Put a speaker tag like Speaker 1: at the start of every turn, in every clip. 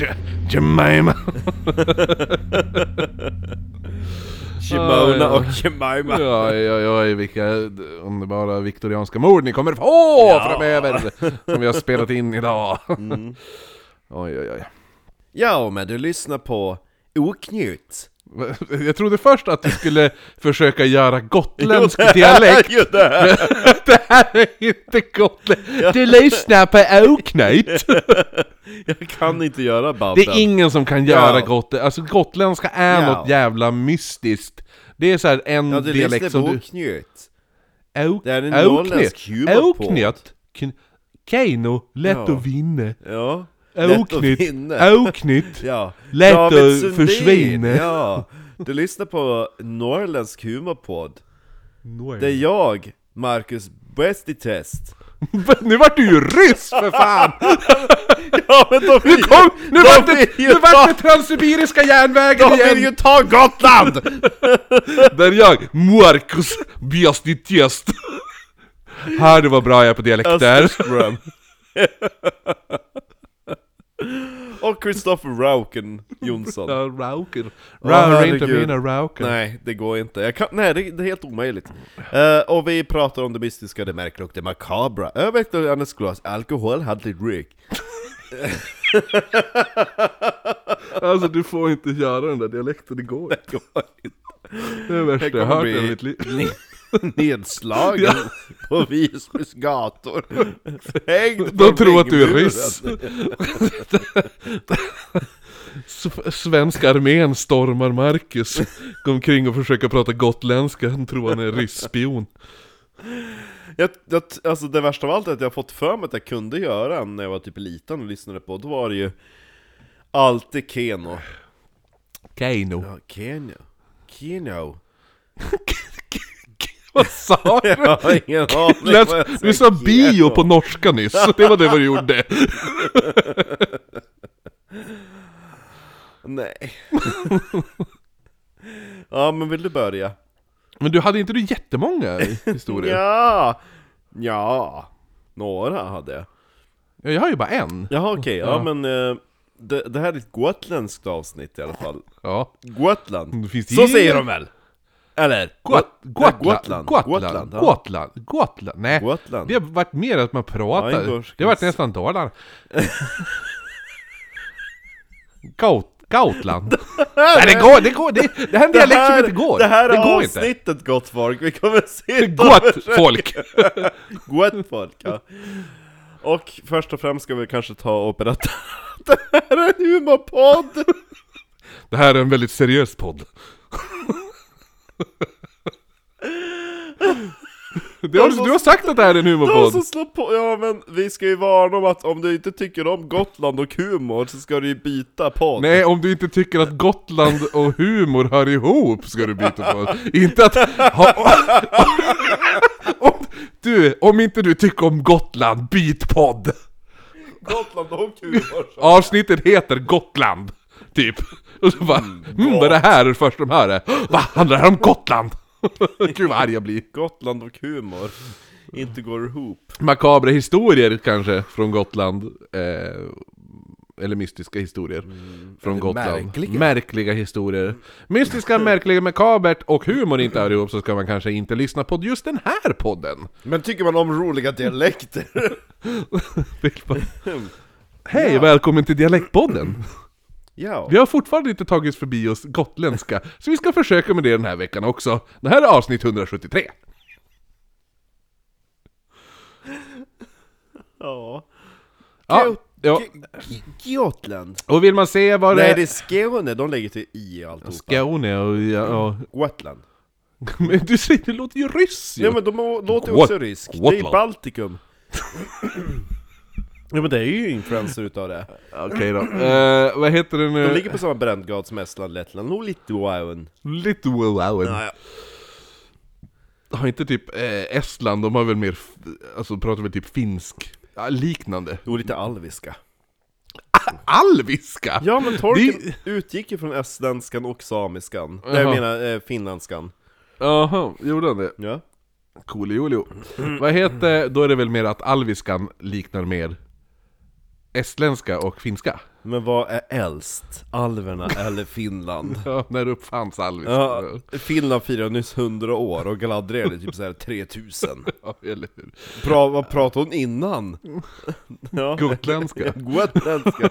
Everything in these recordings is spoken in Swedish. Speaker 1: J- Jemima.
Speaker 2: Shimona
Speaker 1: Ja, ja.
Speaker 2: och Jemima.
Speaker 1: Ja, ja, ja, vilka underbara viktorianska mord ni kommer få
Speaker 2: Ja. Mm.
Speaker 1: framöver! Som vi har spelat in idag. Oj, oj, oj.
Speaker 2: Ja, men du lyssnar på Oknytt.
Speaker 1: Jag trodde först att du skulle försöka göra gotländsk dialekt.
Speaker 2: Ju det här.
Speaker 1: Det här är inte gotländskt. Du lyssnar på Oknytt.
Speaker 2: Jag kan inte göra
Speaker 1: Det
Speaker 2: Babben.
Speaker 1: är ingen som kan göra
Speaker 2: Ja.
Speaker 1: gotländska. Alltså gotländska är
Speaker 2: Ja.
Speaker 1: något jävla mystiskt. Det är så här en
Speaker 2: ja, du
Speaker 1: dialekt
Speaker 2: lyssnar
Speaker 1: som
Speaker 2: på
Speaker 1: du...
Speaker 2: Oknytt.
Speaker 1: Åk-
Speaker 2: Det är en norrländsk
Speaker 1: Åknytt.
Speaker 2: humorpodd.
Speaker 1: Åknytt. Kn- Keino. Lätt
Speaker 2: Ja.
Speaker 1: att vinna.
Speaker 2: Ja. Lätt att
Speaker 1: Åknytt.
Speaker 2: vinna.
Speaker 1: Åknytt.
Speaker 2: Ja.
Speaker 1: Lätt
Speaker 2: David
Speaker 1: att
Speaker 2: Sundin.
Speaker 1: försvinna.
Speaker 2: Ja. Du lyssnar på Norrländsk humorpodd. Det är
Speaker 1: Norr.
Speaker 2: jag, Marcus Bäst i test.
Speaker 1: Nu vart du ju ryss för fan!
Speaker 2: Ja, men de vill,
Speaker 1: Kom! Nu
Speaker 2: de
Speaker 1: vart det,
Speaker 2: vill ju
Speaker 1: nu vart
Speaker 2: ta,
Speaker 1: det Transsibiriska järnvägen
Speaker 2: de vill ju
Speaker 1: igen!
Speaker 2: ta Gotland!
Speaker 1: Där jag, Marcus Bjäst i tjänst. Hör du vad bra jag är på dialekter?
Speaker 2: Österström. Och Christopher Rauken Jonsson.
Speaker 1: Rauker.
Speaker 2: Åh,
Speaker 1: Rauker, inte
Speaker 2: herregud.
Speaker 1: mina rauker.
Speaker 2: Nej, det går inte. Jag kan, nej, det, det är helt omöjligt. Eh, och vi pratar om det mystiska, det märkliga och det makabra. Övervikt och annars glas, alkoholhaltig dryck.
Speaker 1: Alltså du får inte göra den där dialekten, det går inte. Det är det värsta jag
Speaker 2: kommer
Speaker 1: hört
Speaker 2: bli-
Speaker 1: i mitt liv.
Speaker 2: Nedslagen på Visbys gator. Hängd
Speaker 1: De
Speaker 2: på
Speaker 1: tror att du är
Speaker 2: ringmuren.
Speaker 1: ryss. S- Svenska armén stormar Marcus. Går omkring och försöker prata gotländska, han tror han är ryssspion.
Speaker 2: Jag, jag, alltså det värsta av allt är att jag har fått för mig att jag kunde göra när jag var typ liten och lyssnade på, då var det ju alltid Keno.
Speaker 1: Keino.
Speaker 2: Ja, Keno. Keno.
Speaker 1: Vad sa du?
Speaker 2: Jag har ingen aning vad
Speaker 1: Lät,
Speaker 2: jag
Speaker 1: du sa bio på norska nyss, det var det vad du gjorde.
Speaker 2: Nej. ja, men vill du börja?
Speaker 1: Men du, hade inte du jättemånga historier?
Speaker 2: Ja! Ja. Några hade jag.
Speaker 1: Ja, Jag har ju bara en.
Speaker 2: Jaha okej, ja,
Speaker 1: Ja.
Speaker 2: men eh, det, det här är ett gotländskt avsnitt i alla fall.
Speaker 1: Ja.
Speaker 2: Gotland.
Speaker 1: Det finns
Speaker 2: Så
Speaker 1: ju-
Speaker 2: säger de väl? Eller?
Speaker 1: Got- Gotland,
Speaker 2: Gotland.
Speaker 1: Gotland,
Speaker 2: ja.
Speaker 1: Gotland, Gotland, nej.
Speaker 2: Gotland.
Speaker 1: Det har varit mer att man pratar.
Speaker 2: Ja, ingårskis.
Speaker 1: det har varit nästan Dalarna. Gaut, Gautland. nej, det går, det går, det, det här är en dialekt som inte går.
Speaker 2: det här
Speaker 1: det går inte.
Speaker 2: avsnittet gott folk, vi kommer sitta och
Speaker 1: Gott
Speaker 2: försöka-
Speaker 1: folk!
Speaker 2: Gott folk ja. Och först och främst ska vi kanske ta och berätta att det här är en humorpodd!
Speaker 1: Det här är en väldigt seriös podd. Det har,
Speaker 2: De som-
Speaker 1: du har sagt att det här är en
Speaker 2: De
Speaker 1: humorpodd!
Speaker 2: som slår på, ja men vi ska ju varna om att om du inte tycker om Gotland och humor så ska du ju byta podd!
Speaker 1: Nej, om du inte tycker att Gotland och humor hör ihop ska du byta på. Inte att... Ha, om, du, om inte du tycker om Gotland, byt podd!
Speaker 2: Gotland och humor! så-
Speaker 1: Avsnittet heter Gotland, typ. Och så bara, mm, vad är det här? Är det första de hör det? Va, handlar det här om Gotland? Gud vad arg jag blir.
Speaker 2: Gotland och humor inte går ihop.
Speaker 1: Makabra historier kanske, från Gotland. Eh, eller mystiska historier från Gotland.
Speaker 2: Mm. märkliga. Mm.
Speaker 1: Märkliga historier. Mystiska, märkliga, makabert och humor inte hör ihop så ska man kanske inte lyssna på just den här podden.
Speaker 2: Men tycker man om roliga dialekter?
Speaker 1: Vill bara- Hej, välkommen till Dialektpodden!
Speaker 2: ja.
Speaker 1: Vi har fortfarande inte tagit förbi oss gotländska, så vi ska försöka med det den här veckan också. Det här är avsnitt 173.
Speaker 2: ja.
Speaker 1: Ja, ja.
Speaker 2: G- G- Gotland?
Speaker 1: Och vill man se vad det
Speaker 2: Nej det
Speaker 1: är...
Speaker 2: är Skåne, de lägger till i alltihopa.
Speaker 1: Skåne och... Ja, och...
Speaker 2: Gotland.
Speaker 1: Men du säger, det låter ju ryss ju!
Speaker 2: Ja men de må- låter ju också
Speaker 1: Got-
Speaker 2: rysk, det är
Speaker 1: Gotland.
Speaker 2: Baltikum. ja men det är ju influenser utav det.
Speaker 1: Okej då. Eh, vad heter den
Speaker 2: De
Speaker 1: nu?
Speaker 2: ligger på samma breddgrad som Estland, Lettland och Litauen.
Speaker 1: Litauen.
Speaker 2: Ja,
Speaker 1: Har inte typ eh, Estland, de har väl mer, f- alltså pratar väl typ finsk? Ja, liknande.
Speaker 2: Jo, lite alviska.
Speaker 1: Alviska!
Speaker 2: Ja men tolken
Speaker 1: Det-
Speaker 2: utgick ju från estländskan och samiskan. Nej, jag
Speaker 1: Jaha.
Speaker 2: menar eh, finländskan.
Speaker 1: Jaha, gjorde han det?
Speaker 2: Ja.
Speaker 1: Coolio. Vad heter, då är det väl mer att alviskan liknar mer estländska och finska.
Speaker 2: Men vad är äldst? Alverna eller Finland?
Speaker 1: Ja, när det uppfanns Alvis.
Speaker 2: Ja, Finland firar nyss 100 år och Galadriel är typ såhär 3000
Speaker 1: Ja, eller hur?
Speaker 2: pra, Vad pratade hon innan? Ja,
Speaker 1: Gotländska.
Speaker 2: gotländska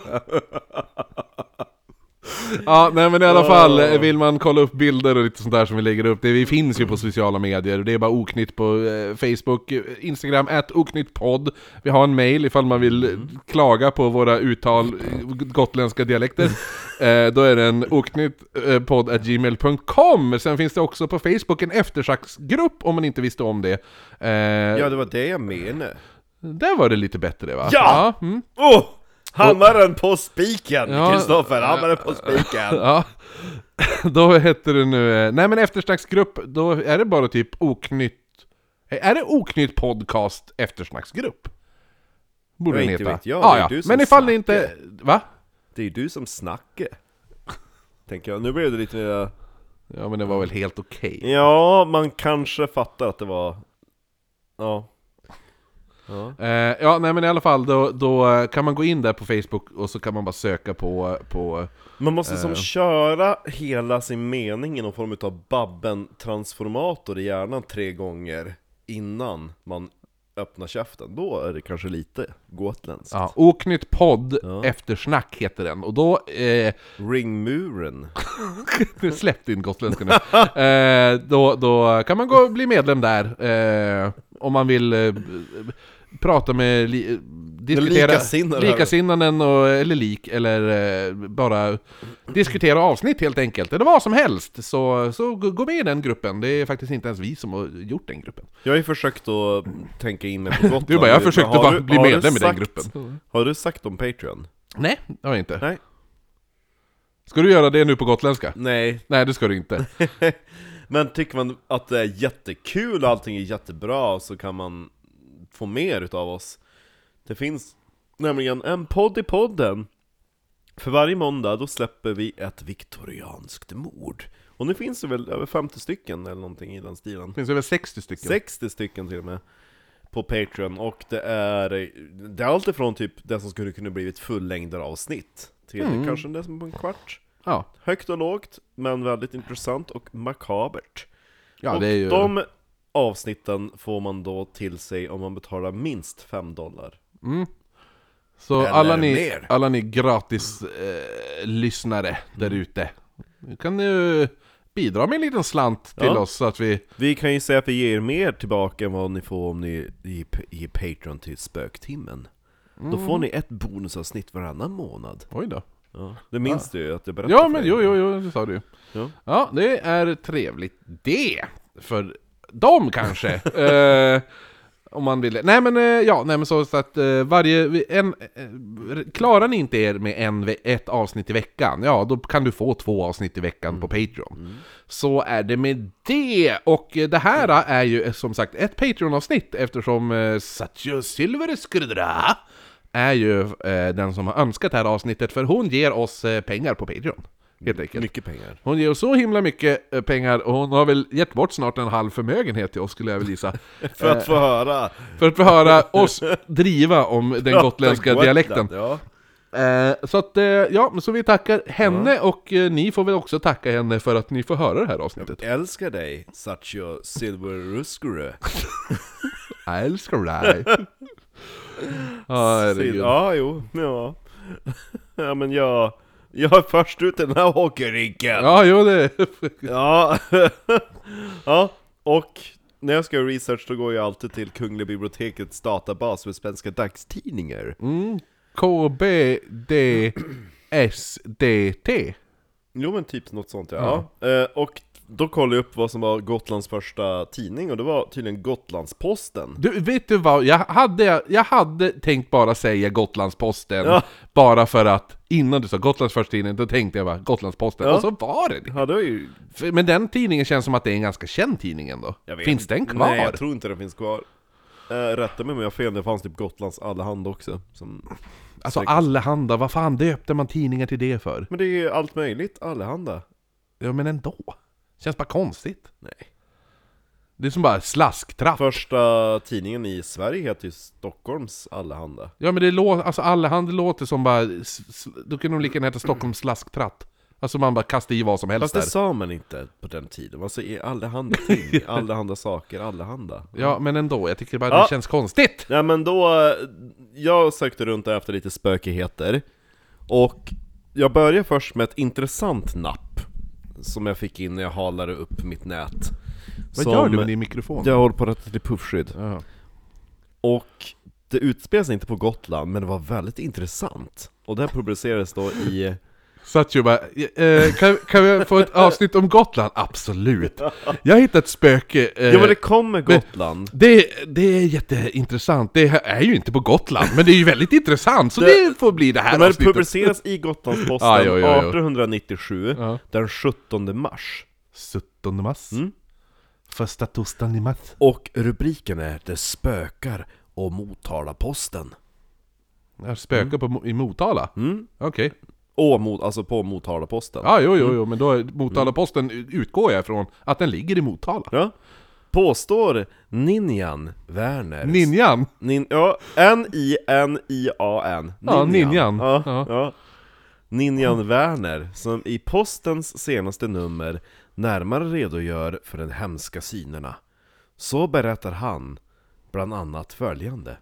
Speaker 1: Ja, nej men i alla fall, eh, vill man kolla upp bilder och lite sånt där som vi lägger upp, det vi finns ju på sociala medier, det är bara oknytt på eh, Facebook, eh, Instagram, at oknyttpodd. Vi har en mail ifall man vill eh,
Speaker 2: Mm.
Speaker 1: klaga på våra uttal, eh, gotländska dialekter.
Speaker 2: Mm.
Speaker 1: Eh, då är den eh, oknyttpodd.gmail.com. Sen finns det också på Facebook en eftersnacksgrupp om man inte visste om det. Eh,
Speaker 2: Ja det var det jag menade
Speaker 1: Där var det lite bättre va?
Speaker 2: Ja!
Speaker 1: Ja, mm,
Speaker 2: Oh! Hammaren på spiken!
Speaker 1: Ja.
Speaker 2: Kristoffer, hammaren på spiken!
Speaker 1: ja. Då heter det nu, eh, nej men eftersnacksgrupp, då är det bara typ oknytt, Eh, är det oknytt podcast eftersnacksgrupp? Borde
Speaker 2: Ja,
Speaker 1: den
Speaker 2: inte
Speaker 1: heta.
Speaker 2: vet jag, det
Speaker 1: Ah,
Speaker 2: är
Speaker 1: ja.
Speaker 2: du som
Speaker 1: Men ifall det inte,
Speaker 2: snackar.
Speaker 1: va?
Speaker 2: Det är ju du som snackar Tänker jag, nu blev det lite mer...
Speaker 1: Ja men det var väl helt okej.
Speaker 2: Ja, man kanske fattar att det var... Ja Ja,
Speaker 1: Eh, ja, nej men i alla fall, då, då eh, kan man gå in där på Facebook och så kan man bara söka på, på
Speaker 2: Man måste
Speaker 1: Eh.
Speaker 2: som köra hela sin mening i någon form av Babben-transformator i hjärnan tre gånger innan man öppnar käften. Då är det kanske lite gotländskt.
Speaker 1: ja, Oknytt podd
Speaker 2: Ja.
Speaker 1: eftersnack heter den. Och då eh,
Speaker 2: Ringmuren.
Speaker 1: Nu släppte in gotländskan nu. eh, då, då kan man gå och bli medlem där. Eh, om man vill eh, prata med... Li, eh, diskutera
Speaker 2: likasinnade.
Speaker 1: likasinnanden och, eller lik, eller eh, bara diskutera avsnitt helt enkelt. Eller vad som helst. Så, så gå gå med i den gruppen. Det är faktiskt inte ens vi som har gjort den gruppen.
Speaker 2: Jag har ju försökt att tänka in mig på Gotland.
Speaker 1: Du bara, jag
Speaker 2: Men
Speaker 1: försökte
Speaker 2: har
Speaker 1: bara
Speaker 2: du-
Speaker 1: bli
Speaker 2: har du
Speaker 1: medlem i den
Speaker 2: sagt-
Speaker 1: gruppen.
Speaker 2: Har du sagt om Patreon?
Speaker 1: Nej, det har jag inte.
Speaker 2: Nej.
Speaker 1: Ska du göra det nu på gotländska?
Speaker 2: Nej.
Speaker 1: Nej, det ska du inte.
Speaker 2: Men tycker man att det är jättekul och allting är jättebra så kan man få mer utav oss. Det finns nämligen en podd i podden. För varje måndag då släpper vi ett viktorianskt mord. Och nu finns det väl över 50 stycken eller någonting i den stilen.
Speaker 1: Det finns över 60 stycken.
Speaker 2: 60 stycken till och med på Patreon och det är, det är allt ifrån typ det som skulle kunna blivit fullängder avsnitt till kanske det som är på en kvart.
Speaker 1: Ja,
Speaker 2: Högt och lågt, men väldigt intressant och makabert.
Speaker 1: ja
Speaker 2: och
Speaker 1: det är ju...
Speaker 2: de avsnitten får man då till sig om man betalar minst 5 dollar.
Speaker 1: Så
Speaker 2: Eller
Speaker 1: alla ni,
Speaker 2: mer.
Speaker 1: alla ni gratis eh, lyssnare där
Speaker 2: Mm.
Speaker 1: ute nu kan ni eh, bidra med en liten slant till
Speaker 2: Ja.
Speaker 1: oss så att vi...
Speaker 2: Vi kan ju säga att vi ger mer tillbaka än vad ni får om ni ger ger Patreon till spöktimmen. Då
Speaker 1: Mm.
Speaker 2: får ni ett bonusavsnitt varannan månad.
Speaker 1: Oj då.
Speaker 2: Ja, det minns du ju att jag berättade
Speaker 1: Ja
Speaker 2: för
Speaker 1: men
Speaker 2: dig.
Speaker 1: jo, jo, jo, det sa du ju.
Speaker 2: Ja.
Speaker 1: Ja, det är trevligt det! För dem kanske! eh, om man vill det. Nej men eh, ja, nej men så, så att eh, varje... vi- En, eh, klarar ni inte er med en, ve- ett avsnitt i veckan, ja då kan du få två avsnitt i veckan på
Speaker 2: Mm.
Speaker 1: Patreon. Så är det med det! Och eh, det här eh, är ju eh, som sagt ett Patreon-avsnitt eftersom eh, Satya Silverskrydra är ju eh, den som har önskat det här avsnittet för hon ger oss eh, pengar på Patreon. Helt enkelt.
Speaker 2: Mycket pengar.
Speaker 1: Hon ger oss så himla mycket eh, pengar och hon har väl gett bort snart en halv förmögenhet till oss skulle jag väl gissa.
Speaker 2: För
Speaker 1: Eh,
Speaker 2: att få höra
Speaker 1: För att få höra oss driva om den gotländska
Speaker 2: Gotland,
Speaker 1: dialekten.
Speaker 2: Ja.
Speaker 1: Eh, så att, eh, ja, så vi tackar henne och eh, ni får väl också tacka henne för att ni får höra det här avsnittet.
Speaker 2: Älskar dig, Satcho Silverruskure.
Speaker 1: Jag älskar dig! Ja, herregud.
Speaker 2: Ja, jo, ja. Ja, men jag, jag är först ut i den här hockeyrinken.
Speaker 1: Ja, jo det...
Speaker 2: Ja. ja, och när jag ska göra research då går jag alltid till Kungliga bibliotekets databas med svenska dagstidningar.
Speaker 1: Mm. KBDSDT.
Speaker 2: Jo men typ något sånt ja. Eh, och då kollade jag upp vad som var Gotlands första tidning och det var tydligen Gotlandsposten.
Speaker 1: Du, vet du vad? Jag hade, jag hade tänkt bara säga Gotlandsposten bara för att innan du sa Gotlands första tidning, då tänkte jag bara Gotlandsposten. Och så var det det.
Speaker 2: Ja, det var ju...
Speaker 1: För- Men den tidningen känns som att det är en ganska känd tidning ändå.
Speaker 2: Jag vet
Speaker 1: Finns
Speaker 2: inte.
Speaker 1: den kvar?
Speaker 2: Nej, jag tror inte den finns kvar. Eh, rätta mig om jag har fel, det fanns typ Gotlands Allehanda också. Som...
Speaker 1: Alltså allehanda, vad fan döpte man tidningar till det för?
Speaker 2: Men det är ju allt möjligt, Allehanda.
Speaker 1: Ja men ändå. Känns bara konstigt.
Speaker 2: Nej.
Speaker 1: Det är som bara slasktrapp.
Speaker 2: Första tidningen i Sverige heter ju Stockholms Allehanda.
Speaker 1: Ja men det låter, alltså allehanda låter som bara, s- s- då kan de lika gärna heta Stockholms slasktratt. Alltså man bara kastar i vad som helst
Speaker 2: Mm. Fast
Speaker 1: där.
Speaker 2: det sa man inte på den tiden. Man sa i allehanda ting, allehanda saker, allehanda.
Speaker 1: Ja men ändå, jag tycker bara
Speaker 2: mm. Ja.
Speaker 1: det känns konstigt.
Speaker 2: Nej men då, eh, jag sökte runt efter lite spökigheter Och jag började först med ett intressant napp Som jag fick in när jag halade upp mitt nät
Speaker 1: Vad
Speaker 2: Som-
Speaker 1: gör du med din mikrofon?
Speaker 2: Jag håller på att rätta till puffskydd
Speaker 1: Jaha.
Speaker 2: Och det utspelar sig inte på Gotland, men det var väldigt intressant Och det här publicerades då i...
Speaker 1: Satchu bara, eh, kan, kan vi få ett avsnitt om Gotland? Absolut! Jag har hittat ett spöke, eh,
Speaker 2: Ja men det kom med Gotland
Speaker 1: det, det är jätteintressant, det här är ju inte på Gotland, men det är ju väldigt intressant, så det,
Speaker 2: Det-
Speaker 1: får bli det här
Speaker 2: Men det
Speaker 1: Äh, avsnittet!
Speaker 2: publiceras i Gotlandsposten
Speaker 1: Ja, jo, jo, jo.
Speaker 2: 1897
Speaker 1: Ja.
Speaker 2: Den 17 mars
Speaker 1: 17 mars.
Speaker 2: Mm.
Speaker 1: Första torsdagen i mars.
Speaker 2: Och rubriken är 'Det spökar och Motala-posten'
Speaker 1: Jag spökar
Speaker 2: Mm.
Speaker 1: på, Mo- i Motala? Okej.
Speaker 2: Och mot, alltså på Motala-posten.
Speaker 1: Ja, jo, jo, jo, men då Motala-Posten
Speaker 2: Mm.
Speaker 1: utgår jag ifrån att den ligger i Motala.
Speaker 2: Ja. Påstår Ninjan Werner.
Speaker 1: Ninjan!
Speaker 2: Nin, ja, N-I-N-I-A-N.
Speaker 1: Ja, Ninjan.
Speaker 2: Ja,
Speaker 1: Ja.
Speaker 2: ja. Ninjan Werner, som i postens senaste nummer närmare redogör för de hemska synerna. Så berättar han bland annat följande.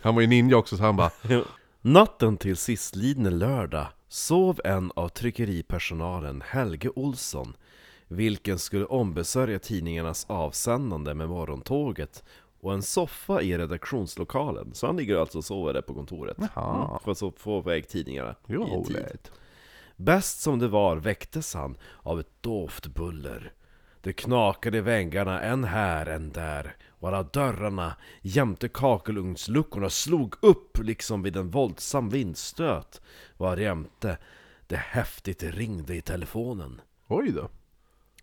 Speaker 1: Han var ju ninja också, så han bara
Speaker 2: Natten till sistlidne lördag sov en av tryckeripersonalen Helge Olsson vilken skulle ombesörja tidningarnas avsändande med morgontåget och en soffa i redaktionslokalen. Så han ligger alltså och sover där på kontoret.
Speaker 1: Jaha.
Speaker 2: Mm, För att så få iväg tidningarna
Speaker 1: Det var
Speaker 2: i tid.
Speaker 1: roligt.
Speaker 2: Bäst som det var väcktes han av ett dovt buller. Det knakade i väggarna en här, en där. Och alla dörrarna jämte kakelugnsluckorna slog upp liksom vid en våldsam vindstöt. Varjämte det häftigt ringde i telefonen.
Speaker 1: Oj då.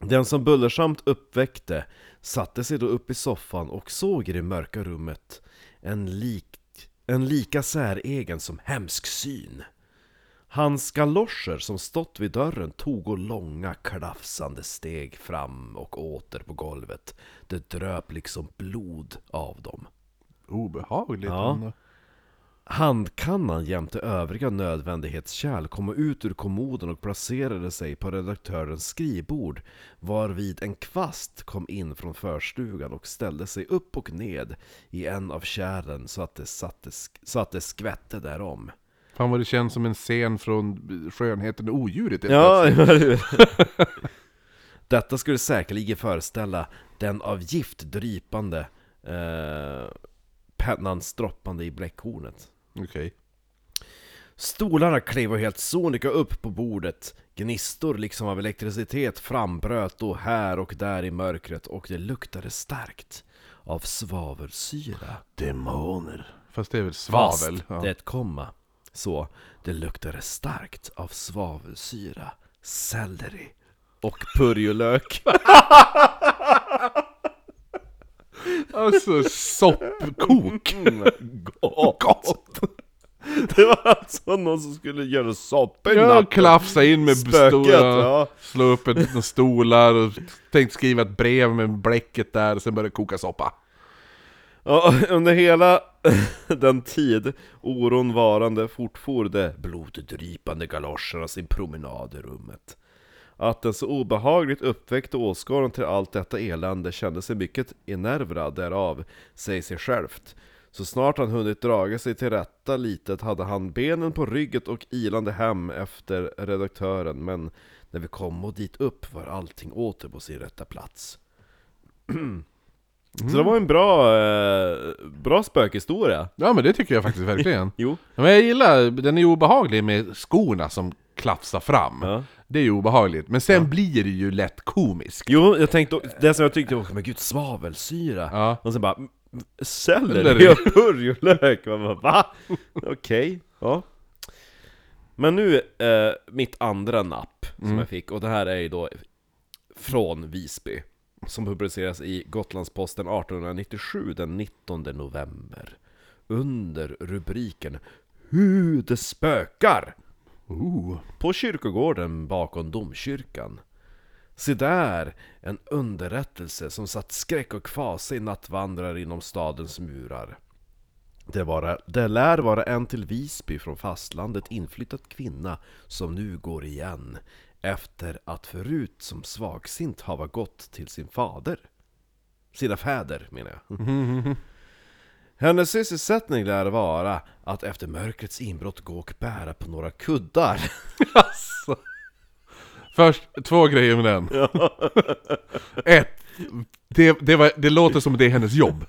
Speaker 2: Den som bullersamt uppväckte satte sig då upp i soffan och såg i det mörka rummet en, lik, en lika säregen som hemsk syn. Hans galoscher som stått vid dörren tog och långa klafsande steg fram och åter på golvet. Det dröp liksom blod av dem.
Speaker 1: Obehagligt. eh,
Speaker 2: Ja.
Speaker 1: ändå.
Speaker 2: Handkannan jämte övriga nödvändighetskärl kom ut ur kommoden och placerade sig på redaktörens skrivbord varvid en kvast kom in från förstugan och ställde sig upp och ned i en av kärlen så att det, satte sk- så att det skvätte därom.
Speaker 1: Fan vad det känns som en scen från Skönheten och odjuret. helt
Speaker 2: Ja, Detta skulle säkerligen föreställa den av gift drypande eh, pennans droppande i bläckhornet.
Speaker 1: plötsligt. Okej.
Speaker 2: Stolarna klev helt sonika upp på bordet. Gnistor liksom av elektricitet frambröt då här och där i mörkret och det luktade starkt av svavelsyra. Demoner.
Speaker 1: Fast det är väl
Speaker 2: Fast
Speaker 1: svavel?
Speaker 2: det är
Speaker 1: Ja.
Speaker 2: ett komma. Så, det luktade starkt av svavelsyra, selleri och purjolök.
Speaker 1: Alltså soppkok!
Speaker 2: Gott! Det var alltså någon som skulle göra soppa i
Speaker 1: Ja,
Speaker 2: natten.
Speaker 1: klafsa in med
Speaker 2: Spöket,
Speaker 1: stora...
Speaker 2: ja.
Speaker 1: Slå upp ett, några stolar och tänkte skriva ett brev med bläcket där och sen börja koka soppa.
Speaker 2: Ja, under hela den tid oron varande fortfor de bloddrypande galoscherna sin promenad i rummet. Att den så obehagligt uppväckte åskådaren till allt detta elände kände sig mycket enervrad därav, säger sig självt. Så snart han hunnit draga sig till rätta litet hade han benen på ryggen och ilande hem efter redaktören, men när vi kom och dit upp var allting åter på sin rätta plats. Så det var en bra, eh, bra spökhistoria.
Speaker 1: Ja men det tycker jag faktiskt verkligen.
Speaker 2: Jo.
Speaker 1: Ja, Men jag gillar, den är ju obehaglig med skorna som klafsar fram.
Speaker 2: Ja.
Speaker 1: Det är ju obehagligt. Men sen blir det ju lätt komiskt.
Speaker 2: Jo, jag tänkte, o- det som jag tyckte var, men gud, svavelsyra.
Speaker 1: Ja.
Speaker 2: Och sen bara, m- m-
Speaker 1: Selleri.
Speaker 2: selleri och purjolök. Man bara, va? Okej. Ja. Men nu, eh, mitt andra napp som
Speaker 1: Mm.
Speaker 2: jag fick, och det här är ju då från Visby. Som publiceras i Gotlandsposten 1897 den 19 november. Under rubriken Hur det spökar!
Speaker 1: Ooh.
Speaker 2: På kyrkogården bakom domkyrkan Se där, en underrättelse som satt skräck och fasa i nattvandrare inom stadens murar. Det, var, det lär vara en till Visby från fastlandet inflyttad kvinna som nu går igen efter att förut som svagsint hava gått till sin fader. Sina fäder menar jag. Hennes sysselsättning lär vara att efter mörkrets inbrott gå och bära på några kuddar.
Speaker 1: Alltså. Först, två grejer med den. Ett, det, det, var, det låter som det är hennes jobb.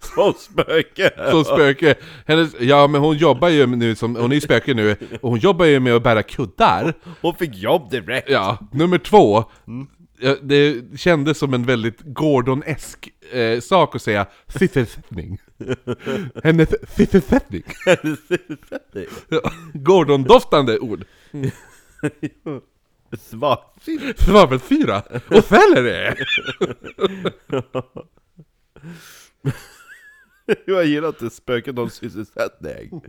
Speaker 2: Som spöke!
Speaker 1: Som spöke. Hennes, ja men hon jobbar ju nu som, hon är ju spöke nu, och hon jobbar ju med att bära kuddar.
Speaker 2: Hon fick jobb direkt!
Speaker 1: Ja, nummer två. Ja, Det kändes som en väldigt Gordon-esk eh, sak att säga sysselsättning. Hennes sysselsättning. Ja, Gordon-doftande ord.
Speaker 2: Svagsint!
Speaker 1: Svavelsyra och selleri!
Speaker 2: Jag gillar inte spöket om sysselsättning.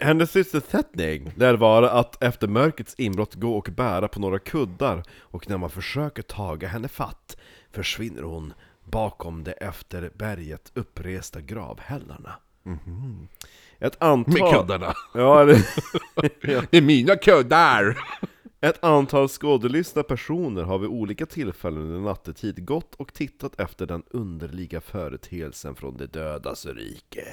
Speaker 2: Hennes sysselsättning lär vara att efter mörkrets inbrott gå och bära på några kuddar och när man försöker taga henne fatt försvinner hon bakom de efter berget uppresta gravhällarna. Ett antal...
Speaker 1: Med kuddarna.
Speaker 2: Ja, det...
Speaker 1: Det är mina kuddar!
Speaker 2: Ett antal skådelysta personer har vid olika tillfällen under nattetid gått och tittat efter den underliga företeelsen från de dödas rike.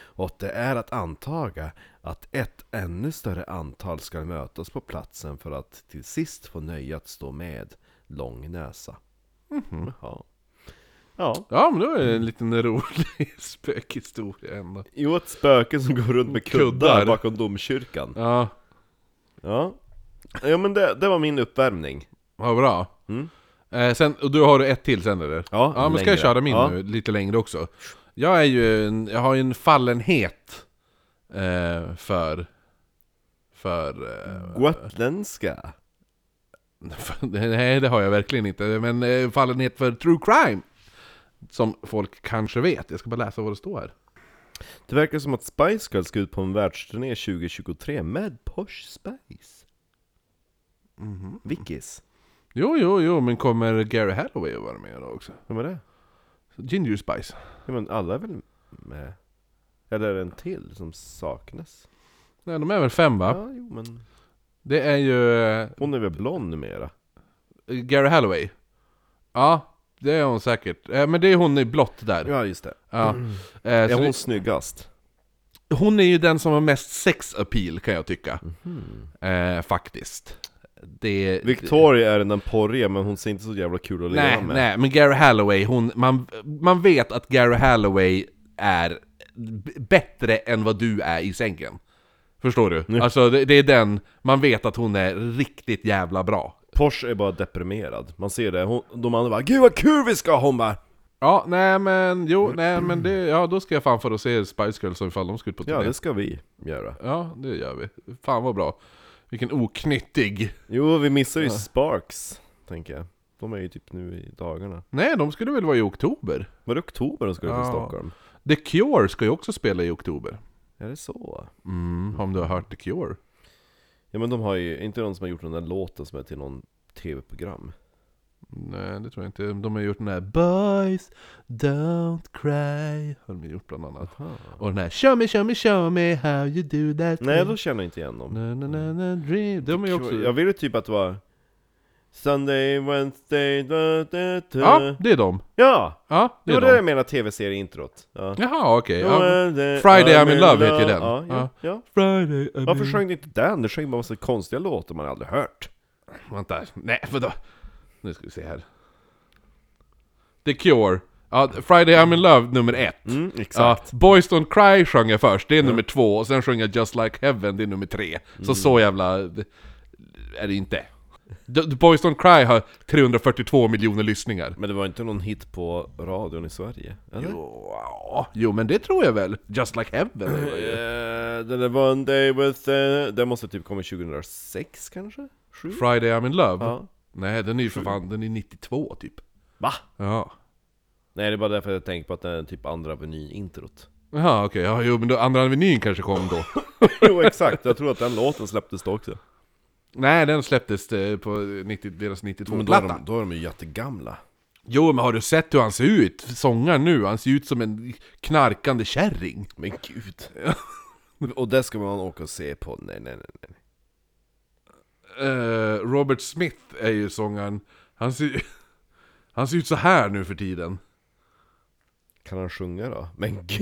Speaker 2: Och det är att antaga att ett ännu större antal ska mötas på platsen för att till sist få nöje att stå med lång näsa. Jaha. Ja.
Speaker 1: Mhm. Ja men det var en liten rolig spökhistoria ändå.
Speaker 2: Jo, ett spöke som går runt med kuddar,
Speaker 1: Kuddar.
Speaker 2: bakom domkyrkan.
Speaker 1: Ja,
Speaker 2: Ja. Ja men det, det var min uppvärmning.
Speaker 1: vad bra. Eh, sen, och du har du ett till sen eller?
Speaker 2: Ja,
Speaker 1: ja men ska jag
Speaker 2: längre.
Speaker 1: köra min
Speaker 2: Ja.
Speaker 1: nu, lite längre också? Jag är ju en, jag har ju en fallenhet eh, för... För... Eh,
Speaker 2: Gotländska.
Speaker 1: För- Nej, det har jag verkligen inte. Men eh, fallenhet för true crime. Som folk kanske vet. Jag ska bara läsa vad det står här.
Speaker 2: Det verkar som att Spice Girls ska ut på en världsturné 2023 med Posh Spice. Vickis.
Speaker 1: Jo, jo, jo, men kommer Gary Hathaway att vara med då också?
Speaker 2: Vem är det?
Speaker 1: Ginger Spice.
Speaker 2: Ja, men alla är väl med? Eller är det en till som saknas?
Speaker 1: Nej, de är väl fem va?
Speaker 2: Ja, jo men
Speaker 1: Det är ju eh,
Speaker 2: hon är väl blond numera?
Speaker 1: Gary Hathaway. Ja, det är hon säkert. Eh, Men det är hon i blått där.
Speaker 2: Ja, just det.
Speaker 1: Ja. Eh,
Speaker 2: Är
Speaker 1: så
Speaker 2: hon snyggast?
Speaker 1: det- hon är ju den som har mest sex appeal kan jag tycka.
Speaker 2: Mhm.
Speaker 1: Eh, faktiskt. Det,
Speaker 2: Victoria är den porriga, men hon ser inte så jävla kul att leva
Speaker 1: Nej,
Speaker 2: med.
Speaker 1: nej, men Gary Halloway, hon, man, man vet att Gary Halloway är b- bättre än vad du är i sängen. Förstår du? Alltså det, det är den, man vet att hon är riktigt jävla bra.
Speaker 2: Porsche är bara deprimerad. Man ser det. Hon, de andra bara 'Gud vad kul vi ska!' Hon bara
Speaker 1: Ja, nej men jo, nej men det, ja då ska jag fan för att se Spice Girls ifall de ska ut på turné.
Speaker 2: Ja, det ska vi göra.
Speaker 1: ja, det gör vi. Fan vad bra. Vilken oknyttig.
Speaker 2: Jo, vi missar ju Sparks, tänker jag. De är ju typ nu i dagarna.
Speaker 1: Nej, de skulle väl vara i oktober?
Speaker 2: Var det oktober de skulle till
Speaker 1: Ja.
Speaker 2: Stockholm?
Speaker 1: The Cure ska ju också spela i oktober.
Speaker 2: Är det så?
Speaker 1: Mm, om du har hört The Cure?
Speaker 2: Ja men de har ju, är inte de som har gjort den där låten som är till någon tv-program?
Speaker 1: Nej, det tror jag inte. De har gjort den här 'Boys Don't Cry' har de gjort bland annat. Och den här 'Show me, show me, show me how you do that'
Speaker 2: Nej,
Speaker 1: thing."
Speaker 2: då känner jag inte igen dem.
Speaker 1: na, na, na, na, dream. De är ju också...
Speaker 2: Jag ville typ att det var Sunday, Wednesday, da, da, da.
Speaker 1: Ja, det är de.
Speaker 2: ja!
Speaker 1: Ja,
Speaker 2: Det
Speaker 1: det
Speaker 2: var
Speaker 1: är
Speaker 2: det
Speaker 1: de.
Speaker 2: jag menade tv-serieintrot. Ja.
Speaker 1: Jaha, okej. Ja.
Speaker 2: Friday,
Speaker 1: Friday I'm in love heter ju den.
Speaker 2: Ja, ja,
Speaker 1: Ja.
Speaker 2: ja.
Speaker 1: Friday, I
Speaker 2: Varför
Speaker 1: mean-
Speaker 2: sjöng ni inte den? Du sjöng bara massa konstiga låtar man aldrig hört.
Speaker 1: Vänta, nej vadå? Nu ska vi se här. The Cure. Ja, Friday I'm in love nummer ett.
Speaker 2: Mm,
Speaker 1: Ja,
Speaker 2: exakt.
Speaker 1: Boys Don't Cry sjöng jag först, det är nummer två, och sen sjöng jag Just Like Heaven, det är nummer tre. Så
Speaker 2: Mm.
Speaker 1: så jävla... är det inte. The, the Boys Don't Cry har 342 miljoner lyssningar.
Speaker 2: Men det var inte någon hit på radion i Sverige, eller?
Speaker 1: Jo, jo, men det tror jag väl. Just Like Heaven. är det ju.
Speaker 2: Eh, Den där One Day With... eh, Den måste typ komma 2006 kanske? Sju?
Speaker 1: Friday I'm In Love.
Speaker 2: Ja.
Speaker 1: Nej, den är ju för fan, den är 92 typ.
Speaker 2: Va?
Speaker 1: Ja.
Speaker 2: Nej det är bara därför jag tänkte på att den är typ andra avenyn-introt
Speaker 1: Jaha, okej. Ja, jo, men då, andra menyn kanske kom då.
Speaker 2: Jo exakt, jag tror att den låten släpptes då också
Speaker 1: Nej, den släpptes eh, på 90, deras
Speaker 2: Men då är,
Speaker 1: 92-platta.
Speaker 2: de, då är de ju jättegamla.
Speaker 1: Jo, men har du sett hur han ser ut? Sångaren nu, han ser ut som en knarkande kärring.
Speaker 2: Men gud. och det ska man åka och se på. Nej, nej, nej. nej.
Speaker 1: Eh, Robert Smith är ju sångaren. Han ser, han ser ut så här nu för tiden.
Speaker 2: Kan han sjunga då? Men gud!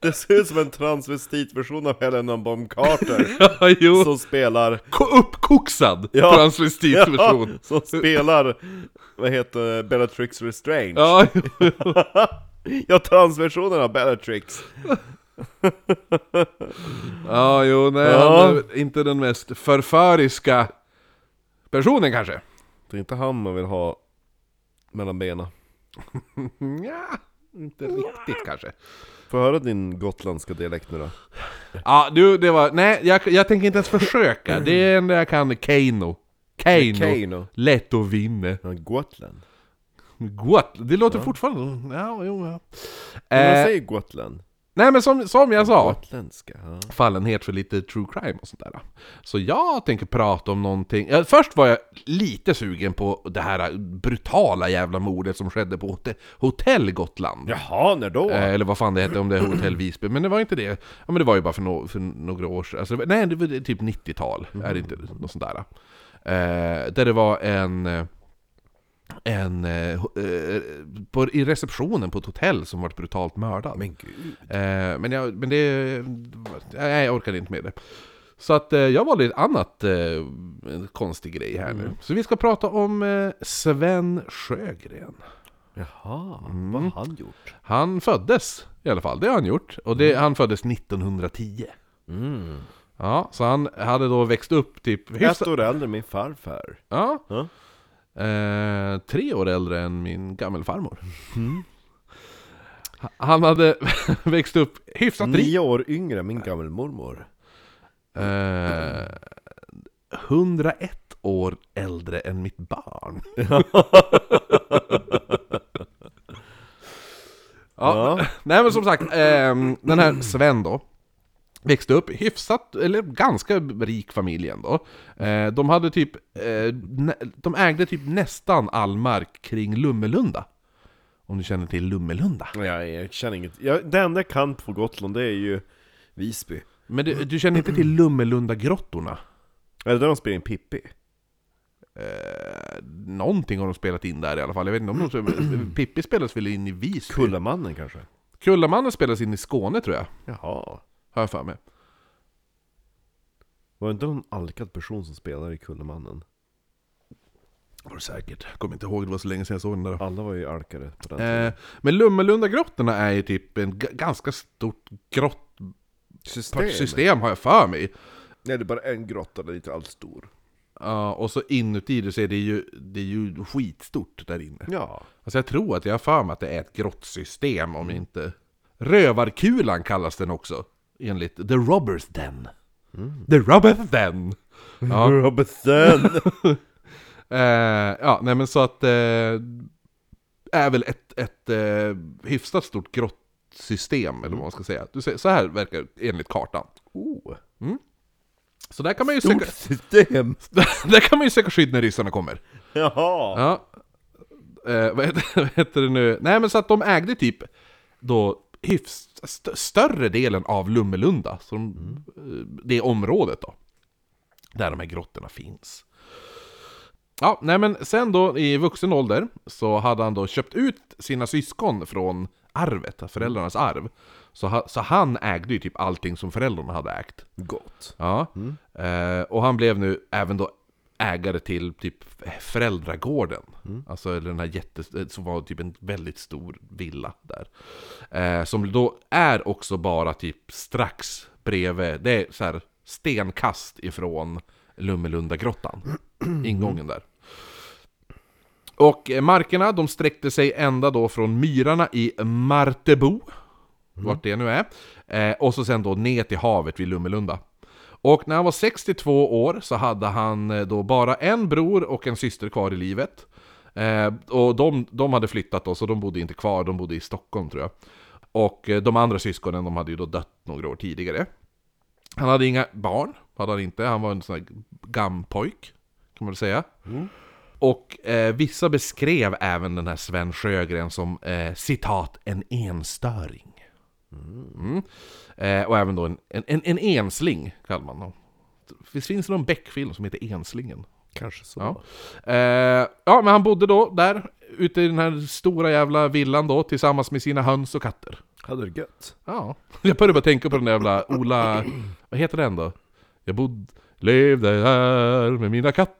Speaker 2: det ser ut som en transvestitversion av Helena Bonham Carter
Speaker 1: Ja, jo.
Speaker 2: som spelar...
Speaker 1: Ko- uppkoksad
Speaker 2: Ja.
Speaker 1: transvestitversion.
Speaker 2: Ja, som spelar, vad heter det, Bellatrix Restraint.
Speaker 1: Ja, jo.
Speaker 2: Ja, transversionen av Bellatrix.
Speaker 1: ja, jo, nej,
Speaker 2: Ja.
Speaker 1: han är inte den mest förföriska personen kanske.
Speaker 2: Det är inte han man vill ha mellan benen.
Speaker 1: Ja, inte riktigt kanske.
Speaker 2: Får jag höra din gotländska dialekt nu då?
Speaker 1: Ja, du, det var... Nej, jag, jag tänker inte ens försöka. Det är enda jag kan, Keino. Keino.
Speaker 2: Keino.
Speaker 1: Lätt att vinna.
Speaker 2: Ja, Gotland.
Speaker 1: Gotland. Det låter fortfarande... Ja, jo, ja.
Speaker 2: Men man
Speaker 1: Eh,
Speaker 2: säger Gotland.
Speaker 1: nej, men som, som jag sa.
Speaker 2: Gotländska. Ja.
Speaker 1: fallenhet för lite true crime och sånt där. Så jag tänker prata om någonting. Ja, Först var jag lite sugen på det här brutala jävla mordet som skedde på hot- Hotell Gotland.
Speaker 2: Jaha, när då?
Speaker 1: Eh, Eller vad fan det hette, om det är Hotell Visby. Men det var inte det. Ja men det var ju bara för, nå- för några år sedan. Alltså, det var- nej, det var det- typ 90-tal. Är det inte något sånt där? Eh, där det var en... eh, En... eh, ho- eh, på, I receptionen på ett hotell som varit brutalt mördad.
Speaker 2: Men gud.
Speaker 1: Eh, men jag, men det, nej, jag orkade inte med det. Så att eh, jag valde ett annat eh, en konstig grej här nu. Så vi ska prata om eh, Sven Sjögren.
Speaker 2: Jaha, vad har han gjort?
Speaker 1: Han föddes i alla fall, det har han gjort. Och det, han föddes 1910.
Speaker 2: Mm.
Speaker 1: Ja, så han hade då växt upp typ
Speaker 2: Ett
Speaker 1: hyfsat...
Speaker 2: år äldre än min farfar.
Speaker 1: Ja.
Speaker 2: Ja.
Speaker 1: Eh, tre år äldre än min gammelfarmor.
Speaker 2: Mm.
Speaker 1: Ha- Han hade växt upp hyfsat rik.
Speaker 2: Nio år yngre än min gammelmormor.
Speaker 1: Eh, 101 år äldre än mitt barn. ja.
Speaker 2: Ja.
Speaker 1: Nej men som sagt, ehm, den här Sven då. Växte upp i hyfsat, eller ganska rik familj ändå. Eh, de hade typ, eh, nä, de ägde typ nästan all mark kring Lummelunda. Om du känner till Lummelunda.
Speaker 2: Jag, jag känner inget. Jag, det enda jag kan på Gotland det är ju Visby.
Speaker 1: Men du, du känner inte till Lummelundagrottorna?
Speaker 2: Är det där de spelar in Pippi?
Speaker 1: Eh, någonting har de spelat in där i alla fall. Jag vet inte om de, Pippi spelas väl in i Visby?
Speaker 2: Kullamannen kanske?
Speaker 1: Kullamannen spelas in i Skåne tror jag,
Speaker 2: Jaha.
Speaker 1: har jag för mig.
Speaker 2: Var det inte någon alkad person som spelade i Kullamannen?
Speaker 1: Var det säkert. Kommer inte ihåg, det var så länge sedan jag såg den där.
Speaker 2: Alla var ju alkade på den tiden.
Speaker 1: Eh, men Lummelundagrottorna är ju typ en g- ganska stort
Speaker 2: System.
Speaker 1: grottsystem har jag för mig.
Speaker 2: Nej, det är bara en grotta, den är inte alls stor.
Speaker 1: Ja, och så inuti det så är det ju, det är ju skitstort där inne.
Speaker 2: Ja.
Speaker 1: Alltså jag tror att jag har för mig att det är ett grottsystem om inte... Rövarkulan kallas den också, enligt The Robbers Den. The Robbers Den! Ja.
Speaker 2: Mm. Robertson!
Speaker 1: Eh, ja, nej men så att... Eh, är väl ett, ett eh, hyfsat stort grottsystem, eller vad man ska säga. Du ser, så här verkar det enligt kartan.
Speaker 2: oh,
Speaker 1: Så där kan man ju
Speaker 2: stort
Speaker 1: söka,
Speaker 2: system!
Speaker 1: där kan man ju söka skydd när ryssarna kommer.
Speaker 2: Jaha!
Speaker 1: Ja. Eh, vad, heter, vad heter det nu? Nej men så att de ägde typ då hyfs, st- större delen av Lummelunda, så de, eh, det området då. Där de här grottorna finns. Ja, nej men sen då i vuxen ålder så hade han då köpt ut sina syskon från arvet, föräldrarnas arv. Så, ha, så han ägde ju typ allting som föräldrarna hade ägt.
Speaker 2: Gott.
Speaker 1: Ja.
Speaker 2: Mm.
Speaker 1: Eh, och han blev nu även då ägare till typ föräldragården. Alltså eller den här jättes... eh, Som var typ en väldigt stor villa där. Eh, som då är också bara typ strax bredvid. Det är så här stenkast ifrån Lummelundagrottan. Ingången där. Och eh, markerna de sträckte sig ända då från myrarna i Martebo, vart det nu är, eh, och så sen då ner till havet vid Lummelunda. Och när han var 62 år så hade han eh, då bara en bror och en syster kvar i livet. Eh, och de, de hade flyttat då, så de bodde inte kvar, de bodde i Stockholm tror jag. Och eh, de andra syskonen, de hade ju då dött några år tidigare. Han hade inga barn. hade han inte, han var en sån här gammapojk, kan man väl säga. Och eh, vissa beskrev även den här Sven Sjögren som eh, citat en enstöring. Mm. Eh, och även då en, en, en, en ensling kallar man honom. Visst finns det någon Beck-film som heter Enslingen?
Speaker 2: Kanske så.
Speaker 1: Ja. Eh, ja, men han bodde då där, ute i den här stora jävla villan då, tillsammans med sina höns och katter.
Speaker 2: Hade det gött.
Speaker 1: Ja, jag började bara tänka på den där jävla Ola... Vad heter den då? Jag bod, levde här med mina katter.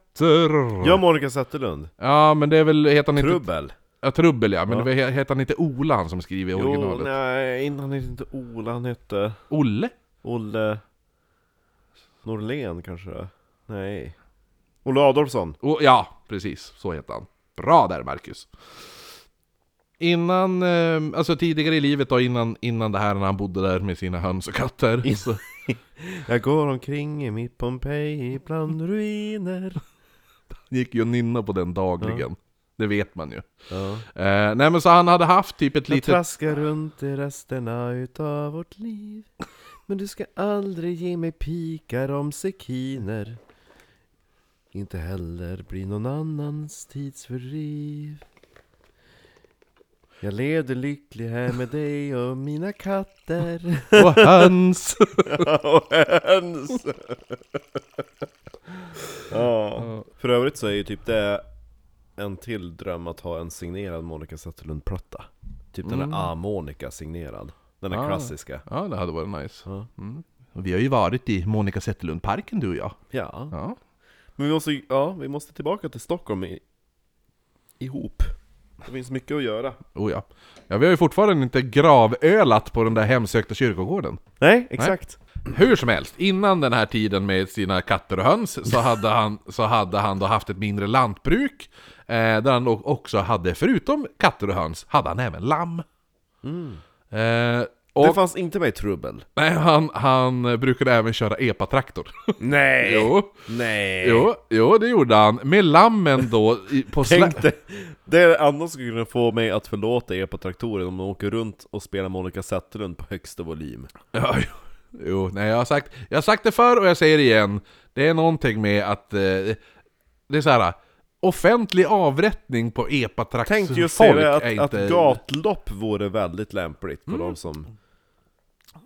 Speaker 2: Ja, Monica Zetterlund.
Speaker 1: Ja, men det är väl, heter han inte...
Speaker 2: Trubbel.
Speaker 1: Ja, Trubbel ja, men
Speaker 2: Ja.
Speaker 1: det var- heter han inte Ola han som skriver i originalet?
Speaker 2: Jo, nej, innan han hette inte Ola, han hette
Speaker 1: Olle?
Speaker 2: Olle Norlén kanske det Nej. Olle Adolfsson.
Speaker 1: O- ja, precis. Så heter han. Bra där, Marcus. Innan, eh, alltså tidigare i livet då, innan, innan det här när han bodde där med sina höns och katter. Så,
Speaker 2: Jag går omkring i mitt Pompeji bland ruiner.
Speaker 1: Han gick ju och nynna på den dagligen. Det vet man ju.
Speaker 2: Ja.
Speaker 1: Eh, nej men så han hade haft typ ett
Speaker 2: Jag
Speaker 1: litet...
Speaker 2: traskar runt i resterna utav vårt liv. Men du ska aldrig ge mig pikar om sekiner. Inte heller bli någon annans tidsfördriv. Jag levde lycklig här med dig och mina katter.
Speaker 1: Och höns!
Speaker 2: och höns! ja. För övrigt så är ju typ det en till dröm att ha en signerad Monica Zetterlund-platta. Typ den där A-Monica signerad. Den där
Speaker 1: Ah.
Speaker 2: klassiska.
Speaker 1: ja, det hade varit nice.
Speaker 2: Ja.
Speaker 1: Mm. Och vi har ju varit i Monica Zetterlund-parken du och jag.
Speaker 2: Ja.
Speaker 1: Ja.
Speaker 2: Men vi måste, ja, vi måste tillbaka till Stockholm i, ihop. Det finns mycket att göra.
Speaker 1: Oh ja. ja, vi har ju fortfarande inte gravölat på den där hemsökta kyrkogården.
Speaker 2: Nej, exakt.
Speaker 1: Hur som helst, innan den här tiden med sina katter och höns så hade han, så hade han då haft ett mindre lantbruk. Eh, där han då också hade, förutom katter och höns, hade han även lamm. Eh,
Speaker 2: Mm. Det
Speaker 1: och
Speaker 2: fanns inte med i Trubbel.
Speaker 1: nej, han, han eh, brukade även köra epatraktor.
Speaker 2: Eh, Nej!
Speaker 1: jo,
Speaker 2: Nej!
Speaker 1: jo, jo, det gjorde han. Med lammen då i, på slä...
Speaker 2: eh. Tänk dig, det är det enda som skulle kunna få mig att förlåta er på traktoren om de åker runt och spelar Monica Zetterlund på högsta volym.
Speaker 1: Ja, jo. Jo, nej jag har sagt, jag har sagt det förr och jag säger det igen. Det är någonting med att... Eh, det är så här. Offentlig avrättning på epatrax
Speaker 2: Tänkte just
Speaker 1: folk
Speaker 2: säga det,
Speaker 1: är
Speaker 2: att, att gatlopp vore väldigt lämpligt på de som...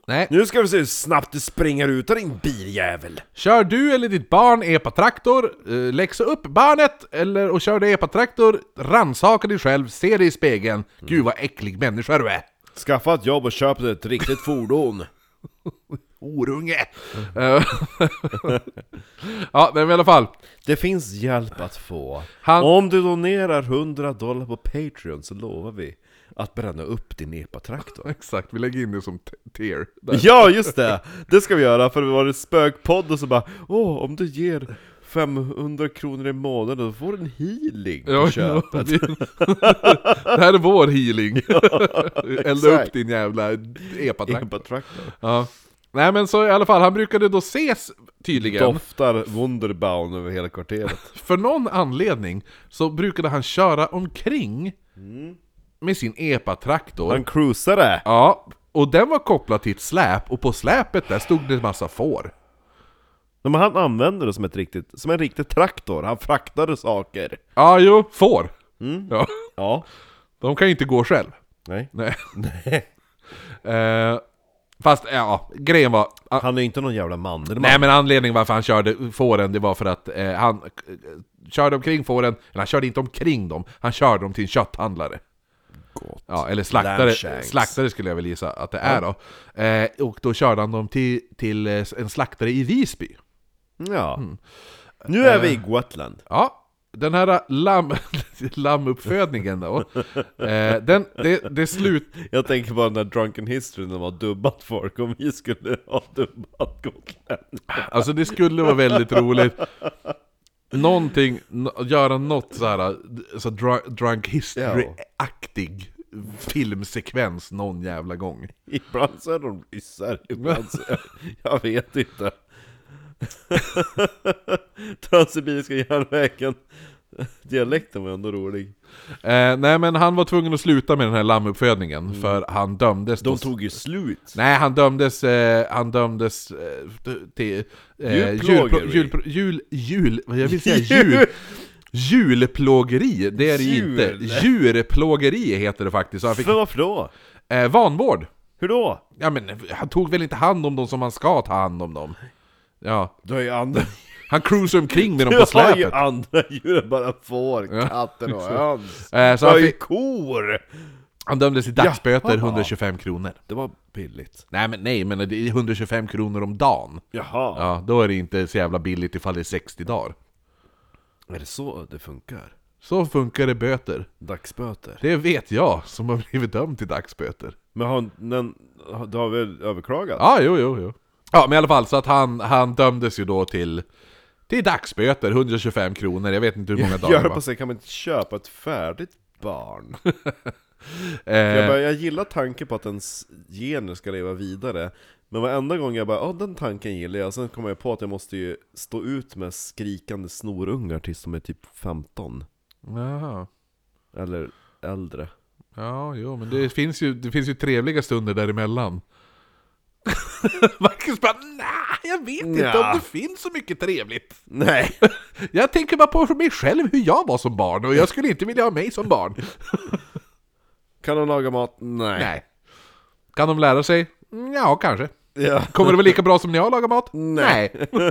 Speaker 1: Nej.
Speaker 2: Nu ska vi se hur snabbt du springer ut av din biljävel!
Speaker 1: Kör du eller ditt barn epatraktor, eh, läxa upp barnet eller, och kör du epatraktor, rannsaka dig själv, se dig i spegeln.
Speaker 2: Mm.
Speaker 1: Gud vad äcklig människa du är!
Speaker 2: Skaffa ett jobb och köp dig ett riktigt fordon!
Speaker 1: Orunge!
Speaker 2: Mm.
Speaker 1: Eh, ja, men i alla fall.
Speaker 2: Det finns hjälp att få.
Speaker 1: Han-
Speaker 2: Om du donerar 100 dollar på Patreon så lovar vi att bränna upp din epatraktor.
Speaker 1: Exakt, vi lägger in det som t- tier. Där.
Speaker 2: Ja, just det! Det ska vi göra, för det var en spökpodd och så bara Åh, om du ger 500 kronor i månaden då får du en healing på köpet.
Speaker 1: vi- det här är vår healing. Elda upp
Speaker 2: exakt.
Speaker 1: din jävla epatrack.
Speaker 2: Epatraktor.
Speaker 1: Ja. Nej men så i alla fall, han brukade då ses tydligen.
Speaker 2: Doftar Wunderbaum över hela kvarteret.
Speaker 1: För någon anledning så brukade han köra omkring med sin epatraktor.
Speaker 2: Mm. Han cruisade!
Speaker 1: Ja, och den var kopplad till ett släp och på släpet där stod det en massa får.
Speaker 2: Men han använde det som, ett riktigt, som en riktig traktor, han fraktade saker.
Speaker 1: Ja, jo, får.
Speaker 2: Mm.
Speaker 1: Ja,
Speaker 2: Ja.
Speaker 1: de kan ju inte gå själv.
Speaker 2: Nej.
Speaker 1: Nej. Eh, fast ja, grejen var...
Speaker 2: Han är ju inte någon jävla mandelman.
Speaker 1: Nej men anledningen varför han körde fåren, det var för att eh, han eh, körde omkring fåren, eller han körde inte omkring dem, han körde dem till en kötthandlare.
Speaker 2: Gott.
Speaker 1: Ja, eller slaktare,
Speaker 2: Lambshanks.
Speaker 1: slaktare skulle jag väl gissa att det är då. Eh, och då körde han dem till, till eh, en slaktare i Visby.
Speaker 2: Ja.
Speaker 1: Mm.
Speaker 2: Nu är vi
Speaker 1: Eh.
Speaker 2: i Gotland.
Speaker 1: Ja, den här eh, lamm, lammuppfödningen då, eh, den, det, det slut...
Speaker 2: Jag tänker på den där Drunken History när de har dubbat folk, om vi skulle ha dubbat Gotland.
Speaker 1: Alltså det skulle vara väldigt roligt Någonting, no, göra något såhär, så dr- drunk history-aktig filmsekvens någon jävla gång
Speaker 2: Ibland så är de ryssar, ibland så är, Jag vet inte. Transsibiriska järnvägen. Dialekten var ändå rolig.
Speaker 1: Eh, nej men han var tvungen att sluta med den här lammuppfödningen, för han dömdes då-
Speaker 2: Mm. De tog ju slut.
Speaker 1: Nej, han dömdes, eh, han dömdes eh, till... Eh,
Speaker 2: Djurplågeri.
Speaker 1: julpro- julpro- jul, jul, vad jag vill säga jul, julplågeri, det är det ju inte.
Speaker 2: Jul.
Speaker 1: Djurplågeri heter det faktiskt. Så han fick,
Speaker 2: För varför då?
Speaker 1: eh, vanvård!
Speaker 2: Hur då?
Speaker 1: Ja men han tog väl inte hand om dem som han ska ta hand om dem? Ja,
Speaker 2: Du har ju andra,
Speaker 1: han cruisar omkring med dem
Speaker 2: du
Speaker 1: på
Speaker 2: har ju
Speaker 1: släpet.
Speaker 2: andra djur än bara får, katter och höns.
Speaker 1: Eh, så
Speaker 2: Du har
Speaker 1: han,
Speaker 2: ju
Speaker 1: fick,
Speaker 2: kor!
Speaker 1: han dömdes till dagsböter,
Speaker 2: Jaha.
Speaker 1: 125 kronor.
Speaker 2: Det var billigt.
Speaker 1: Nej men nej, men det är 125 kronor om dagen.
Speaker 2: Jaha.
Speaker 1: Ja, då är det inte så jävla billigt ifall det är 60 dagar.
Speaker 2: Är det så det funkar?
Speaker 1: Så funkar det böter.
Speaker 2: Dagsböter?
Speaker 1: Det vet jag som har blivit dömd till dagsböter.
Speaker 2: Men har den, du har väl överklagat?
Speaker 1: Ja, jo, jo, jo. Ja, men i alla fall så att han, han dömdes ju då till, till dagsböter, 125 kronor, jag vet inte hur många dagar
Speaker 2: jag
Speaker 1: det
Speaker 2: höll på
Speaker 1: var.
Speaker 2: att säga, kan man inte köpa ett färdigt barn? Jag,
Speaker 1: Eh,
Speaker 2: bara, jag gillar tanken på att ens gener ska leva vidare, men varenda gång jag bara ja den tanken gillar jag, sen kommer jag på att jag måste ju stå ut med skrikande snorungar tills de är typ 15,
Speaker 1: jaha.
Speaker 2: eller äldre.
Speaker 1: Ja, jo, men det finns, ju, det finns ju trevliga stunder däremellan. Marcus bara nej, jag vet inte
Speaker 2: Nja.
Speaker 1: om det finns så mycket trevligt.
Speaker 2: Nej!
Speaker 1: Jag tänker bara på mig själv, hur jag var som barn, och jag skulle inte vilja ha mig som barn.
Speaker 2: Kan de laga mat? Nej.
Speaker 1: Nej. Kan de lära sig? Ja, kanske.
Speaker 2: Ja.
Speaker 1: Kommer det vara lika bra som när jag lagar mat?
Speaker 2: Nej.
Speaker 1: Nej.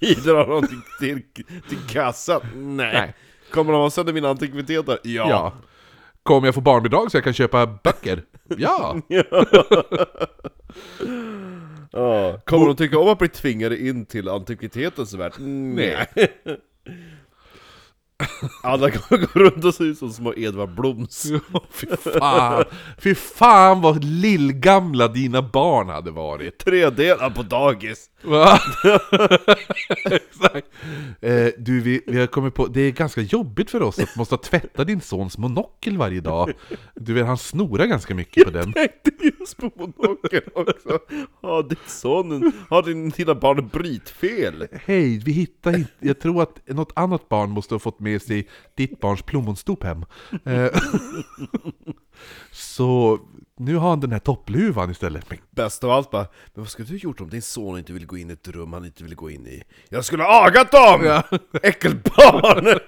Speaker 2: Bidrar de till, till, till kassan? Nej.
Speaker 1: Nej.
Speaker 2: Kommer de ha sönder mina antikviteter? Ja.
Speaker 1: Ja. Kommer jag få barnbidrag så jag kan köpa böcker? Ja.
Speaker 2: Ja. Kommer de tycka om att bli tvingade in till antikvitetens värld? Nej. Alla kommer gå runt och se ut som små Edvard Bloms.
Speaker 1: Fy fan. Fy fan vad lillgamla dina barn hade varit.
Speaker 2: Tredelar på dagis.
Speaker 1: Va? Exakt. Eh, du, vi, vi har kommit på, det är ganska jobbigt för oss att måste tvätta din sons monokel varje dag. Du vet, han snorar ganska mycket på den.
Speaker 2: Tänkte just på monokeln också. Har din son, har din, dina barn brytfel?
Speaker 1: Hej, vi hittar inte... Jag tror att något annat barn måste ha fått med sig ditt barns plommonstop hem. Eh, Så nu har han den här toppluvan istället. Men
Speaker 2: Bäst av allt bara, men vad skulle du gjort om din son inte vill gå in i ett rum han inte vill gå in i? Jag skulle ha agat dem! Äckelbarn!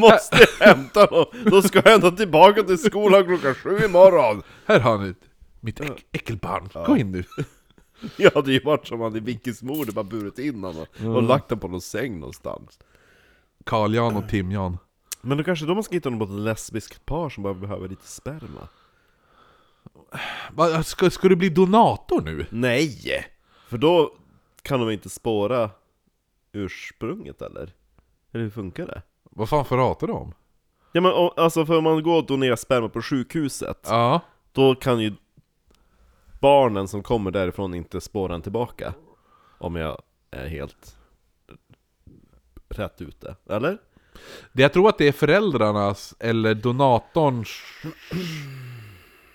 Speaker 2: Måste hämta dem, de ska jag ändå tillbaka till skolan klockan sju imorgon!
Speaker 1: Här har ni mitt äck- äckelbarn, gå in nu.
Speaker 2: Jag hade ju varit som han i Vickis mor, det bara burit in honom och lagt honom på någon säng någonstans.
Speaker 1: Karl Jan och Tim Jan.
Speaker 2: Men då kanske de ska hitta något lesbiskt par som bara behöver lite sperma?
Speaker 1: Va, Ska, ska du bli donator nu?
Speaker 2: Nej! För då kan de inte spåra ursprunget eller? Eller hur funkar det?
Speaker 1: Vad fan pratar du om?
Speaker 2: Ja men om- alltså för om man går och donerar sperma på sjukhuset,
Speaker 1: Ja.
Speaker 2: då kan ju barnen som kommer därifrån inte spåra en tillbaka. Om jag är helt rätt ute, eller?
Speaker 1: Det jag tror att det är föräldrarnas eller donatorns...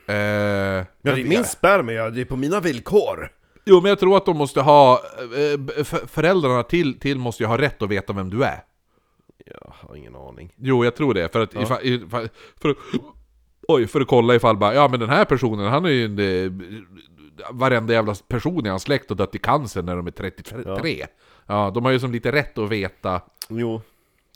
Speaker 1: Eh,
Speaker 2: Ja, det är min sperma, ja, det är på mina villkor!
Speaker 1: Jo men jag tror att de måste ha, eh, b- f- föräldrarna till, till måste ju ha rätt att veta vem du är.
Speaker 2: Jag har ingen aning.
Speaker 1: Jo jag tror det, för att, ifall, ifall, för, oj, för att kolla ifall bara, ja men den här personen han är ju en, eh, varenda jävla person i hans släkt och dött i cancer när de är 33. Ja, de har ju som lite rätt att veta
Speaker 2: Jo,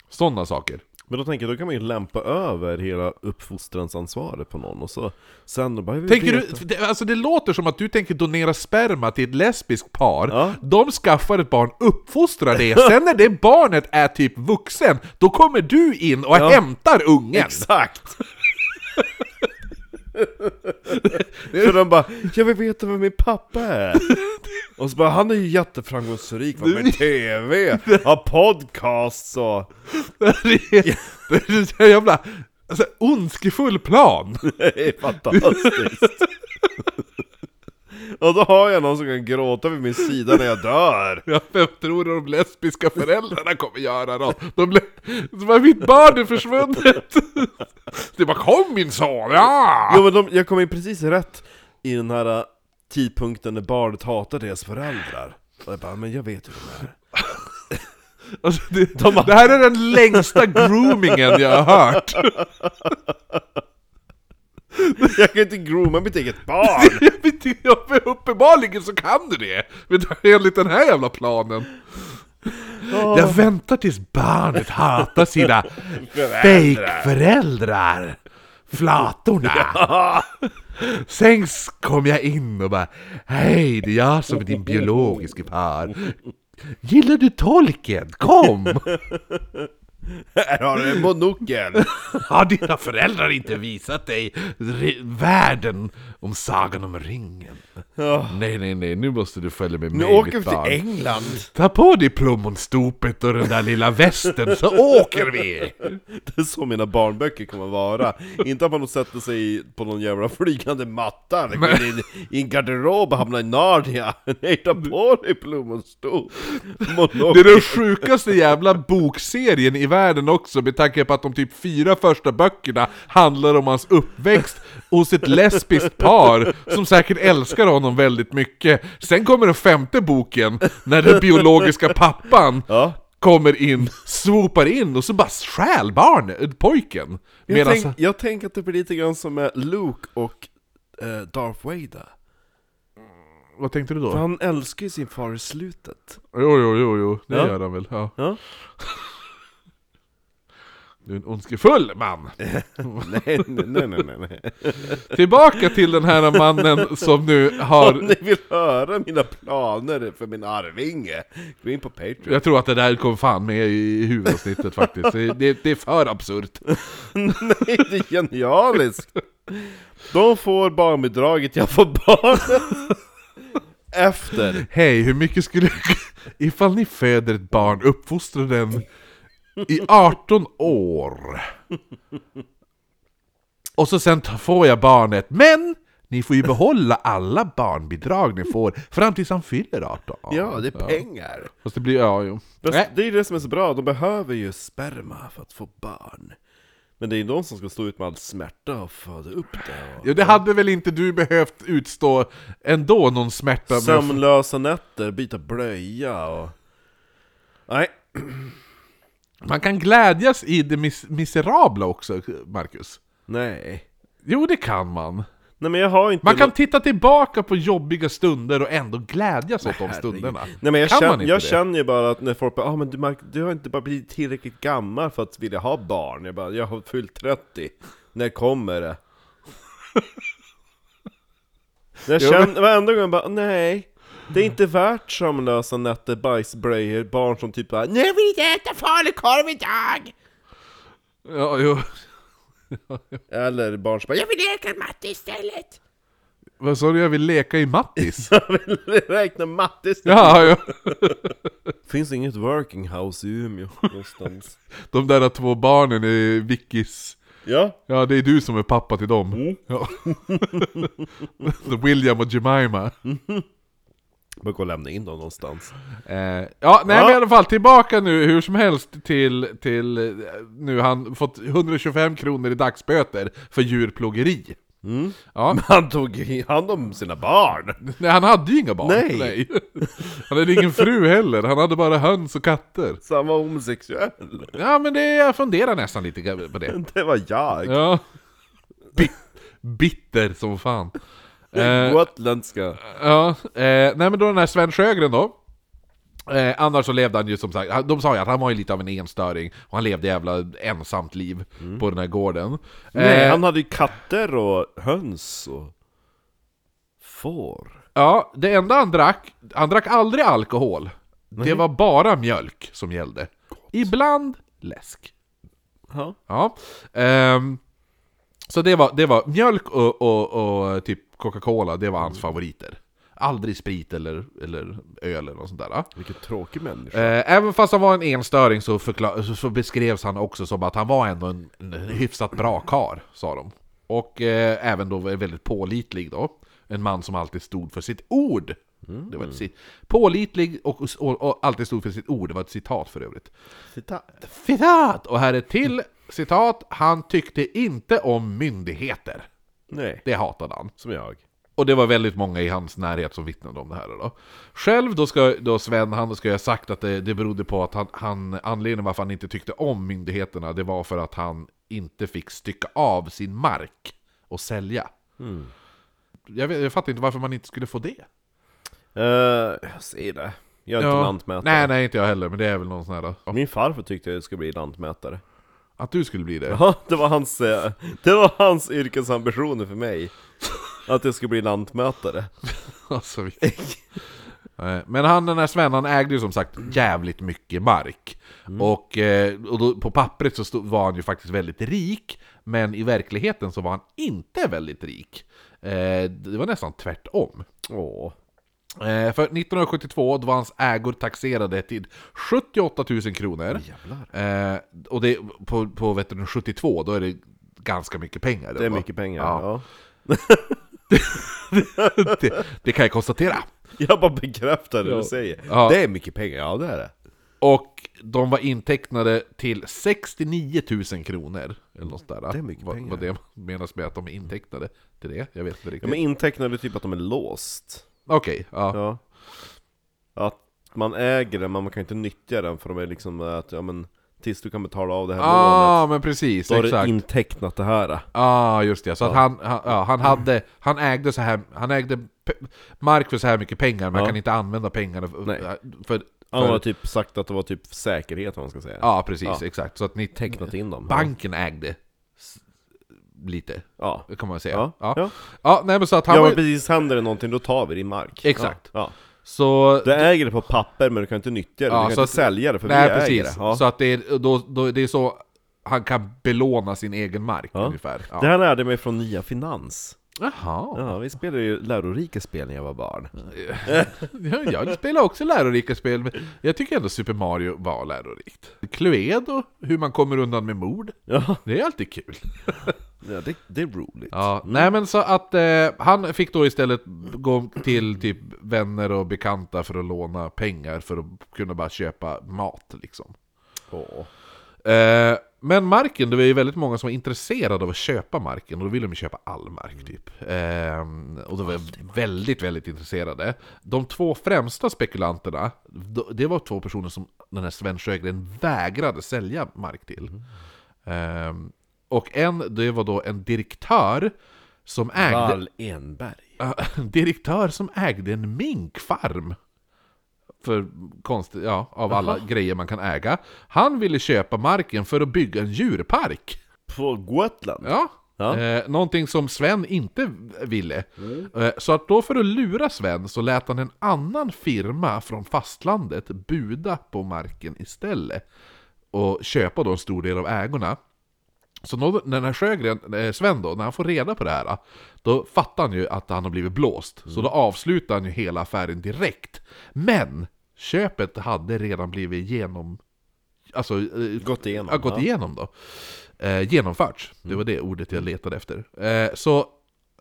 Speaker 1: sådana saker.
Speaker 2: men då tänker jag, då kan man ju lämpa över hela uppfostransansvaret på någon och så sen då bara... vi
Speaker 1: Tänker
Speaker 2: vet-
Speaker 1: du, det- alltså det låter som att du tänker donera sperma till ett lesbiskt par,
Speaker 2: Ja.
Speaker 1: de skaffar ett barn, uppfostrar det, sen när det barnet är typ vuxen, då kommer du in och hämtar ungen!
Speaker 2: Exakt! För de bara, jag vill veta vem min pappa är! Och så bara, han är ju jätteframgångsrik va, med TV, har podcasts och...
Speaker 1: Det är- det är en sån jävla alltså, ondskefull plan!
Speaker 2: Det är fantastiskt! Och då har jag någon som kan gråta vid min sida när jag dör!
Speaker 1: Ja, vem tror du de lesbiska föräldrarna kommer göra då? De ble... Så bara, mitt barn är försvunnet! Det bara kom min son! Ja!
Speaker 2: Jo men de, jag kom in precis rätt i den här äh, tidpunkten när barnet hatar deras föräldrar. Och jag bara, men jag vet hur de är.
Speaker 1: Alltså, det, det här är den längsta groomingen jag har hört.
Speaker 2: Jag kan inte grooma mitt eget barn!
Speaker 1: Jag vet inte, ja, men Uppenbarligen så kan du det! Men det är enligt den här jävla planen. Jag väntar tills barnet hatar sina fejkföräldrar. Flatorna. Sen kom jag in och bara Hej, det är jag som är din biologiska far. Gillar du tolken? Kom!
Speaker 2: Här har du en monokel!
Speaker 1: Har dina föräldrar inte visat dig ri- världen om Sagan om ringen?
Speaker 2: Ja.
Speaker 1: Nej, nej, nej, nu måste du följa med
Speaker 2: Nu
Speaker 1: mig
Speaker 2: åker
Speaker 1: mitt
Speaker 2: vi
Speaker 1: barn.
Speaker 2: till England!
Speaker 1: Ta på dig plommonstopet och den där lilla västen så åker vi!
Speaker 2: Det är så mina barnböcker kommer vara. Inte att man sätter sig i- på någon jävla flygande matta, eller går in i- i en garderob och hamnar i Narnia. Nej, ta på dig plommonstol!
Speaker 1: Det är
Speaker 2: Monokel!
Speaker 1: den sjukaste jävla bokserien i världen också med tanke på att de typ fyra första böckerna handlar om hans uppväxt hos ett lesbiskt par som säkert älskar honom väldigt mycket. Sen kommer den femte boken när den biologiska pappan
Speaker 2: Ja.
Speaker 1: kommer in, swoopar in och så bara stjäl barnet, pojken.
Speaker 2: Jag,
Speaker 1: Medan
Speaker 2: tänk, jag tänker att det blir lite grann som med Luke och eh, Darth Vader.
Speaker 1: Vad tänkte du då?
Speaker 2: För han älskar ju sin far i slutet.
Speaker 1: Jo, jo, jo, jo. det
Speaker 2: Ja.
Speaker 1: gör han väl. Ja.
Speaker 2: Ja.
Speaker 1: Du är en ondskefull man!
Speaker 2: Nej, nej, nej, nej. nej.
Speaker 1: Tillbaka till den här mannen som nu
Speaker 2: Om
Speaker 1: har...
Speaker 2: ni vill höra mina planer för min arvinge, gå in på Patreon.
Speaker 1: Jag tror att det där kom fan med i huvudavsnittet faktiskt. Det, det, det är för absurt.
Speaker 2: Nej, det är genialiskt! De får barnbidraget, jag får barnen! Efter!
Speaker 1: Hej, hur mycket skulle... Ifall ni föder ett barn, uppfostrar den i 18 år. Och så sen ta- får jag barnet, men ni får ju behålla alla barnbidrag ni får fram tills han fyller 18.
Speaker 2: Ja, det är pengar!
Speaker 1: Fast det blir, ja jo.
Speaker 2: Fast
Speaker 1: Nej.
Speaker 2: Det är ju det som är så bra, de behöver ju sperma för att få barn. Men det är ju de som ska stå ut med all smärta och föda upp det. Och...
Speaker 1: Ja, det hade väl inte du behövt utstå ändå någon smärta med?
Speaker 2: Sömnlösa nätter, byta blöja och... Nej,
Speaker 1: Man kan glädjas i det mis miserabla också, Marcus.
Speaker 2: nej.
Speaker 1: Jo, det kan man.
Speaker 2: Nej men jag har inte...
Speaker 1: Man kan
Speaker 2: nå-
Speaker 1: titta tillbaka på jobbiga stunder och ändå glädjas åt de stunderna.
Speaker 2: Nej men jag,
Speaker 1: kan
Speaker 2: känner,
Speaker 1: man inte
Speaker 2: jag
Speaker 1: det?
Speaker 2: känner ju bara att när folk bara ah, men du, Mark, du har inte bara blivit tillräckligt gammal för att vilja ha barn' Jag bara 'Jag har fyllt 30, när kommer det?' jag
Speaker 1: Jo, men-
Speaker 2: känner, varenda gång bara 'Nej, det är inte värt sömnlösa nätter, bajsblöjor, barn som typ bara 'Nu vill inte äta falukorv idag!'
Speaker 1: Ja, jo.
Speaker 2: Eller barn som bara 'Jag vill
Speaker 1: Vad sa du, jag vill leka i Mattis?
Speaker 2: räkna matte istället.
Speaker 1: ja, ja.
Speaker 2: Finns det inget working house i Umeå någonstans?
Speaker 1: De där två barnen i Vickis...
Speaker 2: ja?
Speaker 1: Ja, det är du som är pappa till dem.
Speaker 2: Mm.
Speaker 1: Ja. William och Jemima.
Speaker 2: Bara gå och lämna in dem någonstans.
Speaker 1: Eh, ja, nej
Speaker 2: Ja.
Speaker 1: men i alla fall tillbaka nu hur som helst till, till eh, nu han fått 125 kronor i dagsböter för djurplågeri.
Speaker 2: Mm.
Speaker 1: Ja,
Speaker 2: Han tog ju hand om sina barn!
Speaker 1: nej, han hade ju inga barn.
Speaker 2: Nej.
Speaker 1: Han hade ingen fru heller, han hade bara höns och katter.
Speaker 2: Så han var homosexuell!
Speaker 1: Ja men det, jag funderar nästan lite på det.
Speaker 2: Det var jag!
Speaker 1: Ja. Bi- bitter som fan. Eh,
Speaker 2: Gotländska!
Speaker 1: Ja, eh, nej men då den här Sven Sjögren då. Eh, annars så levde han ju som sagt, han- de sa ju att han var ju lite av en enstöring och han levde jävla ensamt liv på den här gården.
Speaker 2: Mm. Nej,
Speaker 1: eh,
Speaker 2: han hade ju katter och höns och... Får?
Speaker 1: Ja, det enda han drack, han drack aldrig alkohol. Det var bara mjölk som gällde. Ibland läsk.
Speaker 2: Ja.
Speaker 1: Ja. Ehm, så det var, det var mjölk och, och, och typ Coca-Cola, det var hans favoriter. Aldrig sprit eller, eller öl eller något sånt där.
Speaker 2: Vilken tråkig människa!
Speaker 1: Eh, även fast han var en enstöring så, förkla- så- så beskrevs han också som att han var ändå en, en hyfsat bra kar, sa de. Och eh, även då var väldigt pålitlig då. En man som alltid stod för sitt ord. Det var ett, ci- pålitlig och, och, och alltid stod för sitt ord, det var ett citat för övrigt.
Speaker 2: Titta!
Speaker 1: Citat! Och här är ett till citat. Han tyckte inte om myndigheter.
Speaker 2: Nej,
Speaker 1: Det hatade han.
Speaker 2: som jag.
Speaker 1: Och det var väldigt många i hans närhet som vittnade om det här då. Själv då ska då Sven, han ska jag ha sagt att det, det berodde på att han, han, anledningen varför han inte tyckte om myndigheterna, det var för att han inte fick stycka av sin mark och sälja. Jag, vet, jag fattar inte varför man inte skulle få det.
Speaker 2: Eh, jag ser det. Jag är inte lantmätare.
Speaker 1: Nej, nej, inte jag heller, men det är väl någon sån här då.
Speaker 2: Min farfar tyckte jag skulle bli lantmätare.
Speaker 1: Att du skulle bli det?
Speaker 2: Ja, det var hans, eh, det var hans yrkesambitioner för mig. Att jag skulle bli lantmätare.
Speaker 1: Alltså, vilken- Nej, Men han den här Sven, han ägde ju som sagt jävligt mycket mark.
Speaker 2: Mm.
Speaker 1: Och, eh, och då, på pappret så stod, var han ju faktiskt väldigt rik, men i verkligheten så var han inte väldigt rik. Eh, Det var nästan tvärtom.
Speaker 2: Åh.
Speaker 1: Eh, För 1972 då var hans ägor taxerade till 78 000 kronor. Eh, och det, på, på vet du, 72, då är det ganska mycket pengar.
Speaker 2: Det är
Speaker 1: va?
Speaker 2: mycket pengar.
Speaker 1: Ja.
Speaker 2: Ja.
Speaker 1: det, det kan jag konstatera.
Speaker 2: Jag bara bekräftar det
Speaker 1: Ja.
Speaker 2: du säger.
Speaker 1: Ja.
Speaker 2: Det är mycket pengar, ja det är det.
Speaker 1: Och de var intecknade till 69 000 kronor. Eller något där.
Speaker 2: Det är mycket
Speaker 1: vad,
Speaker 2: pengar.
Speaker 1: Vad det menas med att de är intecknade till det. Jag vet inte
Speaker 2: Ja,
Speaker 1: riktigt.
Speaker 2: men intecknade typ att de är låst.
Speaker 1: Okej, ja.
Speaker 2: Ja. Att man äger den, men man kan inte nyttja den för de är liksom att, ja men, tills du kan betala av det här lånet.
Speaker 1: Ah, men precis.
Speaker 2: Då har
Speaker 1: exakt.
Speaker 2: du intecknat det här.
Speaker 1: Ah, just det. Så att han, han, ja, han, hade, han ägde, så här, han ägde pe- mark för så här mycket pengar, men
Speaker 2: Ja.
Speaker 1: kan inte använda pengarna för...
Speaker 2: Nej.
Speaker 1: för
Speaker 2: Han
Speaker 1: för-
Speaker 2: har typ sagt att det var typ säkerhet, vad man ska säga.
Speaker 1: ja, precis.
Speaker 2: Ja.
Speaker 1: Exakt. Så att ni
Speaker 2: Tecknat in dem.
Speaker 1: Banken ägde s- lite,
Speaker 2: Ja.
Speaker 1: kan man säga.
Speaker 2: Ja. Ja.
Speaker 1: ja. ja nej men så att han
Speaker 2: ja
Speaker 1: var,
Speaker 2: men precis, händer det någonting då tar vi din mark.
Speaker 1: Exakt.
Speaker 2: Ja.
Speaker 1: Så
Speaker 2: Ja. Du äger det på papper men du kan inte nyttja det,
Speaker 1: Ja,
Speaker 2: du kan
Speaker 1: så
Speaker 2: inte
Speaker 1: att-
Speaker 2: sälja det för
Speaker 1: Nej
Speaker 2: vi äger det.
Speaker 1: precis,
Speaker 2: Ja.
Speaker 1: så att det är, då, då, det är så han kan belåna sin egen mark
Speaker 2: Ja.
Speaker 1: ungefär. Ja.
Speaker 2: Det här lärde jag mig från Nya Finans.
Speaker 1: Jaha,
Speaker 2: Ja, vi spelade ju lärorika spel när jag var barn.
Speaker 1: ja. jag spelar också lärorika spel, men jag tycker ändå Super Mario var lärorikt. Cluedo, hur man kommer undan med mord,
Speaker 2: Ja,
Speaker 1: det är alltid kul.
Speaker 2: ja det, det är roligt.
Speaker 1: Ja, nej men så att eh, han fick då istället gå till typ vänner och bekanta för att låna pengar för att kunna bara köpa mat liksom.
Speaker 2: Åh.
Speaker 1: Eh, men marken, det var ju väldigt många som var intresserade av att köpa marken och då ville de ju köpa all mark typ. Eh, och de var väldigt, väldigt intresserade. De två främsta spekulanterna, d- det var två personer som den här Sven Sjögren vägrade sälja mark till. Eh, och en, det var då en direktör som ägde...
Speaker 2: Wall Enberg.
Speaker 1: en Eh, direktör som ägde en minkfarm. För konst, ja, av alla grejer man kan äga. Han ville köpa marken för att bygga en djurpark.
Speaker 2: På Gotland?
Speaker 1: Ja.
Speaker 2: Ja.
Speaker 1: Eh, någonting som Sven inte ville. Eh, så att då för att lura Sven så lät han en annan firma från fastlandet buda på marken istället. Och köpa då en stor del av ägorna. Så då, när den här Sjögren, eh, Sven då, när han får reda på det här, då fattar han ju att han har blivit blåst. Så då avslutar han ju hela affären direkt. Men köpet hade redan blivit genom... Alltså, eh,
Speaker 2: Gått igenom?
Speaker 1: har gått
Speaker 2: ja. Mm.
Speaker 1: igenom då. Eh, genomförts, det var det ordet jag letade efter. Eh, så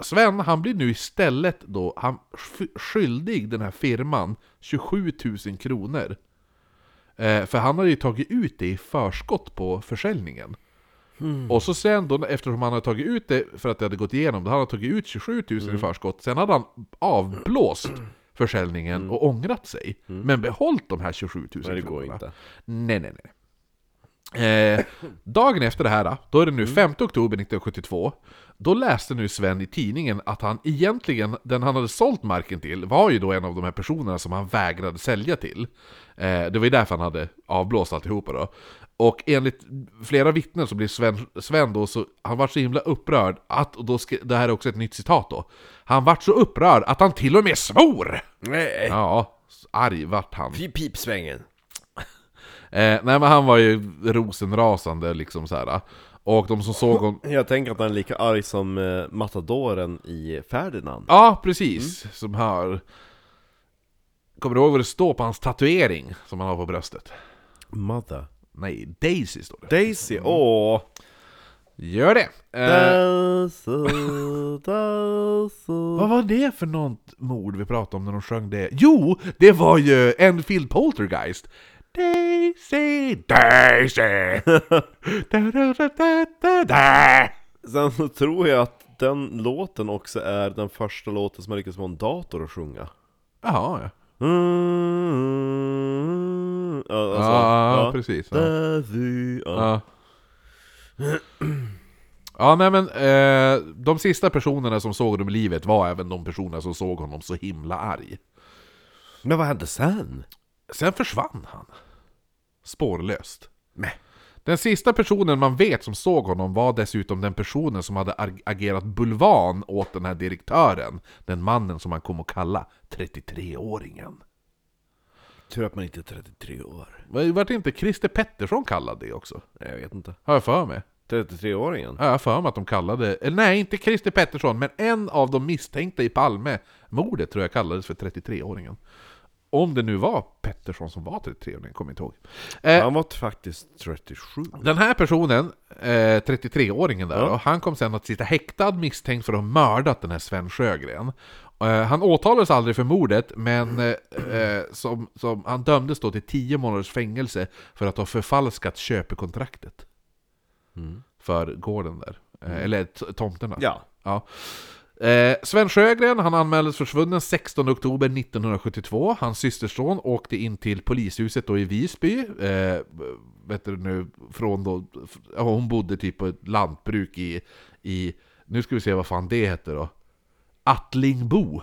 Speaker 1: Sven, han blir nu istället då, han f- skyldig den här firman 27 000 kronor. Eh, för han hade ju tagit ut det i förskott på försäljningen.
Speaker 2: Hmm.
Speaker 1: Och så sen då, eftersom han hade tagit ut det för att det hade gått igenom, då hade han tagit ut 27 000
Speaker 2: Mm.
Speaker 1: i förskott, sen hade han avblåst försäljningen och ångrat sig. Men behållit de här 27 000
Speaker 2: Mm. Nej, det går
Speaker 1: kronorna.
Speaker 2: inte.
Speaker 1: Nej, nej, nej. Eh, dagen efter det här, då är det nu 5 oktober 1972. Då läste nu Sven i tidningen att han egentligen, den han hade sålt marken till, var ju då en av de här personerna som han vägrade sälja till. Eh, det var ju därför han hade avblåst alltihopa då. Och enligt flera vittnen så blev Sven, Sven då så, han var så himla upprörd att, och då ska, det här är också ett nytt citat då. Han vart så upprörd att han till och med svor!
Speaker 2: Nej!
Speaker 1: Ja, arg vart han.
Speaker 2: Fy pipsvängen!
Speaker 1: Eh, nej men han var ju rosenrasande liksom så här. Och de som såg honom...
Speaker 2: Jag tänker att han är lika arg som eh, matadoren i Ferdinand.
Speaker 1: Ja, precis! Som har... Kommer du ihåg vad det står på hans tatuering som han har på bröstet?
Speaker 2: Mother.
Speaker 1: Nej, Daisy står det.
Speaker 2: Daisy, åh!
Speaker 1: Gör det! Mm. Eh,
Speaker 2: Daisy, Daisy.
Speaker 1: vad var det för något mord vi pratade om när de sjöng det? Jo, det var ju Enfield Poltergeist! Daisy, Daisy! da, da, da, da, da, da.
Speaker 2: Sen så tror jag att den låten också är den första låten som jag lyckats få en dator att sjunga.
Speaker 1: Jaha, ja.
Speaker 2: Mm, ja, alltså,
Speaker 1: ja,
Speaker 2: ja.
Speaker 1: precis. Ja.
Speaker 2: Da, du, ja.
Speaker 1: Ja. ja, nej men eh, de sista personerna som såg dem i livet var även de personerna som såg honom så himla arg.
Speaker 2: Men vad hände sen?
Speaker 1: Sen försvann han. Spårlöst.
Speaker 2: Meh.
Speaker 1: Den sista personen man vet som såg honom var dessutom den personen som hade ag- agerat bulvan åt den här direktören. Den mannen som han kom att kalla 33-åringen.
Speaker 2: Tur att man inte är 33 år.
Speaker 1: Var- Vart inte Christer Pettersson kallad det också?
Speaker 2: Nej, jag vet inte.
Speaker 1: Har jag för mig.
Speaker 2: 33-åringen?
Speaker 1: Ja, Jag har för mig att de kallade, eller nej inte Christer Pettersson, men en av de misstänkta i Palme-mordet tror jag kallades för 33-åringen. Om det nu var Pettersson som var 33-åringen, kommer jag inte ihåg. Eh,
Speaker 2: Han var faktiskt 37.
Speaker 1: Den här personen, eh, 33-åringen där,
Speaker 2: Ja.
Speaker 1: då, han kom sen att sitta häktad misstänkt för att ha mördat den här Sven Sjögren. Eh, han åtalades aldrig för mordet, men eh, eh, som, som, han dömdes då till 10 månaders fängelse för att ha förfalskat köpekontraktet
Speaker 2: Mm.
Speaker 1: för gården där. Eh, Eller t- tomterna.
Speaker 2: Ja.
Speaker 1: Ja. Eh, Sven Sjögren han anmäldes försvunnen 16 oktober 1972. Hans systerson åkte in till polishuset då i Visby. Eh, vet du nu, från då, f- ja, hon bodde typ på ett lantbruk i, i, nu ska vi se vad fan det heter då. Attlingbo.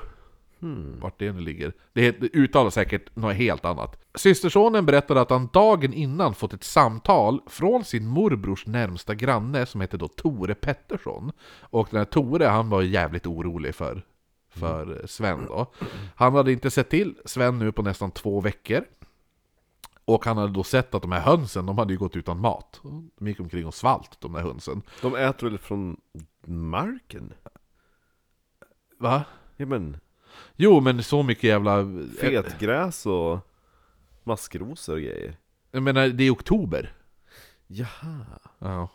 Speaker 1: Vart det nu ligger. Det het- det uttalas säkert något helt annat. Systersonen berättade att han dagen innan fått ett samtal från sin morbrors närmsta granne som hette då Tore Pettersson. Och den här Tore, han var ju jävligt orolig för, för Sven då. Han hade inte sett till Sven nu på nästan två veckor. Och han hade då sett att de här hönsen, de hade ju gått utan mat. De gick omkring och svalt, de där hönsen.
Speaker 2: De äter väl från marken?
Speaker 1: Va?
Speaker 2: Ja men,
Speaker 1: Jo, men så mycket jävla...
Speaker 2: fetgräs och maskrosor och grejer.
Speaker 1: Jag menar, det är oktober.
Speaker 2: Jaha,
Speaker 1: Ja.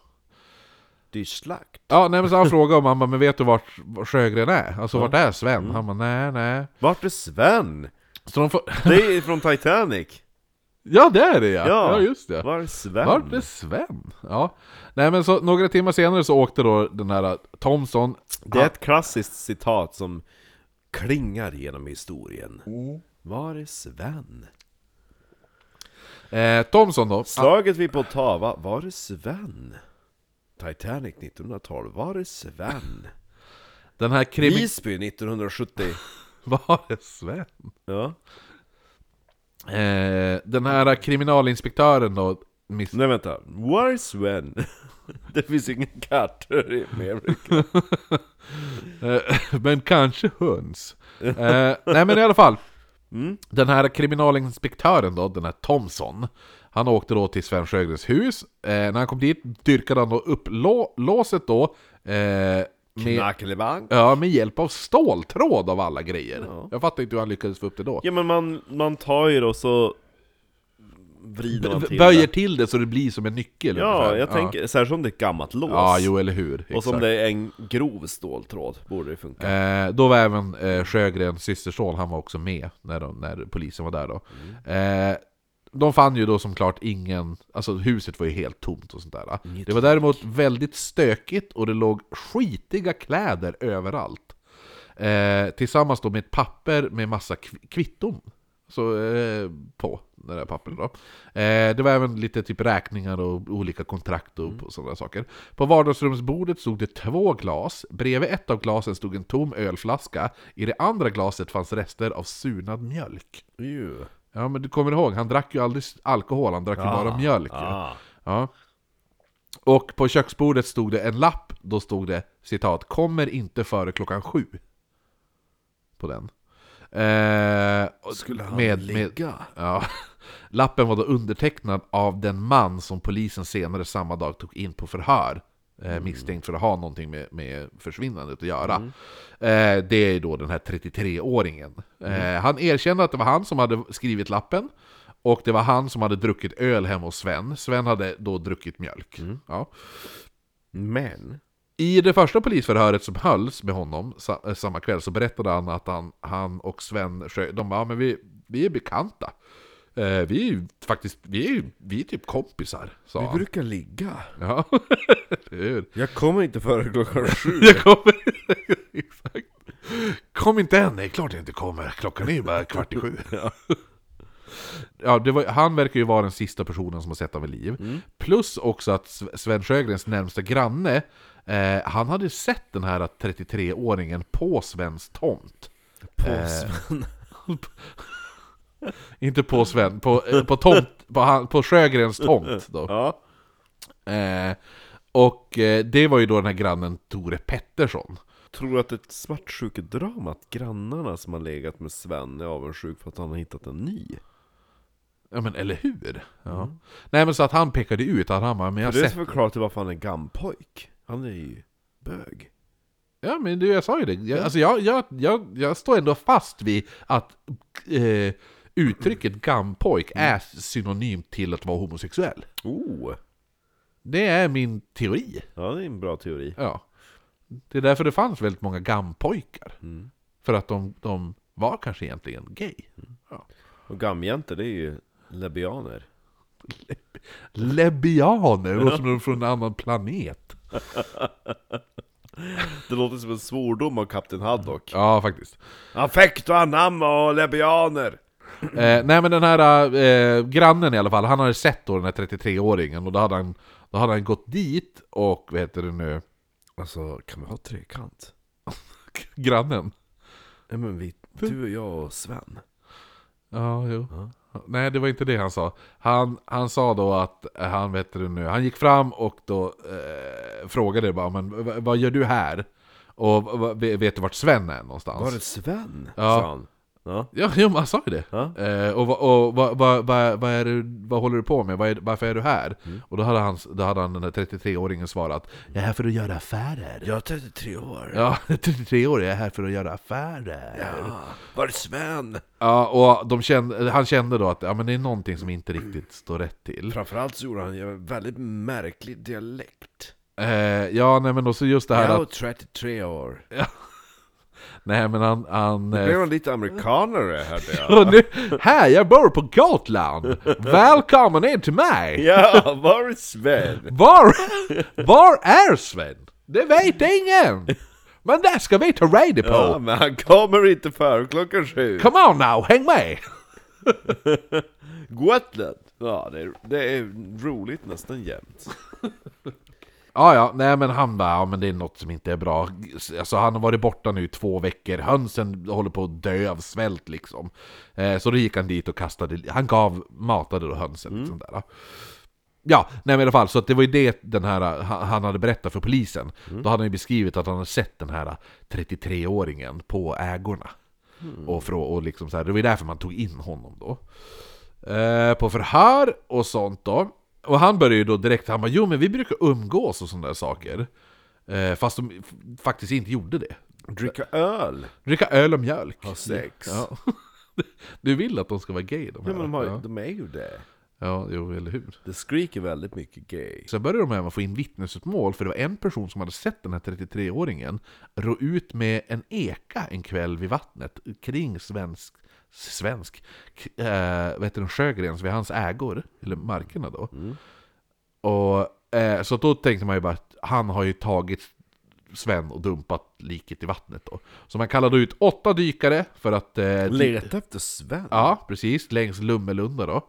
Speaker 2: det är ju slakt.
Speaker 1: Ja, nej, men så han frågade om han bara, men vet du vart vart Sjögren är? Alltså vart är Sven? Han bara, nej, nej.
Speaker 2: Vart är Sven?
Speaker 1: Så de får...
Speaker 2: Det är från Titanic!
Speaker 1: Ja, det är det ja! Ja, just det.
Speaker 2: Var är Sven?
Speaker 1: Vart är Sven? Ja. Nej men så några timmar senare så åkte då den här äh, Thomson...
Speaker 2: Det är ett klassiskt citat som klingar genom historien. Var är Sven?
Speaker 1: Eh, Thomson då.
Speaker 2: Slaget vid Poltava, var är Sven? Titanic 1912, var är Sven?
Speaker 1: Den här krimi...
Speaker 2: Visby 1970.
Speaker 1: Var är Sven?
Speaker 2: Ja.
Speaker 1: Eh, den här kriminalinspektören då... Miss...
Speaker 2: Nej vänta, var är Sven? Det finns ingen katt i Amerika.
Speaker 1: Eh, men kanske höns. Eh, nej men i alla fall. Den här kriminalinspektören då, den här Thomson. Han åkte då till Sven Sjögrens hus. Eh, när han kom dit dyrkade han då upp lå- låset då. Eh, med,
Speaker 2: Knackelibang.
Speaker 1: ja, med hjälp av ståltråd av alla grejer. Jag fattar inte hur han lyckades få upp det då.
Speaker 2: Ja men man, man tar ju då så vrider man till
Speaker 1: Böjer
Speaker 2: det.
Speaker 1: till det så det blir som en nyckel.
Speaker 2: Ja,
Speaker 1: ungefär.
Speaker 2: jag tänker, särskilt om det är ett gammalt lås.
Speaker 1: Ja, jo eller hur.
Speaker 2: och som
Speaker 1: Exakt.
Speaker 2: det är en grov ståltråd borde det funka.
Speaker 1: Eh, då var även eh, Sjögrens systerson, han var också med när, de, när polisen var där då.
Speaker 2: Mm.
Speaker 1: Eh, de fann ju då som klart ingen, alltså huset var ju helt tomt och sånt där. Det var däremot väldigt stökigt och det låg skitiga kläder överallt. Eh, tillsammans då med ett papper med massa kv- kvitton. Så, eh, på det där pappret då. Eh, det var även lite typ räkningar och olika kontrakt och och sådana saker. På vardagsrumsbordet stod det två glas. Bredvid ett av glasen stod en tom ölflaska. I det andra glaset fanns rester av surnad mjölk.
Speaker 2: Ju.
Speaker 1: Ja men du kommer ihåg, han drack ju aldrig s- alkohol, han drack ju bara mjölk. ju.
Speaker 2: Ah.
Speaker 1: Ja. Och på köksbordet stod det en lapp, då stod det citat ”Kommer inte före klockan sju”. På den. Eh, och-
Speaker 2: Skulle han ligga?
Speaker 1: ja. Lappen var då undertecknad av den man som polisen senare samma dag tog in på förhör. Eh,
Speaker 2: Mm.
Speaker 1: misstänkt för att ha någonting med, med försvinnandet att göra. Eh, det är då den här 33-åringen.
Speaker 2: Mm.
Speaker 1: Eh, han erkände att det var han som hade skrivit lappen. Och det var han som hade druckit öl hemma hos Sven. Sven hade då druckit mjölk. Ja.
Speaker 2: Men,
Speaker 1: I det första polisförhöret som hölls med honom sa, eh, samma kväll så berättade han att han, han och Sven Sjö, de bara, "Ja, men vi, vi är bekanta. Eh, vi är ju faktiskt, vi är ju, vi är typ kompisar, sa
Speaker 2: Vi
Speaker 1: han.
Speaker 2: brukar ligga.
Speaker 1: Ja, eller hur?
Speaker 2: Jag kommer inte före klockan sju. Eh,
Speaker 1: Jag kommer... Exakt. Kom inte än, nej klart jag inte kommer. Klockan är ju bara kvart i sju. Ja. det var, han verkar ju vara den sista personen som har sett honom i liv. Plus också att Sve- Sven Sjögrens närmsta granne, eh, han hade sett den här 33-åringen på Svens tomt.
Speaker 2: På Sven.
Speaker 1: Inte på Sven, på, eh, på, tomt, på, han, på Sjögrens tomt då.
Speaker 2: Ja.
Speaker 1: Eh, och eh, det var ju då den här grannen Tore Pettersson.
Speaker 2: Tror du att det är ett svartsjukedrama att grannarna som har legat med Sven är avundsjuk för att han har hittat en ny?
Speaker 1: Ja men eller hur? Ja. Nej men så att han pekade ut att han bara, men jag har
Speaker 2: Mm. det är
Speaker 1: sett...
Speaker 2: så förklarat till varför han är gammpojk. Han är ju bög.
Speaker 1: Ja men du, jag sa ju det. Jag, alltså, jag, jag, jag, jag står ändå fast vid att eh, uttrycket gampojk
Speaker 2: Mm.
Speaker 1: är synonymt till att vara homosexuell.
Speaker 2: Oh!
Speaker 1: Det är min teori.
Speaker 2: Ja, det är en bra teori.
Speaker 1: Ja. Det är därför det fanns väldigt många gampojkar.
Speaker 2: Mm.
Speaker 1: För att de, de var kanske egentligen gay.
Speaker 2: Och gammjäntor, det är ju lebianer.
Speaker 1: Lebianer, låter som de är från en annan planet.
Speaker 2: Det låter som en svordom av Kapten Haddock.
Speaker 1: Ja, faktiskt.
Speaker 2: Affekt och anamma och lebianer!
Speaker 1: Eh, nej men den här eh, grannen i alla fall, han hade sett då den här 33-åringen och då hade han, då hade han gått dit och, vad heter det nu,
Speaker 2: Alltså, kan vi ha trekant?
Speaker 1: grannen.
Speaker 2: Nej men vi, du och jag och Sven.
Speaker 1: Ja, jo. Nej, det var inte det han sa. Han, han sa då att, eh, han vet du nu, han gick fram och då eh, frågade bara, men v- vad gör du här? Och v- v- vet du vart Sven är någonstans?
Speaker 2: Var det Sven?
Speaker 1: Ja.
Speaker 2: Sa han. Ja.
Speaker 1: Ja, jo, men han sa ju det.
Speaker 2: Ja.
Speaker 1: Eh, och vad och, vad vad vad vad är du, vad håller du på med? Vad är, varför är du här?
Speaker 2: Mm.
Speaker 1: Och då hade, han, då hade han den där 33-åringen svarat Jag är här för att göra affärer.
Speaker 2: Jag är 33 år.
Speaker 1: Ja, 33-åring, jag är här för att göra affärer.
Speaker 2: Ja. Var det Sven?
Speaker 1: Ja, och de kände, han kände då att ja, men det är någonting som inte riktigt står rätt till.
Speaker 2: Framförallt så gjorde han ju en väldigt märklig dialekt.
Speaker 1: Eh, ja, nej men också just det här
Speaker 2: jag är
Speaker 1: att...
Speaker 2: 33 år.
Speaker 1: Nej men han... han
Speaker 2: Nu
Speaker 1: eh,
Speaker 2: blev han lite amerikanare hörde jag.
Speaker 1: och nu, här, jag bor på Gotland! Välkommen in till mig!
Speaker 2: ja, var är Sven?
Speaker 1: Var, var är Sven? Det vet ingen! Men det ska vi ta reda på!
Speaker 2: Ja, men han kommer inte före klockan sju.
Speaker 1: Come on now, häng med!
Speaker 2: Gotland! Ja, det är, det är roligt nästan jämt.
Speaker 1: Ja, ja, nej men han bara, ja men det är något som inte är bra. Alltså han har varit borta nu i två veckor, hönsen håller på att dö av svält liksom. Eh, så då gick han dit och kastade, han gav, matade då hönsen. Liksom där. Ja, nej men i alla fall, så att det var ju det den här, ha- han hade berättat för polisen. Då hade han ju beskrivit att han hade sett den här 33-åringen på ägorna. Och, frå, och liksom så här, det var ju därför man tog in honom då. Eh, på förhör och sånt då. Och han började ju då direkt, han bara jo men vi brukar umgås och sådana där saker. Eh, fast de f- faktiskt inte gjorde det.
Speaker 2: Dricka öl,
Speaker 1: Dricka öl och mjölk.
Speaker 2: ha sex.
Speaker 1: Ja. Du vill att de ska vara gay de
Speaker 2: Nej,
Speaker 1: här?
Speaker 2: men de, har,
Speaker 1: ja.
Speaker 2: de är ju det.
Speaker 1: ja, jo eller hur.
Speaker 2: Det skriker väldigt mycket gay.
Speaker 1: Sen började de även få in vittnesutmål, för det var en person som hade sett den här 33-åringen rå ut med en eka en kväll vid vattnet kring svensk, svensk, k- eh, vad heter den, Sjögrens, vid hans ägor, eller markerna då. Och, eh, så då tänkte man ju bara att han har ju tagit Sven och dumpat liket i vattnet då. Så man kallade ut åtta dykare för att... Eh,
Speaker 2: Leta efter Sven.
Speaker 1: Ja, precis. Längs Lummelunda då.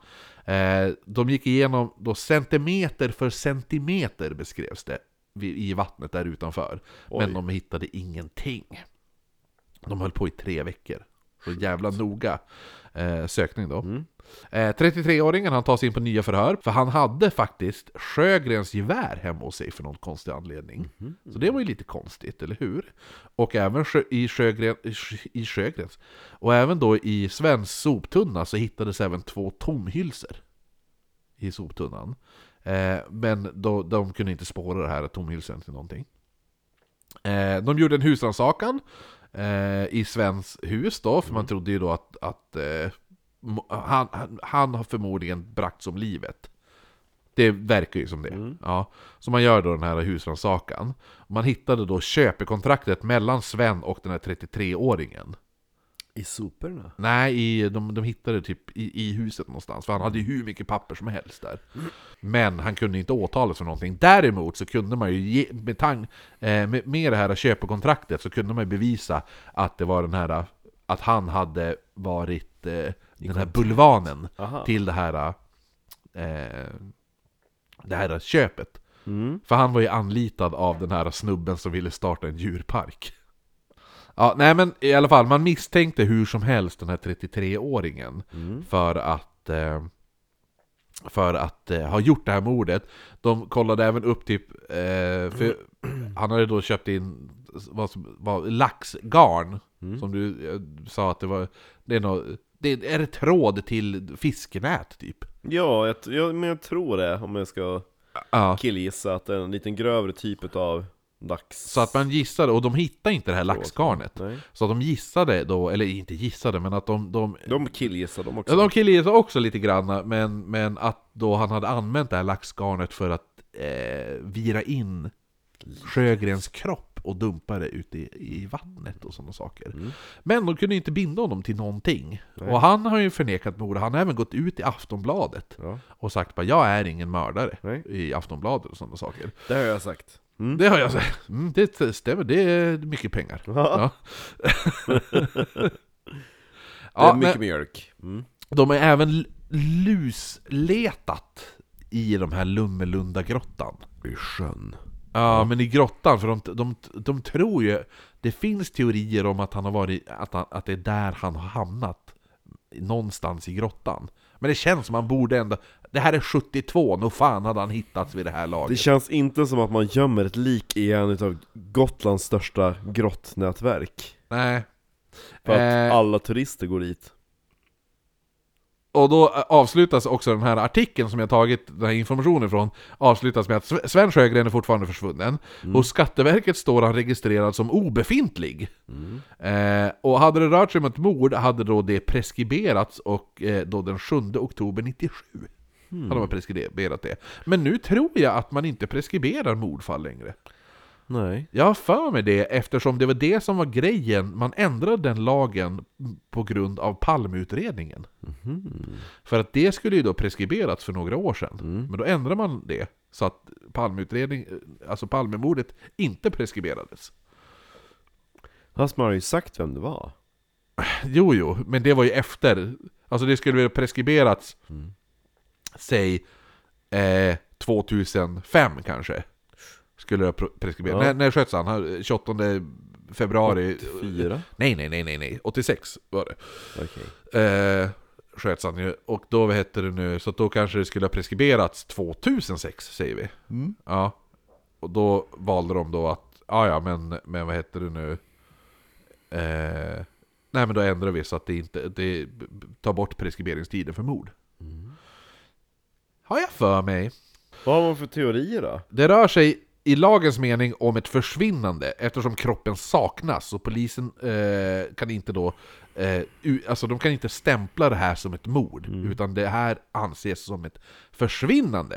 Speaker 1: Eh, de gick igenom då centimeter för centimeter beskrevs det vid- i vattnet där utanför. Men de hittade ingenting. De höll på i tre veckor. Så jävla noga eh, sökning då.
Speaker 2: Mm.
Speaker 1: Eh, 33-åringen han tas in på nya förhör, för han hade faktiskt Sjögrens gevär hemma hos sig för någon konstig anledning.
Speaker 2: Mm.
Speaker 1: Mm. Så det var ju lite konstigt, eller hur? Och även sjö, i, Sjögren, i Sjö- i Sjögrens, och även då i Svens soptunna så hittades även två tomhylsor i soptunnan. Eh, men då, de kunde inte spåra det här tomhylsan till någonting. Eh, de gjorde en husrannsakan eh, i Svens hus då, för man trodde ju då att, att eh, mo- han, han, han har förmodligen bragts om livet. Det verkar ju som det. Ja. Så man gör då den här husrannsakan. Man hittade då köpekontraktet mellan Sven och den här 33-åringen.
Speaker 2: I soporna?
Speaker 1: Nej, i, de, de hittade typ i, i huset någonstans, för han hade ju hur mycket papper som helst där. Men han kunde inte åtalas för någonting. Däremot så kunde man ju, ge, med, tang, eh, med, med det här köpekontraktet, så kunde man ju bevisa att det var den här, att han hade varit eh, den här bulvanen
Speaker 2: Aha.
Speaker 1: till det här, eh, det här köpet.
Speaker 2: Mm.
Speaker 1: För han var ju anlitad av den här snubben som ville starta en djurpark. Ja, nej men i alla fall, man misstänkte hur som helst den här 33-åringen
Speaker 2: Mm.
Speaker 1: för att, eh, för att eh, ha gjort det här mordet. De kollade även upp typ, eh, för han hade då köpt in vad som var laxgarn, som du eh, sa att det var, det är, nå det är, är det tråd till fiskenät typ?
Speaker 2: Ja, jag, t- ja, men jag tror det om jag ska
Speaker 1: Ja.
Speaker 2: killgissa att det är en liten grövre typ av lax.
Speaker 1: Så att man gissade, och de hittade inte det här laxgarnet.
Speaker 2: Nej.
Speaker 1: Så att de gissade då, eller inte gissade, men att de... de
Speaker 2: De killgissar de också.
Speaker 1: Ja, de killgissade också lite grann, men, men att då han hade använt det här laxgarnet för att eh, vira in Sjögrens kropp och dumpa det ute i, i vattnet och sådana saker.
Speaker 2: Mm.
Speaker 1: Men de kunde inte binda honom till någonting. Och han har ju förnekat mord, han har även gått ut i Aftonbladet
Speaker 2: Ja.
Speaker 1: och sagt bara jag är ingen mördare
Speaker 2: Nej.
Speaker 1: i Aftonbladet och sådana saker.
Speaker 2: Det har jag sagt. Mm.
Speaker 1: Det har jag sagt. Mm, det stämmer, det är mycket pengar. Ja.
Speaker 2: Det är
Speaker 1: Ja,
Speaker 2: mycket
Speaker 1: men
Speaker 2: mjölk. Mm.
Speaker 1: de har även l- lusletat i de här Lummelundagrottan.
Speaker 2: I sjön.
Speaker 1: Ja, men i grottan, för de, de, de tror ju... Det finns teorier om att, han har varit, att, han, att det är där han har hamnat. Någonstans i grottan. Men det känns som han borde ändå... Det här är 72, nog fan hade han hittats vid det här
Speaker 2: Det
Speaker 1: laget.
Speaker 2: känns inte som att man gömmer ett lik i en av Gotlands största grottnätverk.
Speaker 1: Nej.
Speaker 2: För att
Speaker 1: Eh.
Speaker 2: alla turister går dit.
Speaker 1: Och då eh, avslutas också den här artikeln som jag tagit den här informationen från Avslutas med att Sve- Sven Sjögren är fortfarande försvunnen Hos Skatteverket står han registrerad som obefintlig eh, Och hade det rört sig om ett mord hade då det preskriberats och eh, då den 7 oktober 97 Hade man preskriberat det Men nu tror jag att man inte preskriberar mordfall längre
Speaker 2: Nej.
Speaker 1: jag har för mig det eftersom det var det som var grejen. Man ändrade den lagen på grund av palmutredningen.
Speaker 2: Mhm.
Speaker 1: För att det skulle ju då preskriberats för några år sedan.
Speaker 2: Mm.
Speaker 1: Men då ändrade man det så att palmutredning, alltså Palmemordet inte preskriberades.
Speaker 2: Fast man har ju sagt vem det var.
Speaker 1: Jo, jo, men det var ju efter. Alltså det skulle väl preskriberats, säg eh, 2005 kanske. Skulle det ha pro- preskriberats.
Speaker 2: Ja.
Speaker 1: När, när sköts han? Han- 28 februari
Speaker 2: Fyra.
Speaker 1: Nej, nej, nej, nej, nej. 86 var det.
Speaker 2: Okej.
Speaker 1: Eh, sköts han ju. Och då, vad heter det nu, så att då kanske det skulle ha preskriberats 2006, säger vi. Ja. Och då valde de då att, ah, ja ja, men, men vad heter det nu? Eh, nej, men då ändrar vi så att det inte, det b- b- tar bort preskriberingstiden för mord. Har jag för mig.
Speaker 2: Mm. Vad har man för teorier då?
Speaker 1: Det rör sig i lagens mening om ett försvinnande eftersom kroppen saknas och polisen eh, kan inte då eh, u- alltså de kan inte stämpla det här som ett mord utan det här anses som ett försvinnande.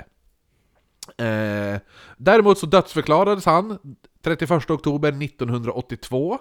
Speaker 1: Eh, däremot så dödsförklarades han 31 oktober 1982.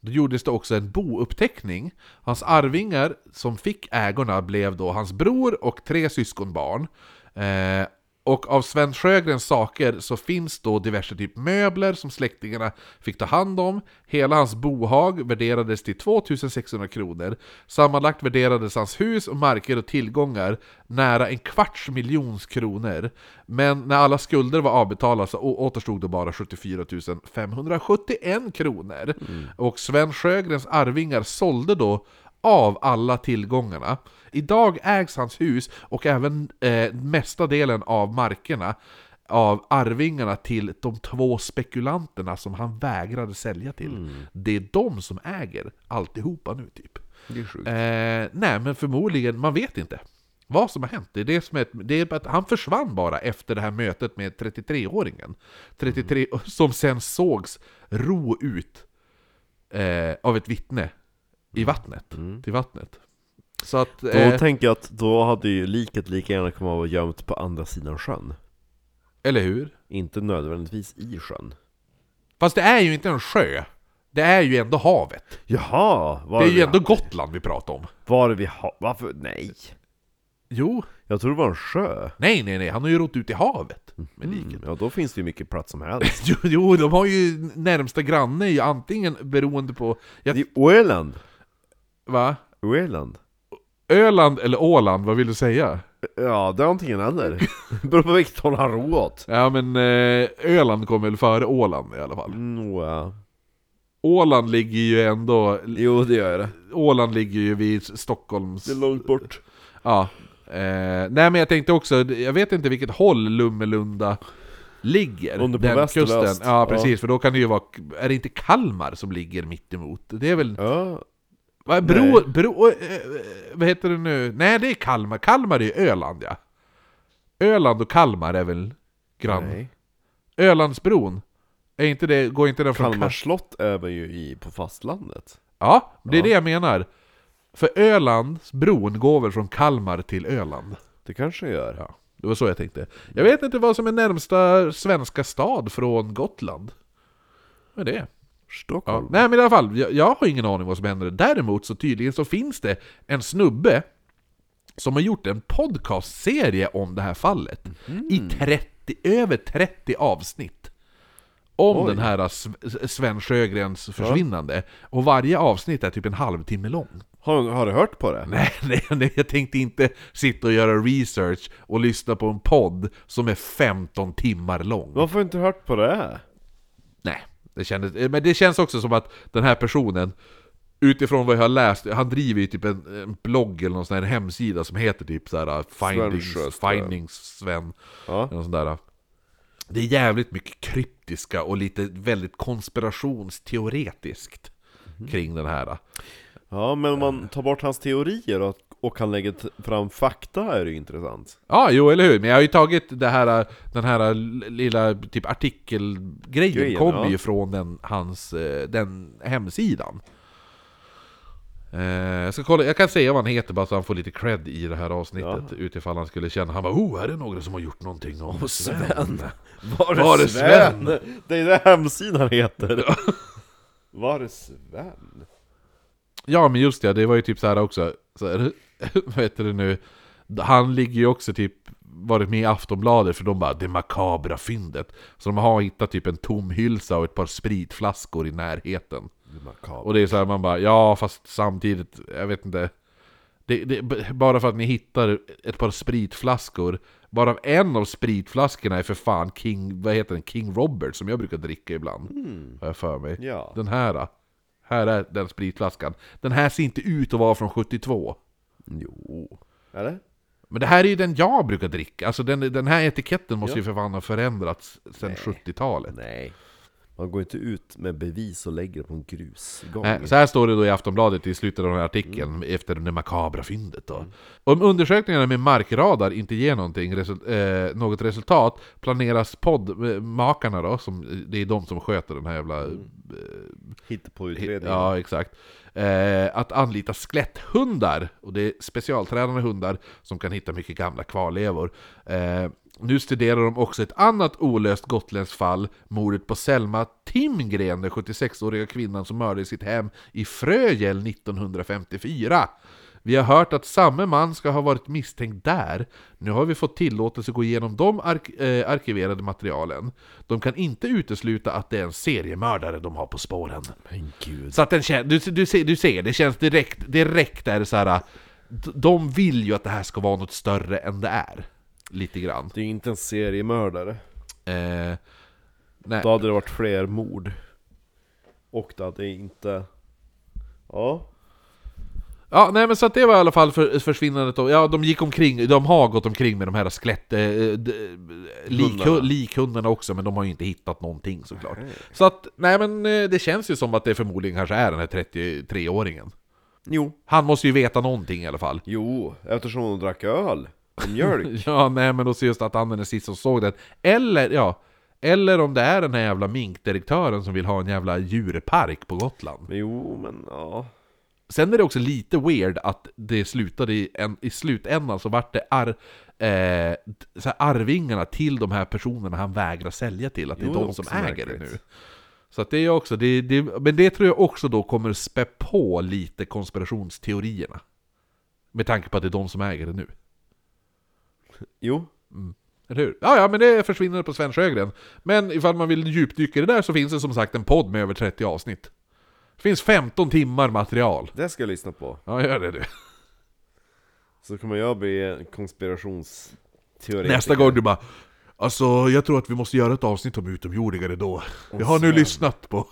Speaker 1: Då gjordes det också en bouppteckning. Hans arvingar som fick ägorna blev då hans bror och tre syskonbarn. Eh, och av Sven Sjögrens saker så finns då diverse typ möbler som släktingarna fick ta hand om. Hela hans bohag värderades till 2600 kronor. Sammanlagt värderades hans hus och marker och tillgångar nära en kvarts miljons kronor. Men när alla skulder var avbetalade så å- återstod då bara 74 571 kronor. Och Sven Sjögrens arvingar sålde då av alla tillgångarna. Idag ägs hans hus och även eh, mesta delen av markerna av arvingarna till de två spekulanterna som han vägrade sälja till. Det är de som äger alltihopa nu typ.
Speaker 2: Det är sjukt.
Speaker 1: Eh, nej, men förmodligen, man vet inte vad som har hänt. Det är det som är, ett- det är att han försvann bara efter det här mötet med 33-åringen. 33, som sen sågs ro ut eh, av ett vittne i vattnet, till vattnet. Så att...
Speaker 2: Då
Speaker 1: Eh,
Speaker 2: tänker jag att då hade ju liket lika gärna kunnat vara gömt på andra sidan sjön.
Speaker 1: eller hur?
Speaker 2: Inte nödvändigtvis i sjön.
Speaker 1: Fast det är ju inte en sjö. Det är ju ändå havet.
Speaker 2: Jaha! Var
Speaker 1: Det är ju
Speaker 2: vi-
Speaker 1: ändå Gotland vi pratar om.
Speaker 2: Var vi ha... Varför? Nej!
Speaker 1: Jo.
Speaker 2: Jag tror det var en sjö.
Speaker 1: Nej, nej, nej. Han har ju rott ut i havet. Med liket.
Speaker 2: Ja, då finns det ju mycket plats som helst.
Speaker 1: Jo, jo, de har ju närmsta granne är ju antingen beroende på... Jag,
Speaker 2: Det är Öland!
Speaker 1: va?
Speaker 2: Öland?
Speaker 1: Öland eller Åland, vad vill du säga?
Speaker 2: Ja, det är antingen eller. Beror på vilket håll han ror åt.
Speaker 1: Ja men eh, Öland kommer väl före Åland i alla fall.
Speaker 2: Nåja.
Speaker 1: Åland ligger ju ändå...
Speaker 2: Jo, det gör det.
Speaker 1: Åland ligger ju vid Stockholms...
Speaker 2: långt bort.
Speaker 1: Ja. Eh, nej men jag tänkte också, jag vet inte vilket håll Lummelunda ligger.
Speaker 2: Om det är på väst eller öst.
Speaker 1: Ja precis, för då kan det ju vara... Är det inte Kalmar som ligger mittemot? Det är väl...
Speaker 2: Ja.
Speaker 1: Va, bro, bro, eh, eh, vad heter det nu? Nej det är Kalmar, Kalmar är ju Öland ja. Öland och Kalmar är väl grann?
Speaker 2: Nej.
Speaker 1: Ölandsbron? Är inte det, går inte den från
Speaker 2: Kalmar
Speaker 1: Kalmar?
Speaker 2: slott är väl ju i, på fastlandet?
Speaker 1: Ja, det är
Speaker 2: Ja.
Speaker 1: det jag menar. För Ölandsbron går väl från Kalmar till Öland?
Speaker 2: Det kanske gör.
Speaker 1: Ja, det var så jag tänkte. Jag vet inte vad som är närmsta svenska stad från Gotland. Vad är det? Ja.
Speaker 2: Stockholm?
Speaker 1: Nej men i alla fall, jag, jag har ingen aning vad som händer. Däremot så tydligen så finns det en snubbe som har gjort en podcastserie om det här fallet. I 30, över 30 avsnitt. Om
Speaker 2: Oj.
Speaker 1: den här Sv- Sven Sjögrens försvinnande. Och varje avsnitt är typ en halvtimme långt.
Speaker 2: Har, har du hört på det?
Speaker 1: Nej, nej, nej, jag tänkte inte sitta och göra research och lyssna på en podd som är 15 timmar lång.
Speaker 2: Varför har du inte hört på det?
Speaker 1: Nej, det kändes, eh, men det känns också som att den här personen Utifrån vad jag har läst, han driver ju typ en, en blogg eller någon sån här hemsida som heter typ såhär Findings,
Speaker 2: Sjöström.
Speaker 1: Findings Sven
Speaker 2: Ja.
Speaker 1: eller något sånt där. Det är jävligt mycket kryptiska och lite väldigt konspirationsteoretiskt
Speaker 2: Mhm.
Speaker 1: kring den här.
Speaker 2: Ja, men om man tar bort hans teorier och, och han lägger t- fram fakta är det ju intressant.
Speaker 1: Ja, jo eller hur, men jag har ju tagit det här, den här lilla typ artikelgrejen
Speaker 2: Grejen,
Speaker 1: kommer
Speaker 2: ja.
Speaker 1: ju från den, hans, eh, den hemsidan. Eh, Jag ska kolla, jag kan säga vad han heter bara så han får lite cred i det här avsnittet utifall han skulle känna, han bara oh, här är några som har gjort någonting om Sven.
Speaker 2: Var
Speaker 1: Var det Sven?
Speaker 2: Det är det hemsidan heter! Var det Sven?
Speaker 1: Ja men just det, det var ju typ så här också, så här, vad heter det nu, han ligger ju också typ varit med i Aftonbladet för de bara 'Det makabra fyndet' Så de har hittat typ en tom hylsa och ett par spritflaskor i närheten
Speaker 2: Det är makabert.
Speaker 1: Och det är så här, man bara 'Ja fast samtidigt, jag vet inte' det, det, b- Bara för att ni hittar ett par spritflaskor Varav en av spritflaskorna är för fan King, vad heter den? King Robert som jag brukar dricka ibland Har jag för mig
Speaker 2: Ja.
Speaker 1: den här, äh, här är den spritflaskan. Den här ser inte ut att vara från 72.
Speaker 2: Jo. Eller?
Speaker 1: Men det här är ju den jag brukar dricka, alltså den, den här etiketten måste ju för fan ha förändrats sedan 70-talet.
Speaker 2: Nej. Man går inte ut med bevis och lägger det på en grusgång.
Speaker 1: Nej, Så här står det då i Aftonbladet i slutet av den här artikeln efter det makabra fyndet då. Om undersökningarna med markradar inte ger någonting, resul- eh, något resultat planeras poddmakarna då, som, det är de som sköter den här jävla
Speaker 2: Hitta på utredningen.
Speaker 1: Ja, exakt. Eh, att anlita skeletthundar, och det är specialtränade hundar som kan hitta mycket gamla kvarlevor. Eh, nu studerar de också ett annat olöst gotländskt fall, mordet på Selma Timgren, den 76-åriga kvinnan som mördades i sitt hem i Fröjel 1954. Vi har hört att samme man ska ha varit misstänkt där. Nu har vi fått tillåtelse att gå igenom de ark eh, arkiverade materialen. De kan inte utesluta att det är en seriemördare de har på spåren.
Speaker 2: Men gud.
Speaker 1: Så att den kän- du, du, ser, du ser, det känns direkt, direkt är det så här. d- De vill ju att det här ska vara något större än det är. Lite grann.
Speaker 2: Det är ju inte en seriemördare.
Speaker 1: Eh, nej.
Speaker 2: Då hade det varit fler mord. Och det hade inte... Ja.
Speaker 1: Ja, nej men så att det var i alla fall för, försvinnandet av, ja de gick omkring, de har gått omkring med de här skelett... Eh, d- lik,
Speaker 2: Hundarna.
Speaker 1: likhundarna också, men de har ju inte hittat någonting såklart. Så att, nej men eh, det känns ju som att det förmodligen kanske är den här 33-åringen.
Speaker 2: Jo.
Speaker 1: Han måste ju veta någonting i alla fall.
Speaker 2: Jo, eftersom hon drack öl. Och mjölk.
Speaker 1: Ja, nej men då ser just att han är den sista som såg den. Eller, ja. Eller om det är den här jävla minkdirektören som vill ha en jävla djurpark på Gotland.
Speaker 2: Men jo, men ja.
Speaker 1: Sen är det också lite weird att det slutade i, en, i slutändan så vart det ar, eh, d- så här arvingarna till de här personerna han vägrar sälja till, att det
Speaker 2: Jo,
Speaker 1: är
Speaker 2: det är
Speaker 1: de som
Speaker 2: också
Speaker 1: äger det nu.
Speaker 2: märkligt.
Speaker 1: Så att det är också, det, det, men det tror jag också då kommer spä på lite konspirationsteorierna. Med tanke på att det är de som äger det nu.
Speaker 2: Jo.
Speaker 1: Eller hur? Ja, ja, men det försvinner på Sven Sjögren. Men ifall man vill djupdyka i det där så finns det som sagt en podd med över 30 avsnitt. Det finns 15 timmar material.
Speaker 2: Det ska jag lyssna på.
Speaker 1: Ja, gör det du.
Speaker 2: Så kommer jag bli konspirationsteoretiker.
Speaker 1: Nästa gång du bara Alltså, jag tror att vi måste göra ett avsnitt om utomjordingar då. Jag har nu
Speaker 2: Sven.
Speaker 1: lyssnat på...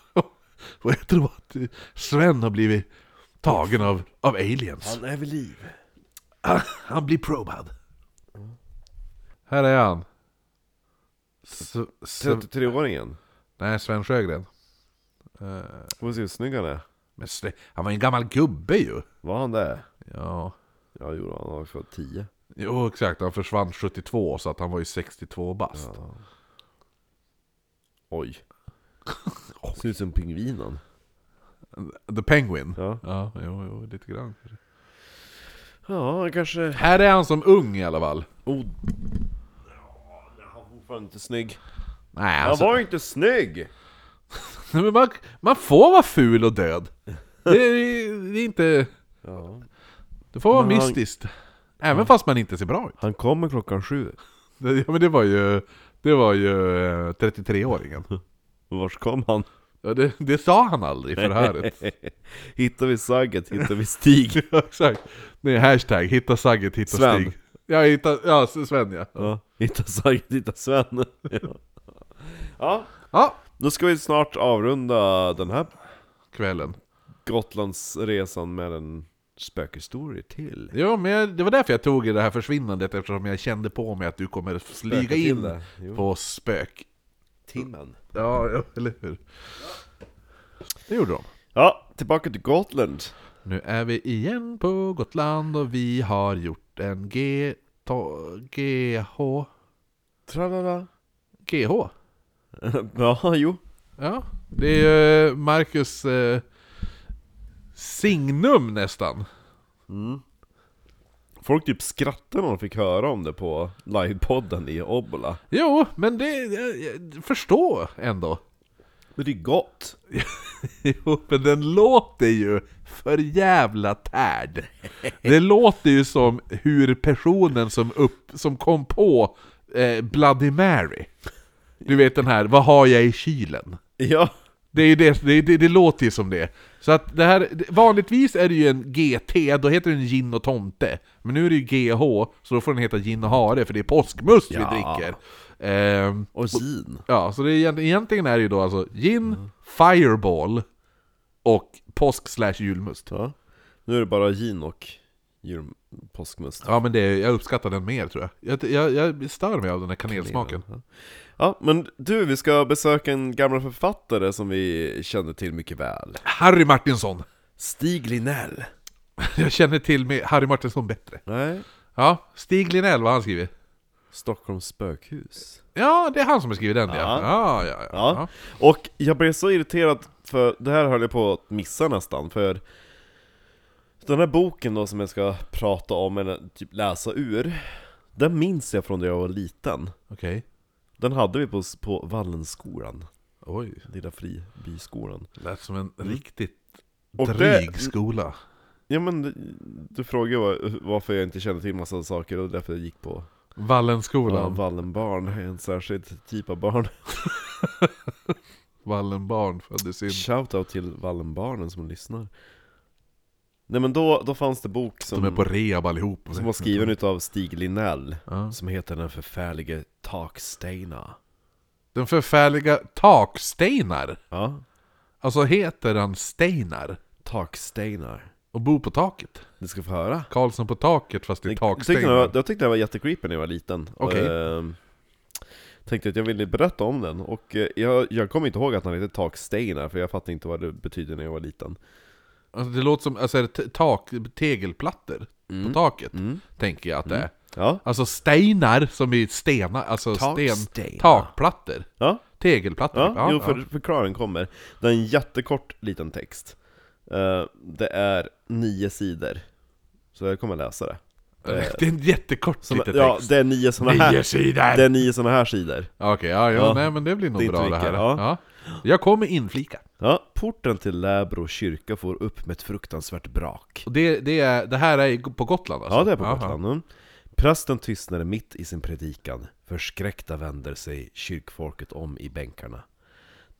Speaker 1: Och jag tror att eh, Sven har blivit tagen av, av aliens.
Speaker 2: Han är vid liv.
Speaker 1: Han blir probad. Här är han. S S
Speaker 2: 33-åringen.
Speaker 1: nej, Sven Sjögren. Eh,
Speaker 2: Får vi se hur snygg han är.
Speaker 1: Men sl- han var ju en gammal gubbe ju.
Speaker 2: Var han det?
Speaker 1: Ja.
Speaker 2: Ja, det gjorde han. Han var för 10.
Speaker 1: Jo, exakt. Han försvann 72 så att han var ju 62 bast.
Speaker 2: Oj. Ser ut som pingvinen.
Speaker 1: The Penguin.
Speaker 2: Ja.
Speaker 1: Ja, jo, jo, lite grann.
Speaker 2: Ja, han kanske...
Speaker 1: Här är han som ung i alla fall.
Speaker 2: Oh. Ja, han var fortfarande inte snygg.
Speaker 1: Nej,
Speaker 2: Han var ju inte snygg!
Speaker 1: Nej, men man, man får vara ful och död. Det är, det är inte...
Speaker 2: Ja.
Speaker 1: Det får vara
Speaker 2: Men han-
Speaker 1: mystiskt. Även fast man inte ser bra ut.
Speaker 2: Han kommer klockan sju.
Speaker 1: Det, ja, men det var ju... Det var ju eh, 33-åringen.
Speaker 2: Vars kom han?
Speaker 1: Ja, det, det sa han aldrig i förhöret.
Speaker 2: Hittar vi Sagget, hittar vi Stig.
Speaker 1: Ja, Exakt. Det är hashtag, hitta Sagget, hitta
Speaker 2: Sven.
Speaker 1: Stig. Ja, hitta, ja, Sven ja.
Speaker 2: Ja. Hittar Sagget, hittar Sven. Ja. ja,
Speaker 1: Ja,
Speaker 2: då ska vi snart avrunda den här
Speaker 1: kvällen.
Speaker 2: Gotlandsresan med en spökhistoria till.
Speaker 1: Jo, men jag, det var därför jag tog i det här försvinnandet eftersom jag kände på mig att du kommer flyga
Speaker 2: till
Speaker 1: in
Speaker 2: det, jo.
Speaker 1: på spök.
Speaker 2: Timmen.
Speaker 1: Ja, ja, eller hur? Det gjorde de.
Speaker 2: Ja, tillbaka till Gotland.
Speaker 1: Nu är vi igen på Gotland och vi har gjort en G... ta- GH...
Speaker 2: Tralala.
Speaker 1: GH?
Speaker 2: Ja, jo.
Speaker 1: Ja, det är ju Marcus eh, signum nästan.
Speaker 2: Folk typ skrattade när de fick höra om det på livepodden i Obbola.
Speaker 1: Jo, men det... Jag, jag, förstå ändå.
Speaker 2: Men det är gott.
Speaker 1: Jo, men den låter ju för jävla tärd. Det låter ju som hur personen som, upp, som kom på eh, Bloody Mary. Du vet den här, vad har jag i kylen?
Speaker 2: Ja.
Speaker 1: Det, är ju det, det, det, det låter ju som det. Så att det här, vanligtvis är det ju en GT, då heter den gin och tomte. Men nu är det ju GH, så då får den heta gin och hare, för det är påskmust
Speaker 2: Ja.
Speaker 1: vi dricker. Ehm,
Speaker 2: Och gin.
Speaker 1: Ja, så det är, egent- egentligen är det ju då alltså gin,
Speaker 2: Mm.
Speaker 1: fireball och påsk slash julmust.
Speaker 2: Ja. Nu är det bara gin och jul- påskmust.
Speaker 1: Ja men det, är- jag uppskattar den mer tror jag. Jag, jag, jag stör mig av den här kanelsmaken.
Speaker 2: Ja, men du, vi ska besöka en gammal författare som vi känner till mycket väl.
Speaker 1: Harry Martinsson!
Speaker 2: Stig Linell.
Speaker 1: Jag känner till med Harry Martinsson bättre.
Speaker 2: Nej.
Speaker 1: Ja, Stig Linell, vad har han skrivit?
Speaker 2: Stockholms spökhus.
Speaker 1: Ja, det är han som har skrivit den ja.
Speaker 2: Ja.
Speaker 1: Ja, ja, ja.
Speaker 2: Ja.
Speaker 1: ja.
Speaker 2: Och jag blev så irriterad, för det här höll jag på att missa nästan, för den här boken då som jag ska prata om, eller typ läsa ur, den minns jag från när jag var liten.
Speaker 1: Okej.
Speaker 2: Den hade vi på, på Vallenskolan,
Speaker 1: Oj,
Speaker 2: lilla fribyskolan.
Speaker 1: lät som en riktigt
Speaker 2: Mm. Och
Speaker 1: dryg
Speaker 2: det-
Speaker 1: skola.
Speaker 2: Ja men, du- du frågade var- varför jag inte kände till massa saker och därför jag gick på ja,
Speaker 1: Vallenskolan,
Speaker 2: Wallenbarn, en särskild typ av barn.
Speaker 1: Wallenbarn föddes in.
Speaker 2: Shoutout till Wallenbarnen som lyssnar. Nej men då, då fanns det bok som...
Speaker 1: De är på rehab allihop.
Speaker 2: Som var skriven utav Stig Linell
Speaker 1: Ja.
Speaker 2: Som heter Den förfärlige Taksteina
Speaker 1: Den förfärliga Taksteinar.
Speaker 2: Ja,
Speaker 1: Alltså heter han Steinar
Speaker 2: Taksteinar
Speaker 1: och bor på taket?
Speaker 2: Ni ska få höra
Speaker 1: Karlsson på taket fast det är
Speaker 2: jag, tyckte den
Speaker 1: taksteinar.
Speaker 2: var, jag tyckte den var jättecreepy när jag var liten
Speaker 1: Okej.
Speaker 2: Och, ehm, Tänkte att jag ville berätta om den och eh, jag, jag kommer inte ihåg att han hette Taksteinar för jag fattade inte vad det betydde när jag var liten
Speaker 1: Alltså det låter som alltså, är det t- tak, tegelplattor
Speaker 2: Mm.
Speaker 1: på taket, tänker jag att det är.
Speaker 2: Ja,
Speaker 1: Alltså steinar som i stenar, alltså
Speaker 2: Taksteinar.
Speaker 1: sten, takplattor.
Speaker 2: ja,
Speaker 1: Tegelplattor.
Speaker 2: ja,
Speaker 1: typ. ja,
Speaker 2: jo för förklaringen kommer Det är en jättekort liten text Eh, Det är nio sidor Så jag kommer läsa det
Speaker 1: ja. Det är en jättekort
Speaker 2: Som-
Speaker 1: liten
Speaker 2: ja,
Speaker 1: text.
Speaker 2: det är nio såna här
Speaker 1: Nio sidor!
Speaker 2: Det är nio sådana här sidor.
Speaker 1: Okej, ja, ja,
Speaker 2: Ja.
Speaker 1: nej men det blir nog
Speaker 2: Det är
Speaker 1: bra
Speaker 2: inte
Speaker 1: det här.
Speaker 2: mycket, ja.
Speaker 1: Ja. Jag kommer inflika.
Speaker 2: Ja, porten till Läbro kyrka får upp med ett fruktansvärt brak.
Speaker 1: Och det, det, är, det här är på Gotland alltså?
Speaker 2: Ja, det är på
Speaker 1: Aha.
Speaker 2: Gotland. mm. Prästen tystnade mitt i sin predikan. Förskräckta vänder sig kyrkfolket om i bänkarna.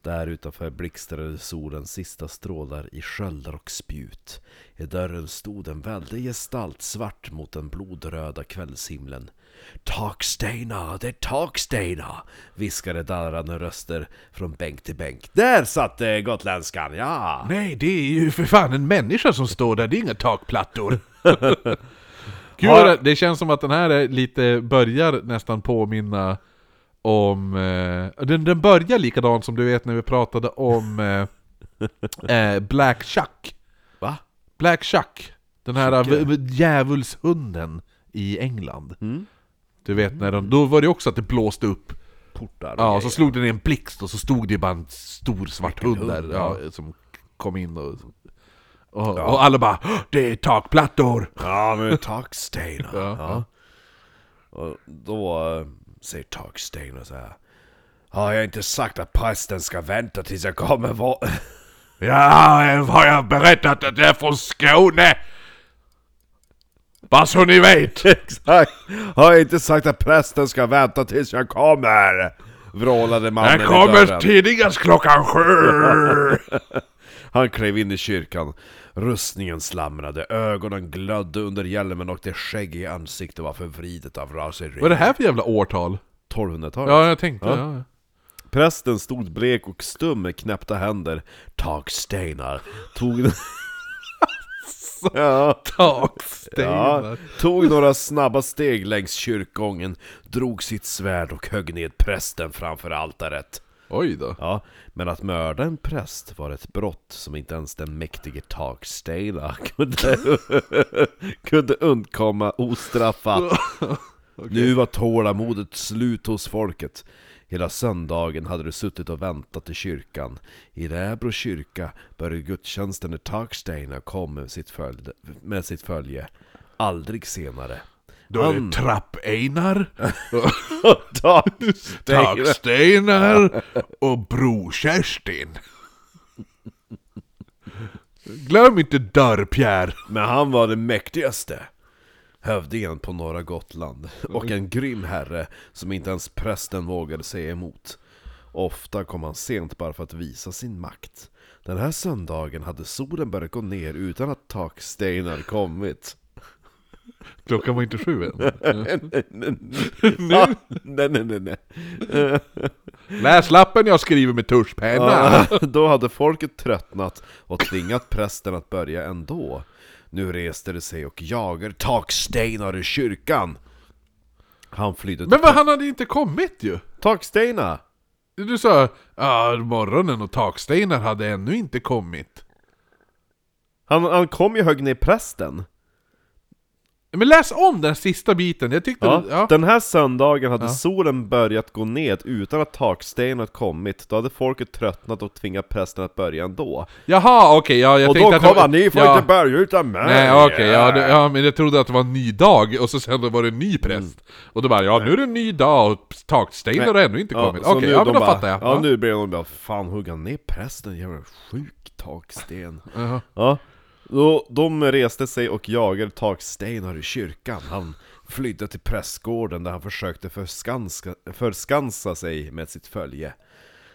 Speaker 2: Där utanför blixtrade solens sista strålar i sköldar och spjut. I dörren stod en väldig gestalt svart mot den blodröda kvällshimlen. Takstena, det är takstena! viskade darrande röster från bänk till bänk. Där satt eh, gotländskan, ja!
Speaker 1: Nej, det är ju för fan en människa som står där, det är inga takplattor. Gud,
Speaker 2: Ja.
Speaker 1: vad det, det känns som att den här är lite börjar nästan påminna om... Eh, den, den börjar likadant som du vet när vi pratade om eh, eh, Black Chuck.
Speaker 2: Va?
Speaker 1: Black Chuck, den här
Speaker 2: Chuck, ja.
Speaker 1: v- v- djävulshunden i England.
Speaker 2: Mm.
Speaker 1: Du vet, när de, då var det också att det blåste upp
Speaker 2: Portar och
Speaker 1: Ja,
Speaker 2: grejer.
Speaker 1: och så slog den i en blixt och så stod det bara en stor svart
Speaker 2: Vilken
Speaker 1: hund där
Speaker 2: hund,
Speaker 1: ja, som kom in och... Och, och alla bara "Hå! ”Det är takplattor!”
Speaker 2: Ja, men takstenar.
Speaker 1: Ja.
Speaker 2: ja. Och då eh, säger takstenar så här. Har jag inte sagt att prästen ska vänta tills jag kommer? Va-
Speaker 1: ”Ja, eh, har jag berättat att jag är från Skåne?” Bara så ni vet!
Speaker 2: Exakt! Har jag inte sagt att prästen ska vänta tills jag kommer? Vrålade mannen
Speaker 1: Jag
Speaker 2: i
Speaker 1: kommer
Speaker 2: dörren.
Speaker 1: tidigast klockan sju!
Speaker 2: Han klev in i kyrkan. Rustningen slamrade, ögonen glödde under hjälmen och det skäggiga ansiktet var förvridet av raseri.
Speaker 1: Vad är det här för jävla årtal?
Speaker 2: 1200-talet?
Speaker 1: Ja, jag tänkte... Ja. Ja.
Speaker 2: Prästen stod blek och stum med knäppta händer. Takstenar tog... ja, ja,
Speaker 1: Takstenar!
Speaker 2: tog några snabba steg längs kyrkgången, drog sitt svärd och högg ned prästen framför altaret.
Speaker 1: Oj då.
Speaker 2: Ja, men att mörda en präst var ett brott som inte ens den mäktige Takstenar kunde, kunde undkomma ostraffat. Nu var tålamodet slut hos folket. Hela söndagen hade de suttit och väntat i kyrkan. I Räbro kyrka började gudstjänsten när Taksteiner kom med sitt, följd, med sitt följe. Aldrig senare.
Speaker 1: Då är det
Speaker 2: Han-
Speaker 1: Trapp-Einar,
Speaker 2: Taksteiner!
Speaker 1: Takstenar och Bro-Kerstin. Glöm inte Dörr-Pierre.
Speaker 2: Men han var den mäktigaste. Hövdingen på norra Gotland. Och en grym herre som inte ens prästen vågade säga emot. Ofta kom han sent bara för att visa sin makt. Den här söndagen hade solen börjat gå ner utan att takstenar kommit.
Speaker 1: Klockan var inte sju än.
Speaker 2: nej, nej, nej. nej, nej, nej, nej.
Speaker 1: Läs lappen jag skriver med tuschpenna.
Speaker 2: Ja, Då hade folket tröttnat och tvingat prästen att börja ändå. Nu reste de sig och jagade takstenar i kyrkan. Han flydde
Speaker 1: Men vad, han hade inte kommit ju.
Speaker 2: Takstenar!
Speaker 1: Du sa ja, morgonen och Takstenar hade ännu inte kommit.
Speaker 2: Han, han kom ju hög ner prästen.
Speaker 1: Men läs om den sista biten. Jag tyckte...
Speaker 2: Ja.
Speaker 1: Ja. Ja.
Speaker 2: Den här söndagen hade
Speaker 1: Ja.
Speaker 2: solen börjat gå ned utan att takstenar kommit. Då hade folket tröttnat och tvingat prästen att börja ändå.
Speaker 1: Jaha, okej. ja, jag
Speaker 2: och
Speaker 1: tänkte
Speaker 2: då
Speaker 1: att det
Speaker 2: kom
Speaker 1: var-
Speaker 2: han, ni får
Speaker 1: ja.
Speaker 2: inte börja utan mig!
Speaker 1: Nej okej, ja, det- ja men jag trodde att det var en ny dag och så sen då var det en
Speaker 2: Mm.
Speaker 1: ny präst. Och då bara ja nu är det en ny dag och takstenar har ännu inte
Speaker 2: Ja,
Speaker 1: kommit.
Speaker 2: så
Speaker 1: okej,
Speaker 2: nu
Speaker 1: ja
Speaker 2: de
Speaker 1: men då
Speaker 2: bara,
Speaker 1: fattar jag.
Speaker 2: Ja, nu blir de bara, fan hugga ner prästen, jävla sjuk taksten.
Speaker 1: Jaha.
Speaker 2: Ja, då, de reste sig och jagade takstenar i kyrkan. Han flydde till prästgården där han försökte förskanska, förskansa sig med sitt följe.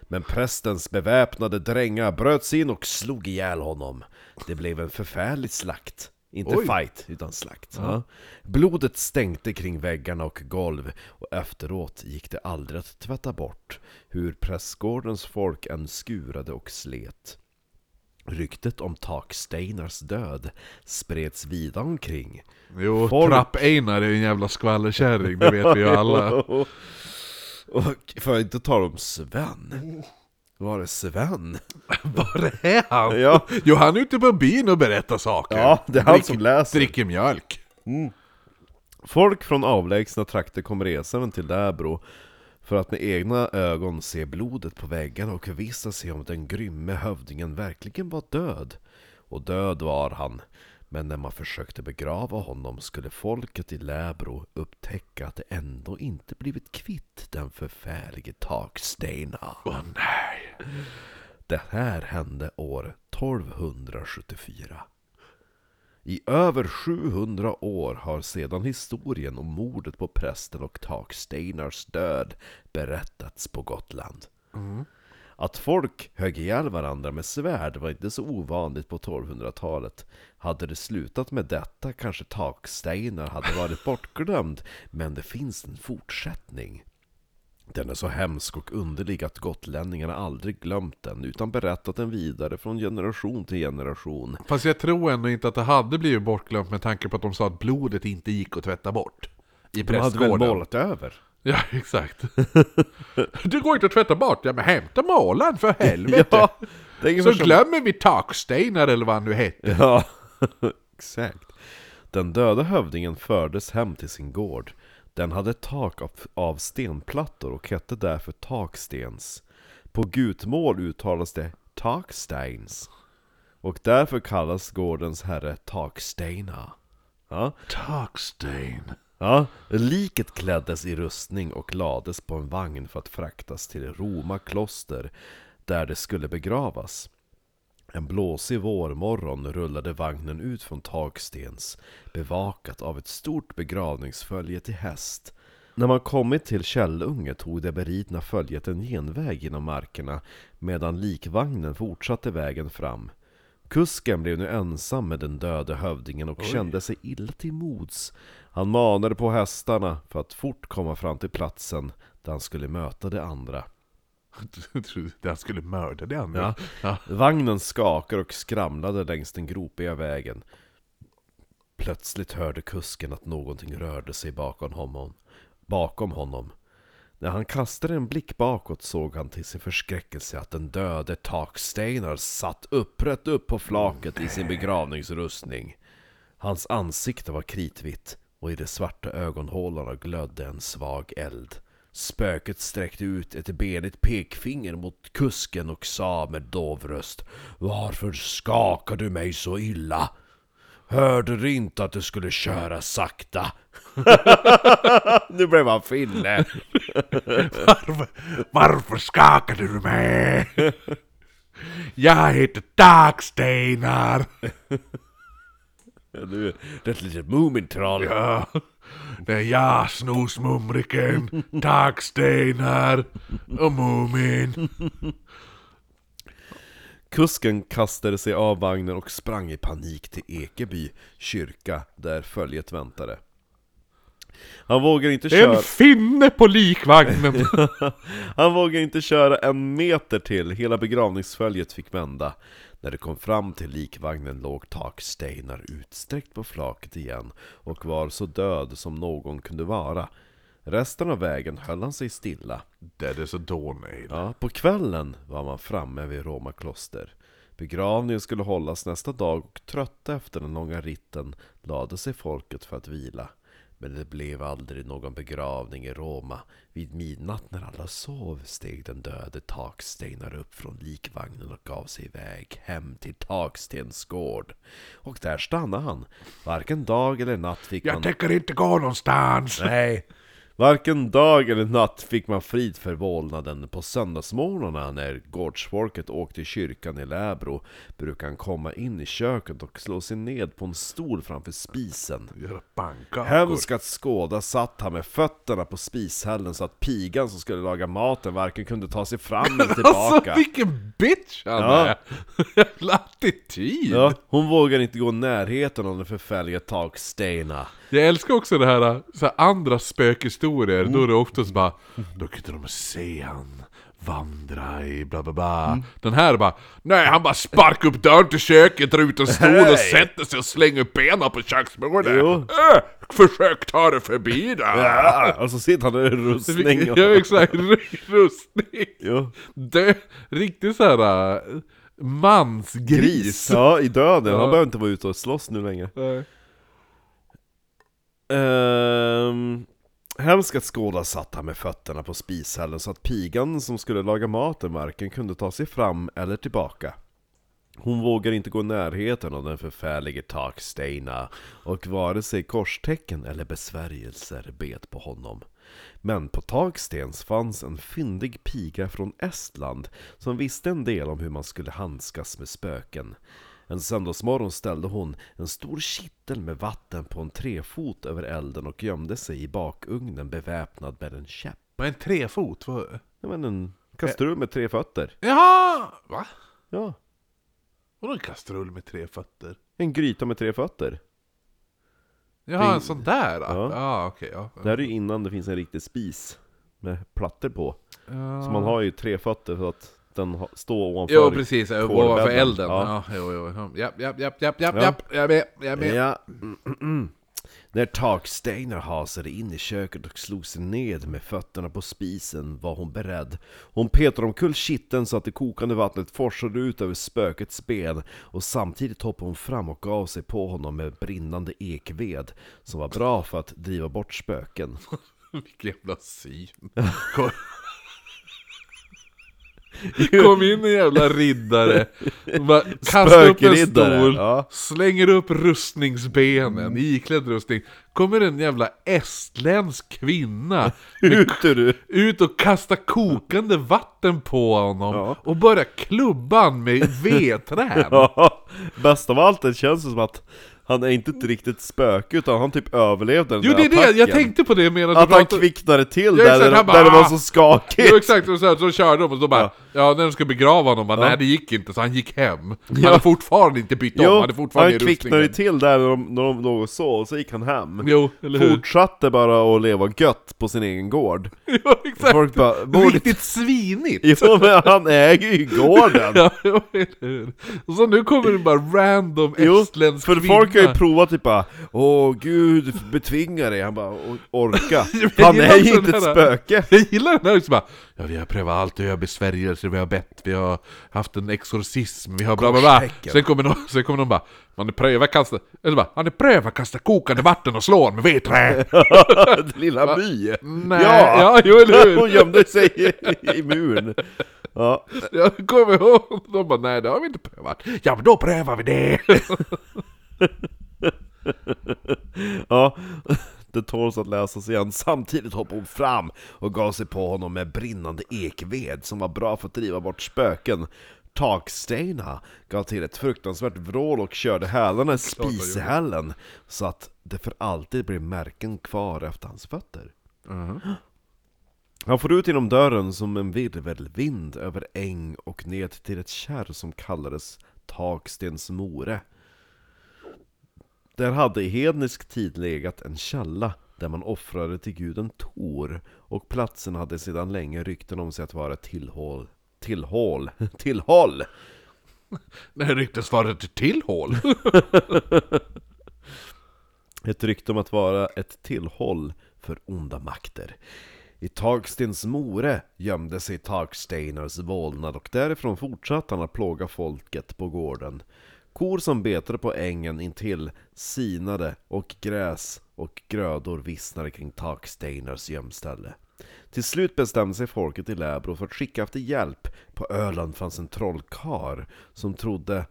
Speaker 2: Men prästens beväpnade drängar bröt sig in och slog ihjäl honom. Det blev en förfärlig slakt. Inte
Speaker 1: Oj.
Speaker 2: fight, utan slakt. Ja. Blodet stänkte kring väggarna och golv och efteråt gick det aldrig att tvätta bort hur prästgårdens folk än skurade och slet. Ryktet om Taksteinars död spreds vida omkring.
Speaker 1: Jo,
Speaker 2: Folk-
Speaker 1: Trapp-Einar är ju en jävla skvallerkärring, det vet vi ju alla.
Speaker 2: Och för att inte tala om Sven. Var det Sven?
Speaker 1: Var är han?
Speaker 2: Ja.
Speaker 1: Jo han är ute på byn och berättar saker.
Speaker 2: Ja, det är han
Speaker 1: Drick-
Speaker 2: som läser.
Speaker 1: Dricker mjölk.
Speaker 2: Folk från avlägsna trakter kom resande till Läbro för att med egna ögon se blodet på väggarna och förvissa sig om den grymme hövdingen verkligen var död. Och död var han. Men när man försökte begrava honom skulle folket i Läbro upptäcka att det ändå inte blivit kvitt den förfärlige takstenen.
Speaker 1: nej!
Speaker 2: Det här hände år 1274. I över 700 år har sedan historien om mordet på prästen och takstenars död berättats på Gotland. Att folk högg ihjäl varandra med svärd var inte så ovanligt på 1200-talet. Hade det slutat med detta kanske takstenar hade varit bortglömd, men det finns en fortsättning. Den är så hemsk och underlig att gotlänningarna aldrig glömt den utan berättat den vidare från generation till generation.
Speaker 1: Fast jag tror ändå inte att det hade blivit bortglömt med tanke på att de sa att blodet inte gick att tvätta bort. I
Speaker 2: De hade väl
Speaker 1: prästgården.
Speaker 2: målat över?
Speaker 1: Ja, exakt. du går inte att tvätta bort. Ja, men hämta målaren för helvete.
Speaker 2: det är ingen
Speaker 1: Så
Speaker 2: som-
Speaker 1: glömmer vi takstenar eller vad han nu hette.
Speaker 2: Ja, exakt. Den döda hövdingen fördes hem till sin gård. Den hade ett tak av, av stenplattor och hette därför Takstens. På gutmål uttalas det Taksteins. Och därför kallas gårdens herre Takstena. Ja.
Speaker 1: Taksten.
Speaker 2: Ja, liket kläddes i rustning och lades på en vagn för att fraktas till Roma kloster där det skulle begravas. En blåsig vårmorgon rullade vagnen ut från Takstens, bevakat av ett stort begravningsfölje till häst. När man kommit till Källunge tog det beridna följet en genväg genom markerna, medan likvagnen fortsatte vägen fram. Kusken blev nu ensam med den döde hövdingen och kände sig illa till mods. Han manade på hästarna för att fort komma fram till platsen där han skulle möta de andra.
Speaker 1: Jag trodde att han skulle mörda det andra.
Speaker 2: Ja.
Speaker 1: Ja.
Speaker 2: Vagnen skakade och skramlade längs den gropiga vägen. Plötsligt hörde kusken att någonting rörde sig bakom honom. Bakom honom. När han kastade en blick bakåt såg han till sin förskräckelse att den döde Taksteinar satt upprätt upp på flaket i sin begravningsrustning. Hans ansikte var kritvitt och i de svarta ögonhålorna glödde en svag eld. Spöket sträckte ut ett benigt pekfinger mot kusken och sa med dov röst Varför skakar du mig så illa? Hörde du inte att du skulle köra sakta? nu blev han finne!
Speaker 1: Varför, varför skakade du mig? Jag heter Takstenar.
Speaker 2: Du det är ett litet Mumintroll.
Speaker 1: Ja. Det är jag, Snosmumriken, Takstenar och Mumin.
Speaker 2: Kusken kastade sig av vagnen och sprang i panik till Ekeby kyrka där följet väntade. Han vågar inte
Speaker 1: Det är
Speaker 2: köra...
Speaker 1: en finne på likvagnen.
Speaker 2: Han vågade inte köra en meter till, hela begravningsföljet fick vända. När det kom fram till likvagnen låg takstenar utsträckt på flaket igen och var så död som någon kunde vara. Resten av vägen höll han sig stilla.
Speaker 1: That is a doornail.
Speaker 2: Ja, på kvällen var man framme vid Roma kloster. Begravningen skulle hållas nästa dag och trötta efter den långa ritten lade sig folket för att vila. Men det blev aldrig någon begravning i Roma. Vid midnatt när alla sov steg den döde Takstenar upp från likvagnen och gav sig iväg hem till Takstens gård. Och där stannade han. Varken dag eller natt fick man...
Speaker 1: Jag tänker inte gå någonstans.
Speaker 2: Nej. Varken dag eller natt fick man frid för vålnaden. På söndagsmorgnarna när gårdsfolket åkte till kyrkan i Läbro brukade han komma in i köket och slå sig ned på en stol framför spisen.
Speaker 1: Göra pannkakor.
Speaker 2: Hemskt att skåda satt han med fötterna på spishällen så att pigan som skulle laga maten varken kunde ta sig fram eller
Speaker 1: Alltså
Speaker 2: tillbaka.
Speaker 1: vilken bitch han
Speaker 2: Ja.
Speaker 1: är! Jävla attityd!
Speaker 2: Ja, hon vågade inte gå i närheten av den förfärliga takstena.
Speaker 1: Jag älskar också det här, så här andra spökhistorier,
Speaker 2: Mm.
Speaker 1: då är det oftast bara Då kunde de se han vandra i bla bla bla
Speaker 2: Mm.
Speaker 1: Den här bara Nej han bara sparkar upp dörren till köket, drar ut en stol och sätter sig och slänger upp benen på köksbordet!
Speaker 2: Jo.
Speaker 1: Äh, försök ta dig förbi där!
Speaker 2: Ah, och så sitter han i rustning.
Speaker 1: Ja exakt, rustning!
Speaker 2: Ja.
Speaker 1: Dö, riktigt så här äh, mansgris!
Speaker 2: Gris! Ja, i döden.
Speaker 1: Ja.
Speaker 2: Han behöver inte vara ute och slåss nu längre.
Speaker 1: Nej.
Speaker 2: Ehm, hemskt att skåda satt han med fötterna på spishällen så att pigan som skulle laga maten varken kunde ta sig fram eller tillbaka. Hon vågar inte gå i närheten av den förfärlige takstena och vare sig korstecken eller besvärjelser bet på honom. Men på takstens fanns en fyndig piga från Estland som visste en del om hur man skulle handskas med spöken. En söndagsmorgon ställde hon en stor kittel med vatten på en trefot över elden och gömde sig i bakugnen beväpnad med en käpp.
Speaker 1: Vad är en trefot? Vad?
Speaker 2: Ja, men en kastrull med tre fötter.
Speaker 1: Jaha! Va?
Speaker 2: Ja,
Speaker 1: Vadå en kastrull med tre fötter?
Speaker 2: en gryta med tre fötter.
Speaker 1: Jaha, en sån där? Ja,
Speaker 2: Ja.
Speaker 1: ah, okej. ja.
Speaker 2: Det här är ju innan det finns en riktig spis med plattor på.
Speaker 1: ja.
Speaker 2: Så man har ju tre fötter för att den ha- står ovanför.
Speaker 1: Jo precis, jag var ovanför
Speaker 2: kolbädden.
Speaker 1: elden. Ja.
Speaker 2: Ja.
Speaker 1: jo, jo, jo. Japp, japp, japp, japp, japp, japp. Jag är med, jag är med.
Speaker 2: Ja. Mm, mm, mm. När takstenar hasade in i köket och slog sig ned med fötterna på spisen var hon beredd. Hon petade omkull kitteln så att det kokande vattnet forsade ut över spökets ben och samtidigt hoppade hon fram och gav sig på honom med brinnande ekved som var bra för att driva bort spöken.
Speaker 1: Vilken jävla syn. Kom. Kom in en jävla riddare. Bara Kastar upp en
Speaker 2: Spökriddare,
Speaker 1: stol,
Speaker 2: ja.
Speaker 1: slänger upp rustningsbenen, iklädd rustning. Kommer en jävla estländsk kvinna
Speaker 2: Ut ur du!
Speaker 1: ut och kastar kokande vatten på honom
Speaker 2: Ja.
Speaker 1: och börjar klubban med vedträn.
Speaker 2: Ja, bäst av allt det känns det som att han är inte ett riktigt spöke utan han typ överlevde den
Speaker 1: Jo
Speaker 2: där
Speaker 1: det är det, jag
Speaker 2: attacken.
Speaker 1: tänkte på det medan
Speaker 2: Att
Speaker 1: du
Speaker 2: han
Speaker 1: pratade.
Speaker 2: kvicknade till
Speaker 1: Ja,
Speaker 2: där,
Speaker 1: exakt,
Speaker 2: det-
Speaker 1: han bara,
Speaker 2: där det var
Speaker 1: "Ah!"
Speaker 2: så skakigt!
Speaker 1: Jo exakt, och så, här, så körde de och så bara ja. när de skulle begrava honom, bara, nej det gick inte, så han gick hem. Han hade fortfarande inte bytt om, han
Speaker 2: Jo,
Speaker 1: hade fortfarande
Speaker 2: han
Speaker 1: i
Speaker 2: kvicknade
Speaker 1: rustningen.
Speaker 2: till där när de, när de låg och sov, och så gick han hem.
Speaker 1: Jo, eller hur?
Speaker 2: Fortsatte bara att leva gött på sin egen gård.
Speaker 1: Jo, exakt.
Speaker 2: Folk bara, borde...
Speaker 1: Riktigt svinigt!
Speaker 2: Jo men han äger ju gården!
Speaker 1: Ja, jo, eller hur? Och så nu kommer det bara random
Speaker 2: Jo,
Speaker 1: estländsk
Speaker 2: för
Speaker 1: kvinna.
Speaker 2: folk har ju provat typ bara Åh gud, betvinga dig! Han bara, "O- orka!
Speaker 1: Jag
Speaker 2: Han
Speaker 1: gillar
Speaker 2: är ju
Speaker 1: också
Speaker 2: inte
Speaker 1: den
Speaker 2: ett
Speaker 1: här-
Speaker 2: spöke!
Speaker 1: Jag gillar den här också bara, ja vi har prövat allt, vi har besvärjelser, vi har bett, vi har haft en exorcism, vi har bla bla bla.
Speaker 2: Korstecken.
Speaker 1: Sen kommer någon, sen kommer någon bara, man har prövat kasta, eller bara, han har prövat kasta kokande vatten och slå honom med vedträ.
Speaker 2: Lilla My!
Speaker 1: Nej, ja, jo, eller hur?
Speaker 2: Hon gömde sig i, i muren! Ja.
Speaker 1: Jag kommer ihåg, de bara nej det har vi inte prövat. Ja men då prövar vi det!
Speaker 2: Ja, det tåls att läsas igen. Samtidigt hoppade hon fram och gav sig på honom med brinnande ekved som var bra för att driva bort spöken. Takstena gav till ett fruktansvärt vrål och körde hälarna i
Speaker 1: han gjorde.
Speaker 2: spishällen så att det för alltid blev märken kvar efter hans fötter. Han for ut genom dörren som en virvelvind över äng och ned till ett kärr som kallades Takstensmore. Där hade i hednisk tid legat en källa där man offrade till guden Tor och platsen hade sedan länge rykten om sig att vara ett tillhåll Tillhåll, tillhåll!
Speaker 1: Det här ryktes vara ett tillhål.
Speaker 2: Ett rykte om att vara ett tillhåll för onda makter. I Takstens More gömde sig Taksteinars vålnad och därifrån fortsatte han att plåga folket på gården. Kor som betade på ängen intill sinade och gräs och grödor vissnade kring Taksteinars gömställe. Till slut bestämde sig folket i Läbro för att skicka efter hjälp. På Öland fanns en trollkar som trodde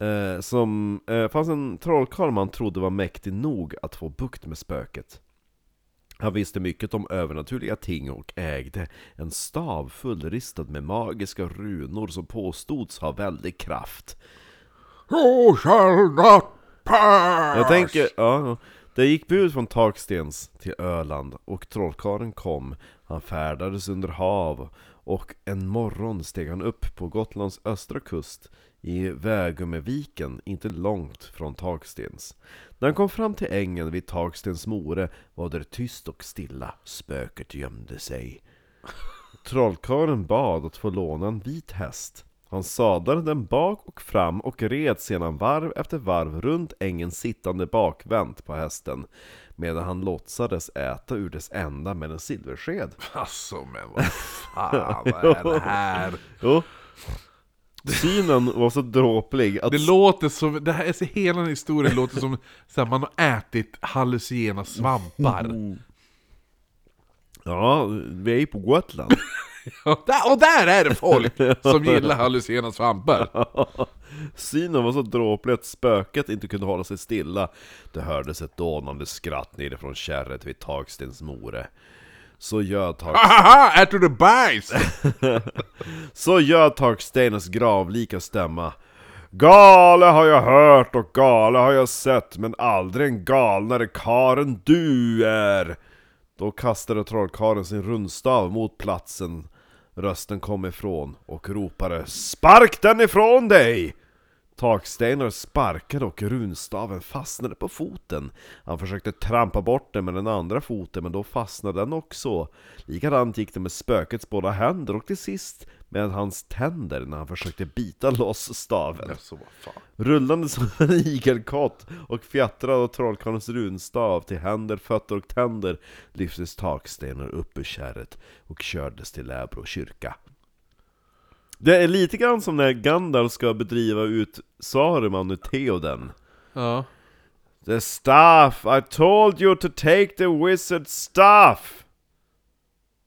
Speaker 2: Eh, som eh, fanns en trollkarl man trodde var mäktig nog att få bukt med spöket. Han visste mycket om övernaturliga ting och ägde en stav fullristad med magiska runor som påstods ha väldig kraft.
Speaker 1: Who shall not pass!
Speaker 2: Jag tänker, ja, det gick bud från Takstens till Öland och trollkarlen kom. Han färdades under hav och en morgon steg han upp på Gotlands östra kust i Vägummeviken, inte långt från Takstens. När han kom fram till ängen vid Takstens more var det tyst och stilla. Spöket gömde sig. Trollkarlen bad att få låna en vit häst. Han sadlade den bak och fram och red sedan varv efter varv runt ängen sittande bakvänt på hästen, medan han låtsades äta ur dess ända med en silversked.
Speaker 1: Alltså men vad fan vad är det här?
Speaker 2: Jo. Synen var så dråplig att...
Speaker 1: Det låter som, det här, alltså, hela den här historien låter som så här, man har ätit
Speaker 2: Mm.
Speaker 1: hallucinogena svampar.
Speaker 2: Ja, vi är ju på Gotland.
Speaker 1: Och där, och där är det folk som gillar hallucinogena svampar.
Speaker 2: Synen var så dråplig att spöket inte kunde hålla sig stilla. Det hördes ett dånande skratt nerifrån kärret vid Takstens more. Så göd Tag...
Speaker 1: Hahaha, äter du bajs?
Speaker 2: Så gör Takstenens gravlika stämma. Gale har jag hört och gale har jag sett, men aldrig en galnare karl än du är. Då kastade trollkarlen sin rundstav mot platsen rösten kom ifrån och ropade Spark den ifrån dig! Takstenar sparkade och runstaven fastnade på foten. Han försökte trampa bort den med den andra foten men då fastnade den också. Likadant gick det med spökets båda händer och till sist med hans tänder när han försökte bita loss staven.
Speaker 1: Så vad fan.
Speaker 2: Rullande som en igelkott och fjättrad av trollkarlens runstav till händer, fötter och tänder lyftes takstenar upp ur kärret och kördes till Läbro kyrka. Det är lite grann som när Gandalf ska bedriva ut Saruman ur Theoden.
Speaker 1: Ja.
Speaker 2: The staff! I told you to take the wizard staff!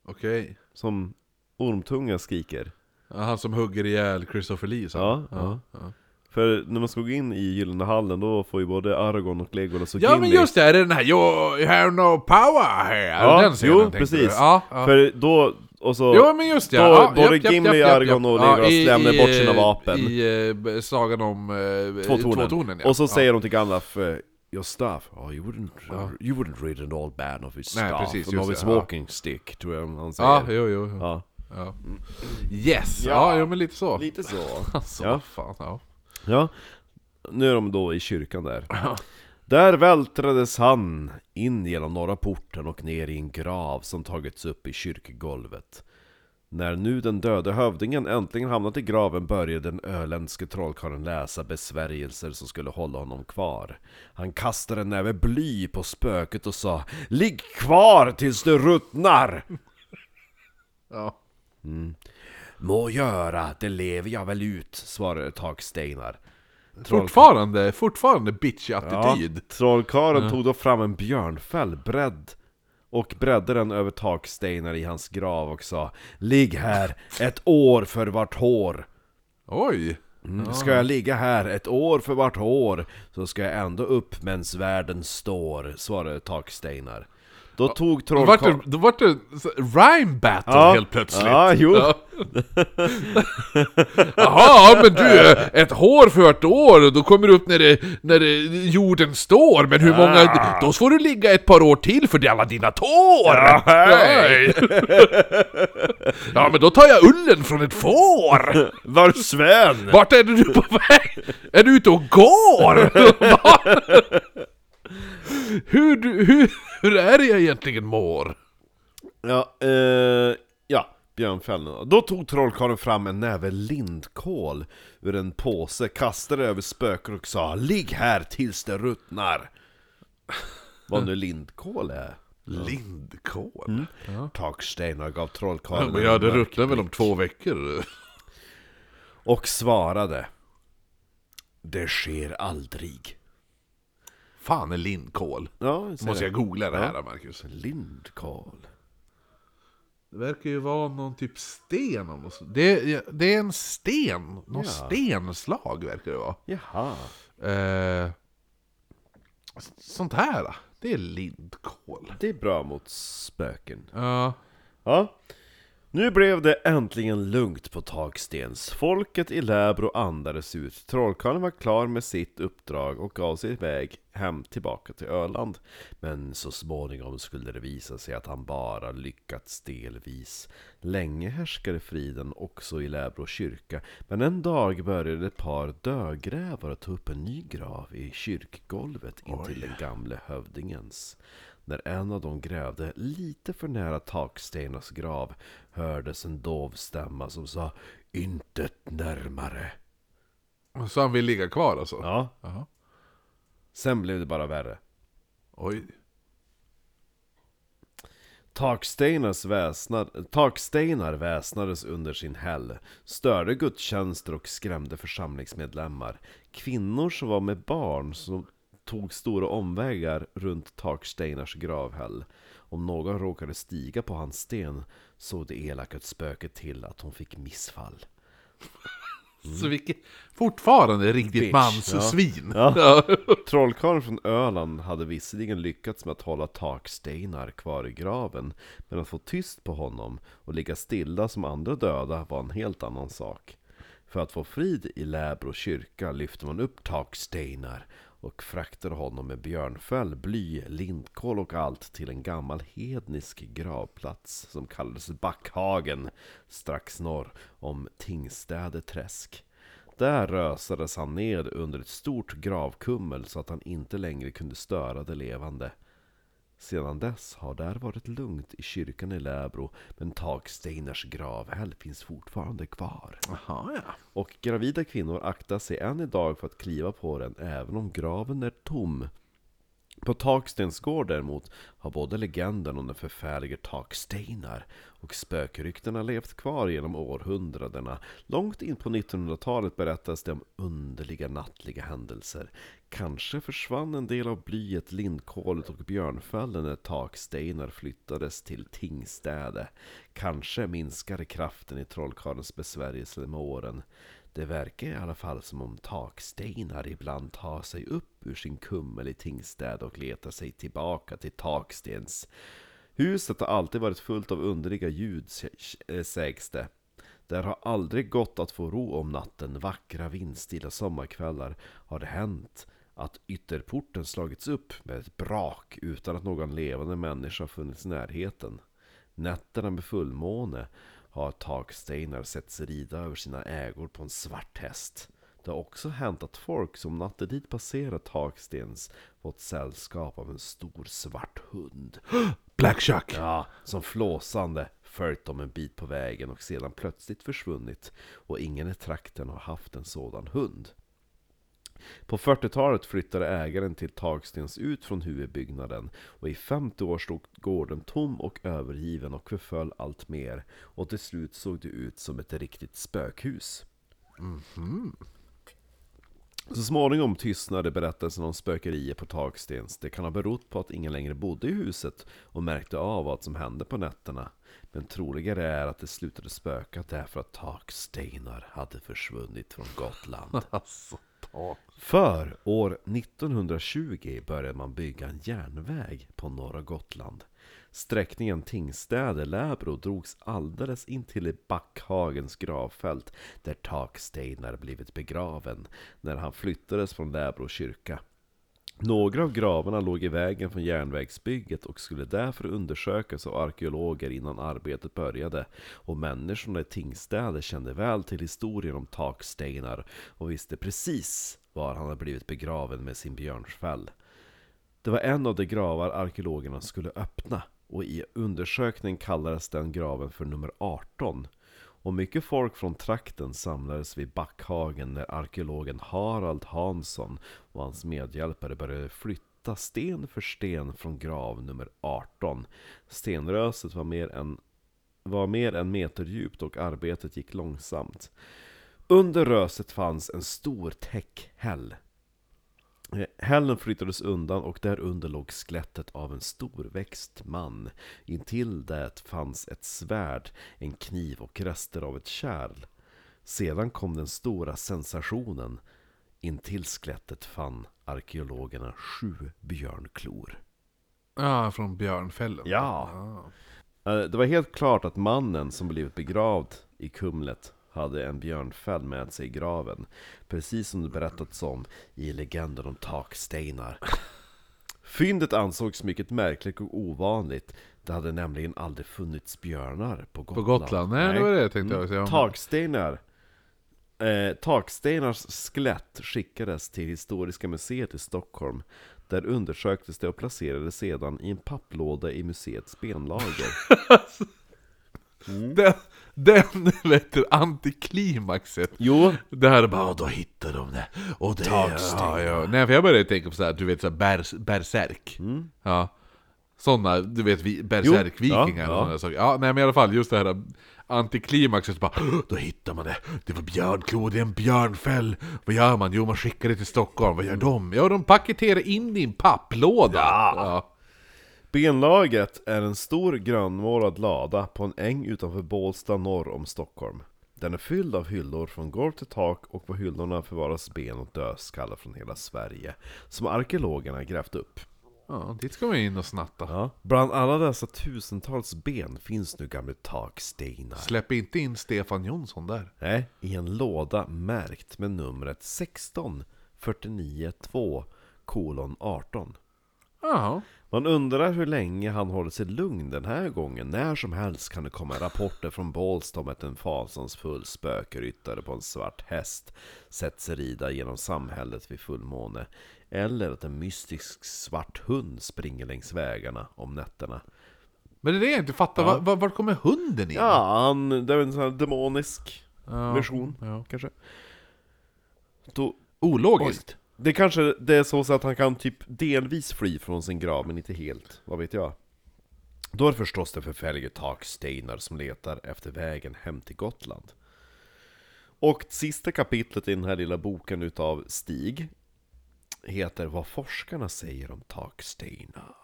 Speaker 1: Okej.
Speaker 2: Som Ormtunga skriker.
Speaker 1: Ja, Han som hugger ihjäl Christopher Lee så.
Speaker 2: Ja, ja.
Speaker 1: ja.
Speaker 2: För när man ska gå in i Gyllene hallen då får ju både Aragorn och Legolas och
Speaker 1: Ja men
Speaker 2: Gimli
Speaker 1: just det, är det den här You have no power here?
Speaker 2: Ja,
Speaker 1: den scenen,
Speaker 2: jo,
Speaker 1: tänkte
Speaker 2: precis.
Speaker 1: du. Ja, ja.
Speaker 2: För då, och så...
Speaker 1: Jo men just det,
Speaker 2: då-
Speaker 1: ja,
Speaker 2: både
Speaker 1: japp, japp,
Speaker 2: Gimli,
Speaker 1: japp, japp,
Speaker 2: Aragorn och
Speaker 1: japp. Ja,
Speaker 2: Legolas
Speaker 1: i-
Speaker 2: lämnar
Speaker 1: i,
Speaker 2: bort sina
Speaker 1: eh,
Speaker 2: vapen.
Speaker 1: I eh, sagan om eh,
Speaker 2: två tornen.
Speaker 1: ja.
Speaker 2: Och så
Speaker 1: ja.
Speaker 2: säger de till Gandalf eh, Your staff, oh, you, wouldn't, you wouldn't read an old man of his
Speaker 1: Nej,
Speaker 2: staff,
Speaker 1: precis,
Speaker 2: and
Speaker 1: just
Speaker 2: of his
Speaker 1: det, ja.
Speaker 2: walking stick, tror jag han säger.
Speaker 1: Ja, jo, jo, jo.
Speaker 2: Ja.
Speaker 1: Ja. Yes! Ja,
Speaker 2: Ja.
Speaker 1: jo men lite så.
Speaker 2: Lite så.
Speaker 1: Alltså,
Speaker 2: Ja.
Speaker 1: ja. fan, ja.
Speaker 2: Ja, nu är de då i kyrkan där. Där vältrades han in genom norra porten och ner i en grav som tagits upp i kyrkogolvet. När nu den döde hövdingen äntligen hamnat i graven började den öländske trollkarlen läsa besvärjelser som skulle hålla honom kvar. Han kastade en näve bly på spöket och sa Ligg kvar tills du ruttnar!
Speaker 1: ja.
Speaker 2: Må göra, det lever jag väl ut, svarade Taksteinar.
Speaker 1: Fortfarande, fortfarande bitch-attityd.
Speaker 2: Ja, trollkarlen tog då fram en björnfäll bredd och bredde den över takstenar i hans grav och sa Ligg här ett år för vart hår.
Speaker 1: Oj!
Speaker 2: Mm. Ska jag ligga här ett år för vart hår så ska jag ändå upp medan världen står, svarade takstenar. Då tog
Speaker 1: Då vart det,
Speaker 2: trollkarlen...
Speaker 1: då vart det så- rhyme battle helt plötsligt.
Speaker 2: Ja, jo.
Speaker 1: Ja. Jaha, men du, ett hår för ett år, då kommer du upp när, det, när det, jorden står, men hur många... Då får du ligga ett par år till för det är alla dina tår!
Speaker 2: Ja, hej.
Speaker 1: ja, men då tar jag ullen från ett får!
Speaker 2: Var Sven!
Speaker 1: Vart är du på väg? Är du ute och går? Va? hur, du- hur, hur är det jag egentligen mår?
Speaker 2: Ja, eh, ja björnfällen då. Då tog trollkarlen fram en näve lindkål ur en påse, kastade över spöken och sa 'Ligg här tills det ruttnar' Vad nu lindkål är?
Speaker 1: Lindkål?
Speaker 2: Takstenar gav
Speaker 1: Ja,
Speaker 2: trollkarlen
Speaker 1: men ja,
Speaker 2: en
Speaker 1: det
Speaker 2: mörk
Speaker 1: ruttnar väl om två veckor?
Speaker 2: och svarade 'Det sker aldrig'
Speaker 1: Fan är lindkål?
Speaker 2: Ja, jag ser
Speaker 1: Måste
Speaker 2: det.
Speaker 1: jag googla det här Marcus?
Speaker 2: Lindkål?
Speaker 1: Det verkar ju vara någon typ sten av något slag. det, är- det är en sten, någon stenslag verkar det vara.
Speaker 2: Jaha
Speaker 1: Eh, sånt här, det är lindkål.
Speaker 2: Det är bra mot spöken
Speaker 1: Ja,
Speaker 2: Ja. Nu blev det äntligen lugnt på Takstens. Folket i Läbro andades ut. Trollkarlen var klar med sitt uppdrag och gav sig iväg hem tillbaka till Öland. Men så småningom skulle det visa sig att han bara lyckats delvis. Länge härskade friden också i Läbro kyrka, men en dag började ett par dödgrävare ta upp en ny grav i kyrkgolvet intill den gamle hövdingens. När en av dem grävde lite för nära takstenens grav hördes en dov stämma som sa ”Intet närmare”.
Speaker 1: så han vill ligga kvar alltså?
Speaker 2: Ja.
Speaker 1: Jaha.
Speaker 2: Sen blev det bara värre.
Speaker 1: Oj.
Speaker 2: Takstenars väsnad, takstenar väsnades under sin häll, störde gudstjänster och skrämde församlingsmedlemmar. Kvinnor som var med barn som tog stora omvägar runt Takstenars gravhäll. Om någon råkade stiga på hans sten såg det elaka spöket till att hon fick missfall.
Speaker 1: Så vilket, fortfarande riktigt
Speaker 2: Bitch,
Speaker 1: manssvin.
Speaker 2: ja.
Speaker 1: Ja.
Speaker 2: Trollkarlen från Öland hade visserligen lyckats med att hålla takstenar kvar i graven, men att få tyst på honom och ligga stilla som andra döda var en helt annan sak. För att få frid i Läbro kyrka lyfte man upp takstenar och fraktade honom med björnfäll, bly, lindkål och allt till en gammal hednisk gravplats som kallades Backhagen strax norr om Tingstäde träsk. Där rösades han ned under ett stort gravkummel så att han inte längre kunde störa de levande. Sedan dess har där varit lugnt i kyrkan i Läbro, men Taksteiners gravhäll finns fortfarande kvar.
Speaker 1: Jaha, ja.
Speaker 2: Och gravida kvinnor aktar sig än idag för att kliva på den även om graven är tom. På Takstens gård däremot har både legenden om den förfärlige Taksteinar och spökryktena levt kvar genom århundradena. Långt in på 1900-talet berättas det om underliga nattliga händelser. Kanske försvann en del av blyet, lindkålet och björnfällen när Taksteinar flyttades till Tingstäde. Kanske minskade kraften i trollkarlens besvärjelse med åren. Det verkar i alla fall som om takstenar ibland tar sig upp ur sin kummel i Tingstäd och letar sig tillbaka till takstens. Huset har alltid varit fullt av underliga ljud, sä- eh, sägs det. Där har aldrig gått att få ro om natten. Vackra vindstilla sommarkvällar har det hänt att ytterporten slagits upp med ett brak utan att någon levande människa funnits i närheten. Nätterna med fullmåne har takstenar setts rida över sina ägor på en svart häst. Det har också hänt att folk som nattetid passerat takstens fått sällskap av en stor svart hund.
Speaker 1: Black Shuck.
Speaker 2: Ja, som flåsande följt dem en bit på vägen och sedan plötsligt försvunnit. Och ingen i trakten har haft en sådan hund. På 40-talet flyttade ägaren till Tagstens ut från huvudbyggnaden och i 50 år stod gården tom och övergiven och förföll allt mer och till slut såg det ut som ett riktigt spökhus. Så småningom tystnade berättelsen om spökerier på Takstens. Det kan ha berott på att ingen längre bodde i huset och märkte av vad som hände på nätterna. Men troligare är att det slutade spöka därför att takstenar hade försvunnit från Gotland.
Speaker 1: Alltså, ta.
Speaker 2: För år 1920 började man bygga en järnväg på norra Gotland. Sträckningen Tingstäde-Läbro drogs alldeles in till Backhagens gravfält där Taksteinar blivit begraven när han flyttades från Läbro kyrka. Några av gravarna låg i vägen från järnvägsbygget och skulle därför undersökas av arkeologer innan arbetet började. Och människorna i Tingstäde kände väl till historien om takstenar och visste precis var han hade blivit begraven med sin björnsfäll. Det var en av de gravar arkeologerna skulle öppna och i undersökningen kallades den graven för nummer 18. Och mycket folk från trakten samlades vid Backhagen när arkeologen Harald Hansson och hans medhjälpare började flytta sten för sten från grav nummer 18. Stenröset var mer än, var mer än meter djupt och arbetet gick långsamt. Under röset fanns en stor täckhäll Eh, Hällen flyttades undan och därunder låg skelettet av en storväxt man. Intill det fanns ett svärd, en kniv och rester av ett kärl. Sedan kom den stora sensationen. Intill skelettet fann arkeologerna sju björnklor.
Speaker 1: Ja, från Björnfällen. Ah,
Speaker 2: Ja. Eh, Det var helt klart att mannen som blivit begravd i Kumlet hade en björnfäll med sig i graven. Precis som det berättats om i legenden om takstenar. Fyndet ansågs mycket märkligt och ovanligt. Det hade nämligen aldrig funnits björnar på
Speaker 1: På
Speaker 2: Gotland.
Speaker 1: Gotland. Nej, det var det jag tänkte jag säga.
Speaker 2: Takstenar. Eh, takstenars skelett skickades till Historiska museet i Stockholm. Där undersöktes det och placerades sedan i en papplåda i museets benlager.
Speaker 1: Den, den vet du, antiklimaxet.
Speaker 2: Jo,
Speaker 1: Det här är bara, "Ja, då hittar de det. Och det ja, ja. Nej, för jag började tänka på så här, du vet så här, bärs, berserk.
Speaker 2: Mm.
Speaker 1: Ja. Sådana, du vet, vi- berserkvikingar
Speaker 2: ja,
Speaker 1: och sådana saker. Ja, nej men i alla fall, just det här antiklimaxet, bara, "Åh, då hittar man det. Det var björnklo, det är en björnfäll. Vad gör man? Jo, man skickar det till Stockholm. Vad gör de? Ja, de paketerar in din papplåda. Ja.
Speaker 2: Benlaget är en stor grönmålad lada på en äng utanför Bålsta norr om Stockholm. Den är fylld av hyllor från golv till tak och på hyllorna förvaras ben och dödskallar från hela Sverige som arkeologerna grävt upp.
Speaker 1: Ja, dit ska man ju in och snatta.
Speaker 2: Bland alla dessa tusentals ben finns nu gamla takstenar.
Speaker 1: Släpp inte in Stefan Jonsson där.
Speaker 2: Nej, i en låda märkt med numret 16 49 2 kolon 18.
Speaker 1: Jaha.
Speaker 2: Man undrar hur länge han håller sig lugn den här gången. När som helst kan det komma rapporter från Bålsta om att en fasansfull spökryttare på en svart häst sett sig rida genom samhället vid fullmåne. Eller att en mystisk svart hund springer längs vägarna om nätterna.
Speaker 1: Men det är det jag inte fattar, var, var, vart kommer hunden in?
Speaker 2: Ja, han, det är väl en sån här demonisk
Speaker 1: Ja,
Speaker 2: version
Speaker 1: ja.
Speaker 2: kanske. Då,
Speaker 1: Ologiskt.
Speaker 2: Oj. Det kanske det är så att han kan typ delvis fly från sin grav, men inte helt. Vad vet jag? Då är det förstås den förfärlige Takstenar som letar efter vägen hem till Gotland. Och sista kapitlet i den här lilla boken utav Stig heter Vad forskarna säger om Takstenar.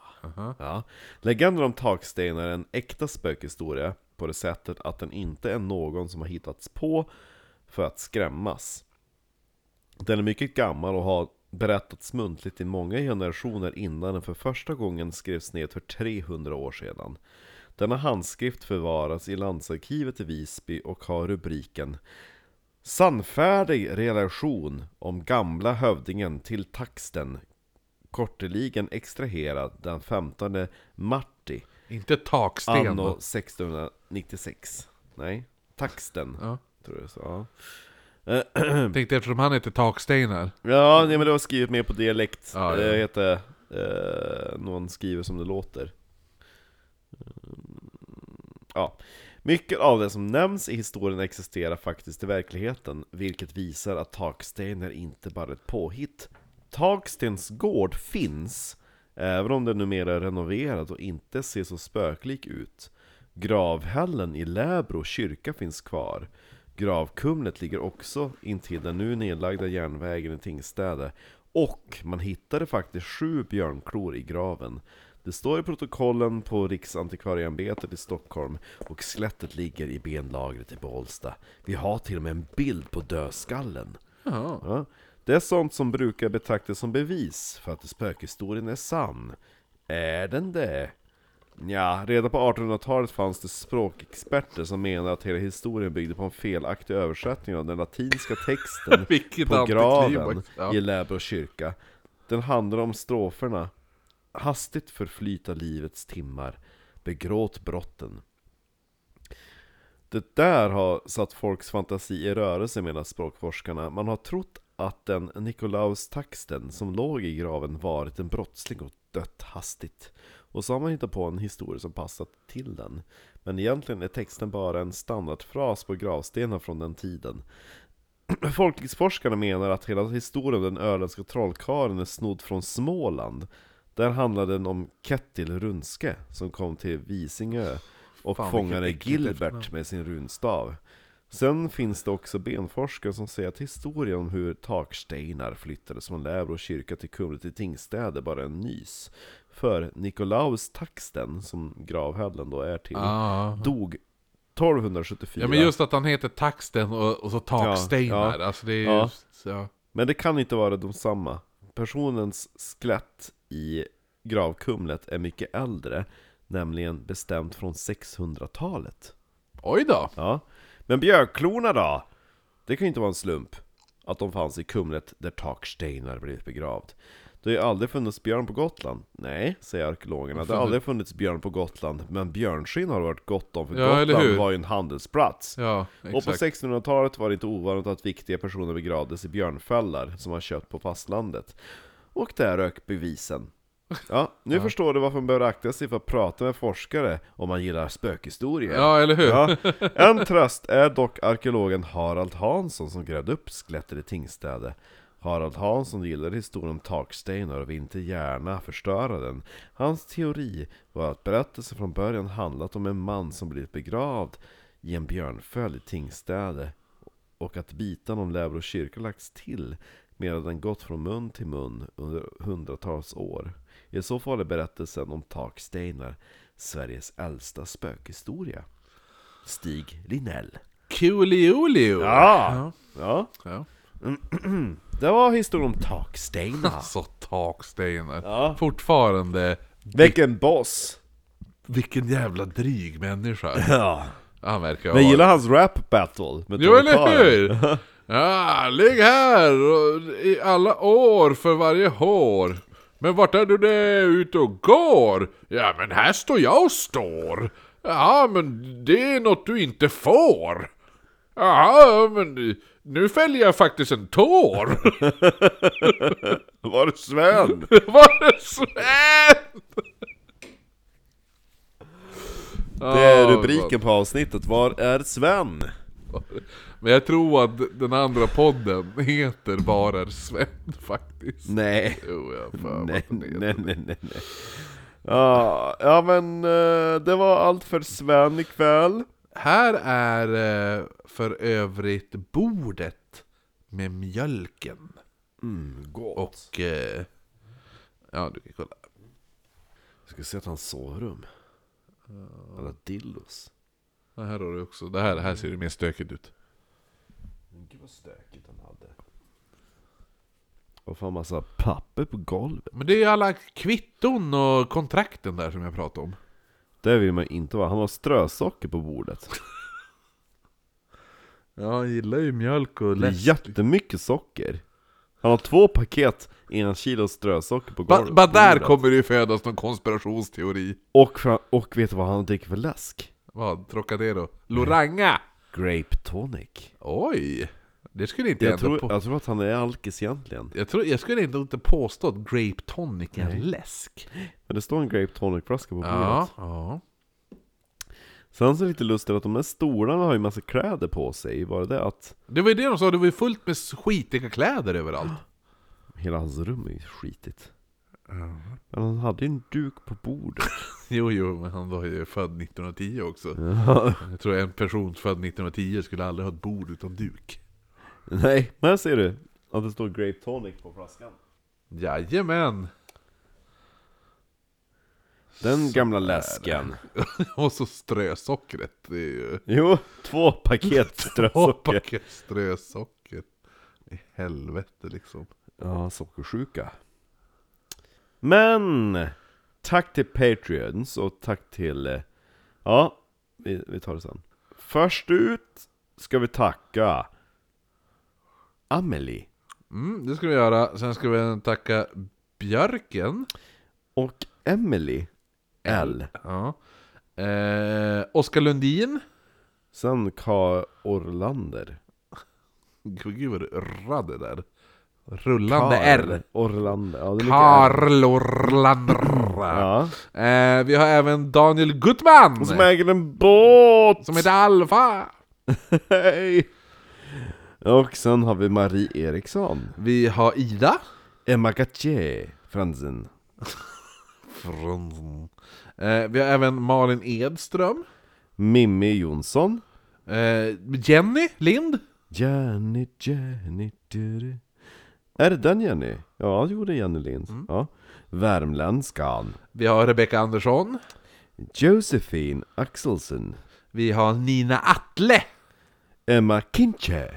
Speaker 2: Ja. Legenden om Takstenar är en äkta spökhistoria på det sättet att den inte är någon som har hittats på för att skrämmas. Den är mycket gammal och har berättats muntligt i många generationer innan den för första gången skrevs ned för 300 år sedan. Denna handskrift förvaras i landsarkivet i Visby och har rubriken Sannfärdig relation om gamla hövdingen till taxten korteligen extraherad den 15 marti
Speaker 1: Inte taksten.
Speaker 2: anno 1696. Nej, taxten
Speaker 1: Ja.
Speaker 2: tror jag det står. Ja.
Speaker 1: Tänkte eftersom han heter Takstenar.
Speaker 2: Ja, nej, men det var skrivet mer på dialekt.
Speaker 1: Ja, ja.
Speaker 2: Det heter... Eh, någon skriver som det låter. Mm, Ja. Mycket av det som nämns i historien existerar faktiskt i verkligheten, vilket visar att taksten är inte bara ett påhitt. Takstens gård finns, även om den numera är renoverad och inte ser så spöklik ut. Gravhällen i Läbro kyrka finns kvar. Gravkumlet ligger också intill den nu nedlagda järnvägen i Tingstäde. Och man hittade faktiskt sju björnklor i graven. Det står i protokollen på Riksantikvarieämbetet i Stockholm och skelettet ligger i benlagret i Bålsta. Vi har till och med en bild på dödskallen.
Speaker 1: Jaha.
Speaker 2: Ja. Det är sånt som brukar betraktas som bevis för att spökhistorien är sann. Är den det? Ja, redan på 1800-talet fanns det språkexperter som menade att hela historien byggde på en felaktig översättning av den latinska texten
Speaker 1: Vilket
Speaker 2: på graven
Speaker 1: antiklimax. Ja.
Speaker 2: i Läbro kyrka. Den handlar om stroferna Hastigt förflyta livets timmar, begråt brotten. Det där har satt folks fantasi i rörelse menar språkforskarna. Man har trott att den Nikolaus Taxten som låg i graven varit en brottsling och dött hastigt. Och så har man hittat på en historia som passat till den. Men egentligen är texten bara en standardfras på gravstenar från den tiden. Folklivsforskarna menar att hela historien om den öländska trollkarlen är snodd från Småland. Där handlade den om Kettil Runske som kom till Visingö och
Speaker 1: Fan, vilket
Speaker 2: fångade
Speaker 1: äckligt efternamn.
Speaker 2: Gilbert med sin runstav. Sen finns det också benforskare som säger att historien om hur takstenar flyttades från Läbro kyrka till Kumla till Tingstäde bara är en nys. För Nikolaus Taxten, som gravhällen då är till,
Speaker 1: Ja.
Speaker 2: dog 1274.
Speaker 1: ja men just att han heter Taksten och, och så Takstenar.
Speaker 2: Ja, ja.
Speaker 1: Alltså det är
Speaker 2: Ja.
Speaker 1: just, ja.
Speaker 2: Men det kan inte vara de samma. Personens skelett i gravkumlet är mycket äldre, nämligen bestämt från 600-talet.
Speaker 1: Oj då.
Speaker 2: Ja. Men björkklorna då? Det kan ju inte vara en slump att de fanns i kumlet där Takstenar blivit begravd. Det har ju aldrig funnits björn på Gotland. Nej, säger arkeologerna. Det har aldrig funnits björn på Gotland, men björnskinn har det varit gott om, för
Speaker 1: Ja, eller
Speaker 2: Gotland
Speaker 1: hur?
Speaker 2: var ju en handelsplats.
Speaker 1: Ja,
Speaker 2: Och på
Speaker 1: exakt.
Speaker 2: 1600-talet var det inte ovanligt att viktiga personer begravdes i björnfällar som man köpt på fastlandet. Och där rök bevisen. Ja, nu förstår du varför man bör akta sig för att prata med forskare om man gillar spökhistorier.
Speaker 1: Ja, eller hur?
Speaker 2: Ja. En tröst är dock arkeologen Harald Hansson som grävde upp skelettet i Tingstäde. Harald Hansson gillade historien om takstenar och vill inte gärna förstöra den. Hans teori var att berättelsen från början handlat om en man som blivit begravd i en björnföl i Tingstäde och att bitarna om Läbro kyrka lagts till medan den gått från mun till mun under hundratals år. I så fall är berättelsen om takstenar Sveriges äldsta spökhistoria. Stig Linell.
Speaker 1: Kuliolio!
Speaker 2: Ja! ja.
Speaker 1: ja.
Speaker 2: Det var historien om takstenar.
Speaker 1: Alltså takstenar.
Speaker 2: Ja.
Speaker 1: Fortfarande,
Speaker 2: Vilken boss!
Speaker 1: vilken jävla dryg människa.
Speaker 2: Ja.
Speaker 1: Han verkar
Speaker 2: Jag
Speaker 1: vara.
Speaker 2: gillar hans rap battle med
Speaker 1: Jo eller
Speaker 2: trollkarlen.
Speaker 1: hur! Ja, ligg här och, i alla år för varje hår. Men vart är du det är ute och går? Ja men här står jag och står. Ja men det är något du inte får. Ja men nu fäller jag faktiskt en tår.
Speaker 2: Var det Sven?
Speaker 1: Var det Sven?
Speaker 2: Det är rubriken på avsnittet, Var är Sven?
Speaker 1: Men jag tror att den andra podden heter Bara Sven faktiskt.
Speaker 2: Nej.
Speaker 1: Jo, jag har för mig
Speaker 2: Nej,
Speaker 1: att den heter
Speaker 2: nej, nej, nej. nej. Ja, ja men eh, det var allt för Sven ikväll.
Speaker 1: Här är eh, för övrigt bordet med mjölken.
Speaker 2: Gå.
Speaker 1: Och... eh, Ja, du kan kolla.
Speaker 2: Ska se att han sovrum. Alla dillos.
Speaker 1: Ja, här har du också. Det här, det här ser ju mer stökigt ut.
Speaker 2: Gud vad stökigt han hade. Och fan massa papper på golvet.
Speaker 1: Men det är ju alla kvitton och kontrakten där som jag pratade om.
Speaker 2: Det vill man ju inte vara. Han har strösocker på bordet.
Speaker 1: Ja, jag gillar ju mjölk och
Speaker 2: Det är jättemycket socker. Han har två paket en kilo strösocker på
Speaker 1: Bara
Speaker 2: golvet.
Speaker 1: ba där
Speaker 2: bordet.
Speaker 1: kommer det ju födas någon konspirationsteori.
Speaker 2: Och, fram, och vet du vad han dricker för läsk?
Speaker 1: Vad? Trocadero? Loranga?
Speaker 2: Grape tonic.
Speaker 1: Oj! Det skulle inte jag,
Speaker 2: Jag
Speaker 1: ändå på...
Speaker 2: tror, jag tror att han är alkis egentligen.
Speaker 1: jag, tror, jag skulle ändå inte påstå att grape tonic är
Speaker 2: Nej.
Speaker 1: läsk.
Speaker 2: Men det står en grape tonic-flaska på bordet.
Speaker 1: Ja, ja.
Speaker 2: Sen så är det lite lustigt att de här stolarna har ju massa kläder på sig. Bara det att
Speaker 1: Det var ju det de sa, det var ju fullt med skitiga kläder överallt.
Speaker 2: hela hans rum är ju skitigt. Men han hade ju en duk på bordet.
Speaker 1: Jo, jo, men han var ju född 1910 också. Jag tror en person född 1910 skulle aldrig ha ett bord utan duk.
Speaker 2: Nej, men här ser du att det står grape tonic på flaskan.
Speaker 1: Jajamän!
Speaker 2: Den gamla läsken.
Speaker 1: Och så strösockret, det är ju...
Speaker 2: Jo, två paket strösocker.
Speaker 1: Hoppacket strösocker. I helvete liksom.
Speaker 2: Ja, sockersjuka. Men! Tack till Patreons och tack till... eh, Ja, vi, vi tar det sen. Först ut ska vi tacka Amelie
Speaker 1: Mm, det ska vi göra. Sen ska vi tacka Björken.
Speaker 2: och Emily L.
Speaker 1: Ja. Eh, Oskar Lundin.
Speaker 2: Sen Ka Orlander.
Speaker 1: Gud vad du rörde där. Rullande R.
Speaker 2: Orlander. Ja, det är mycket R.
Speaker 1: Karl Orlander.
Speaker 2: Ja.
Speaker 1: Eh, vi har även Daniel Gutman.
Speaker 2: Som äger en båt!
Speaker 1: Som heter Alfa.
Speaker 2: Hej! Och sen har vi Marie Eriksson.
Speaker 1: Vi har Ida.
Speaker 2: Emma Gatier, fransen.
Speaker 1: Eh, vi har även Malin Edström.
Speaker 2: Mimmi Jonsson.
Speaker 1: Eh, Jenny Lind.
Speaker 2: Jenny, Jenny, du, du. Är det den Jenny? Ja, jo det är Jenny Lind.
Speaker 1: Mm.
Speaker 2: Ja. Värmländskan.
Speaker 1: Vi har Rebecca Andersson.
Speaker 2: Josefin Axelsson.
Speaker 1: Vi har Nina Atle.
Speaker 2: Emma Kinche.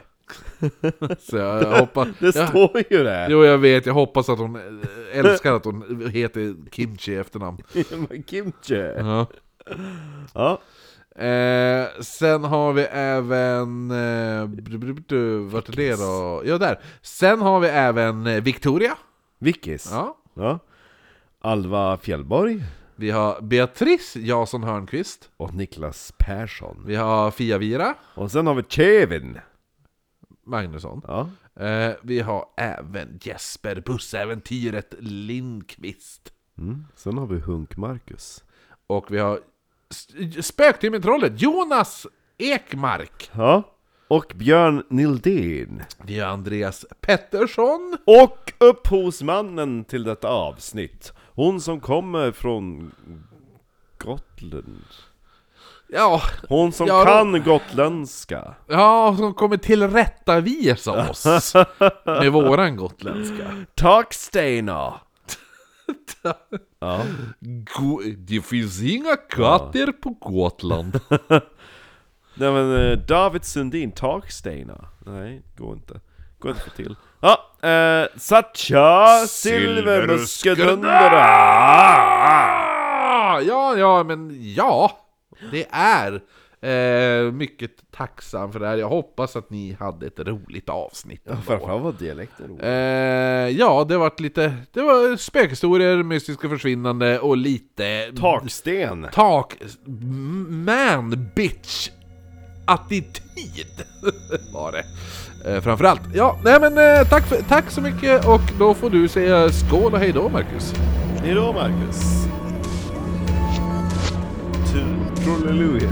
Speaker 1: Så jag hoppas...
Speaker 2: Det
Speaker 1: jag,
Speaker 2: står ju det!
Speaker 1: Jo jag vet, jag hoppas att hon eh, älskar att hon heter Kimchi i efternamn.
Speaker 2: Emma Kinche.
Speaker 1: Ja.
Speaker 2: Ja.
Speaker 1: Eh, sen har vi även... Eh, br- br- br- vart är det då? Ja, där. Sen har vi även eh, Victoria.
Speaker 2: Vickis.
Speaker 1: Ja.
Speaker 2: Ja. Alva Fjällborg.
Speaker 1: Vi har Beatrice Jason Hörnqvist.
Speaker 2: Och Niklas Persson.
Speaker 1: Vi har Fia Vira
Speaker 2: Och sen har vi Kevin.
Speaker 1: Magnusson.
Speaker 2: Ja.
Speaker 1: Eh, vi har även Jesper Bussäventyret Lindqvist.
Speaker 2: Mm. Sen har vi Hunk Marcus.
Speaker 1: Och vi har s- Spöktimmen-trollet Jonas Ekmark.
Speaker 2: Ja. Och Björn Nildén.
Speaker 1: Vi har Andreas Pettersson.
Speaker 2: Och upphovsmannen till detta avsnitt. Hon som kommer från Gotland.
Speaker 1: Ja,
Speaker 2: Hon som
Speaker 1: Ja, då-
Speaker 2: kan gotländska.
Speaker 1: Ja, som kommer tillrättavisa oss med våran gotländska.
Speaker 2: Takstena! Ja.
Speaker 1: Go- det finns inga katter på Gotland.
Speaker 2: Nej men eh, David Sundin, takstenar. Nej, går inte. Går inte till. Ja, eh, Satcha Silvermuskedundra!
Speaker 1: Ah, ja, ja, men ja. Det är eh, mycket tacksam för det här. Jag hoppas att ni hade ett roligt avsnitt. ändå.
Speaker 2: Framförallt var dialekten rolig.
Speaker 1: Eh, ja, det vart lite... Det var spökhistorier, mystiska försvinnande och lite...
Speaker 2: Taksten!
Speaker 1: Tak... Man bitch attityd var det. Eh, framförallt. Ja, nej men eh, tack, för, tack så mycket och då får du säga skål och hej då Marcus.
Speaker 2: Hejdå Marcus! Trolleluja!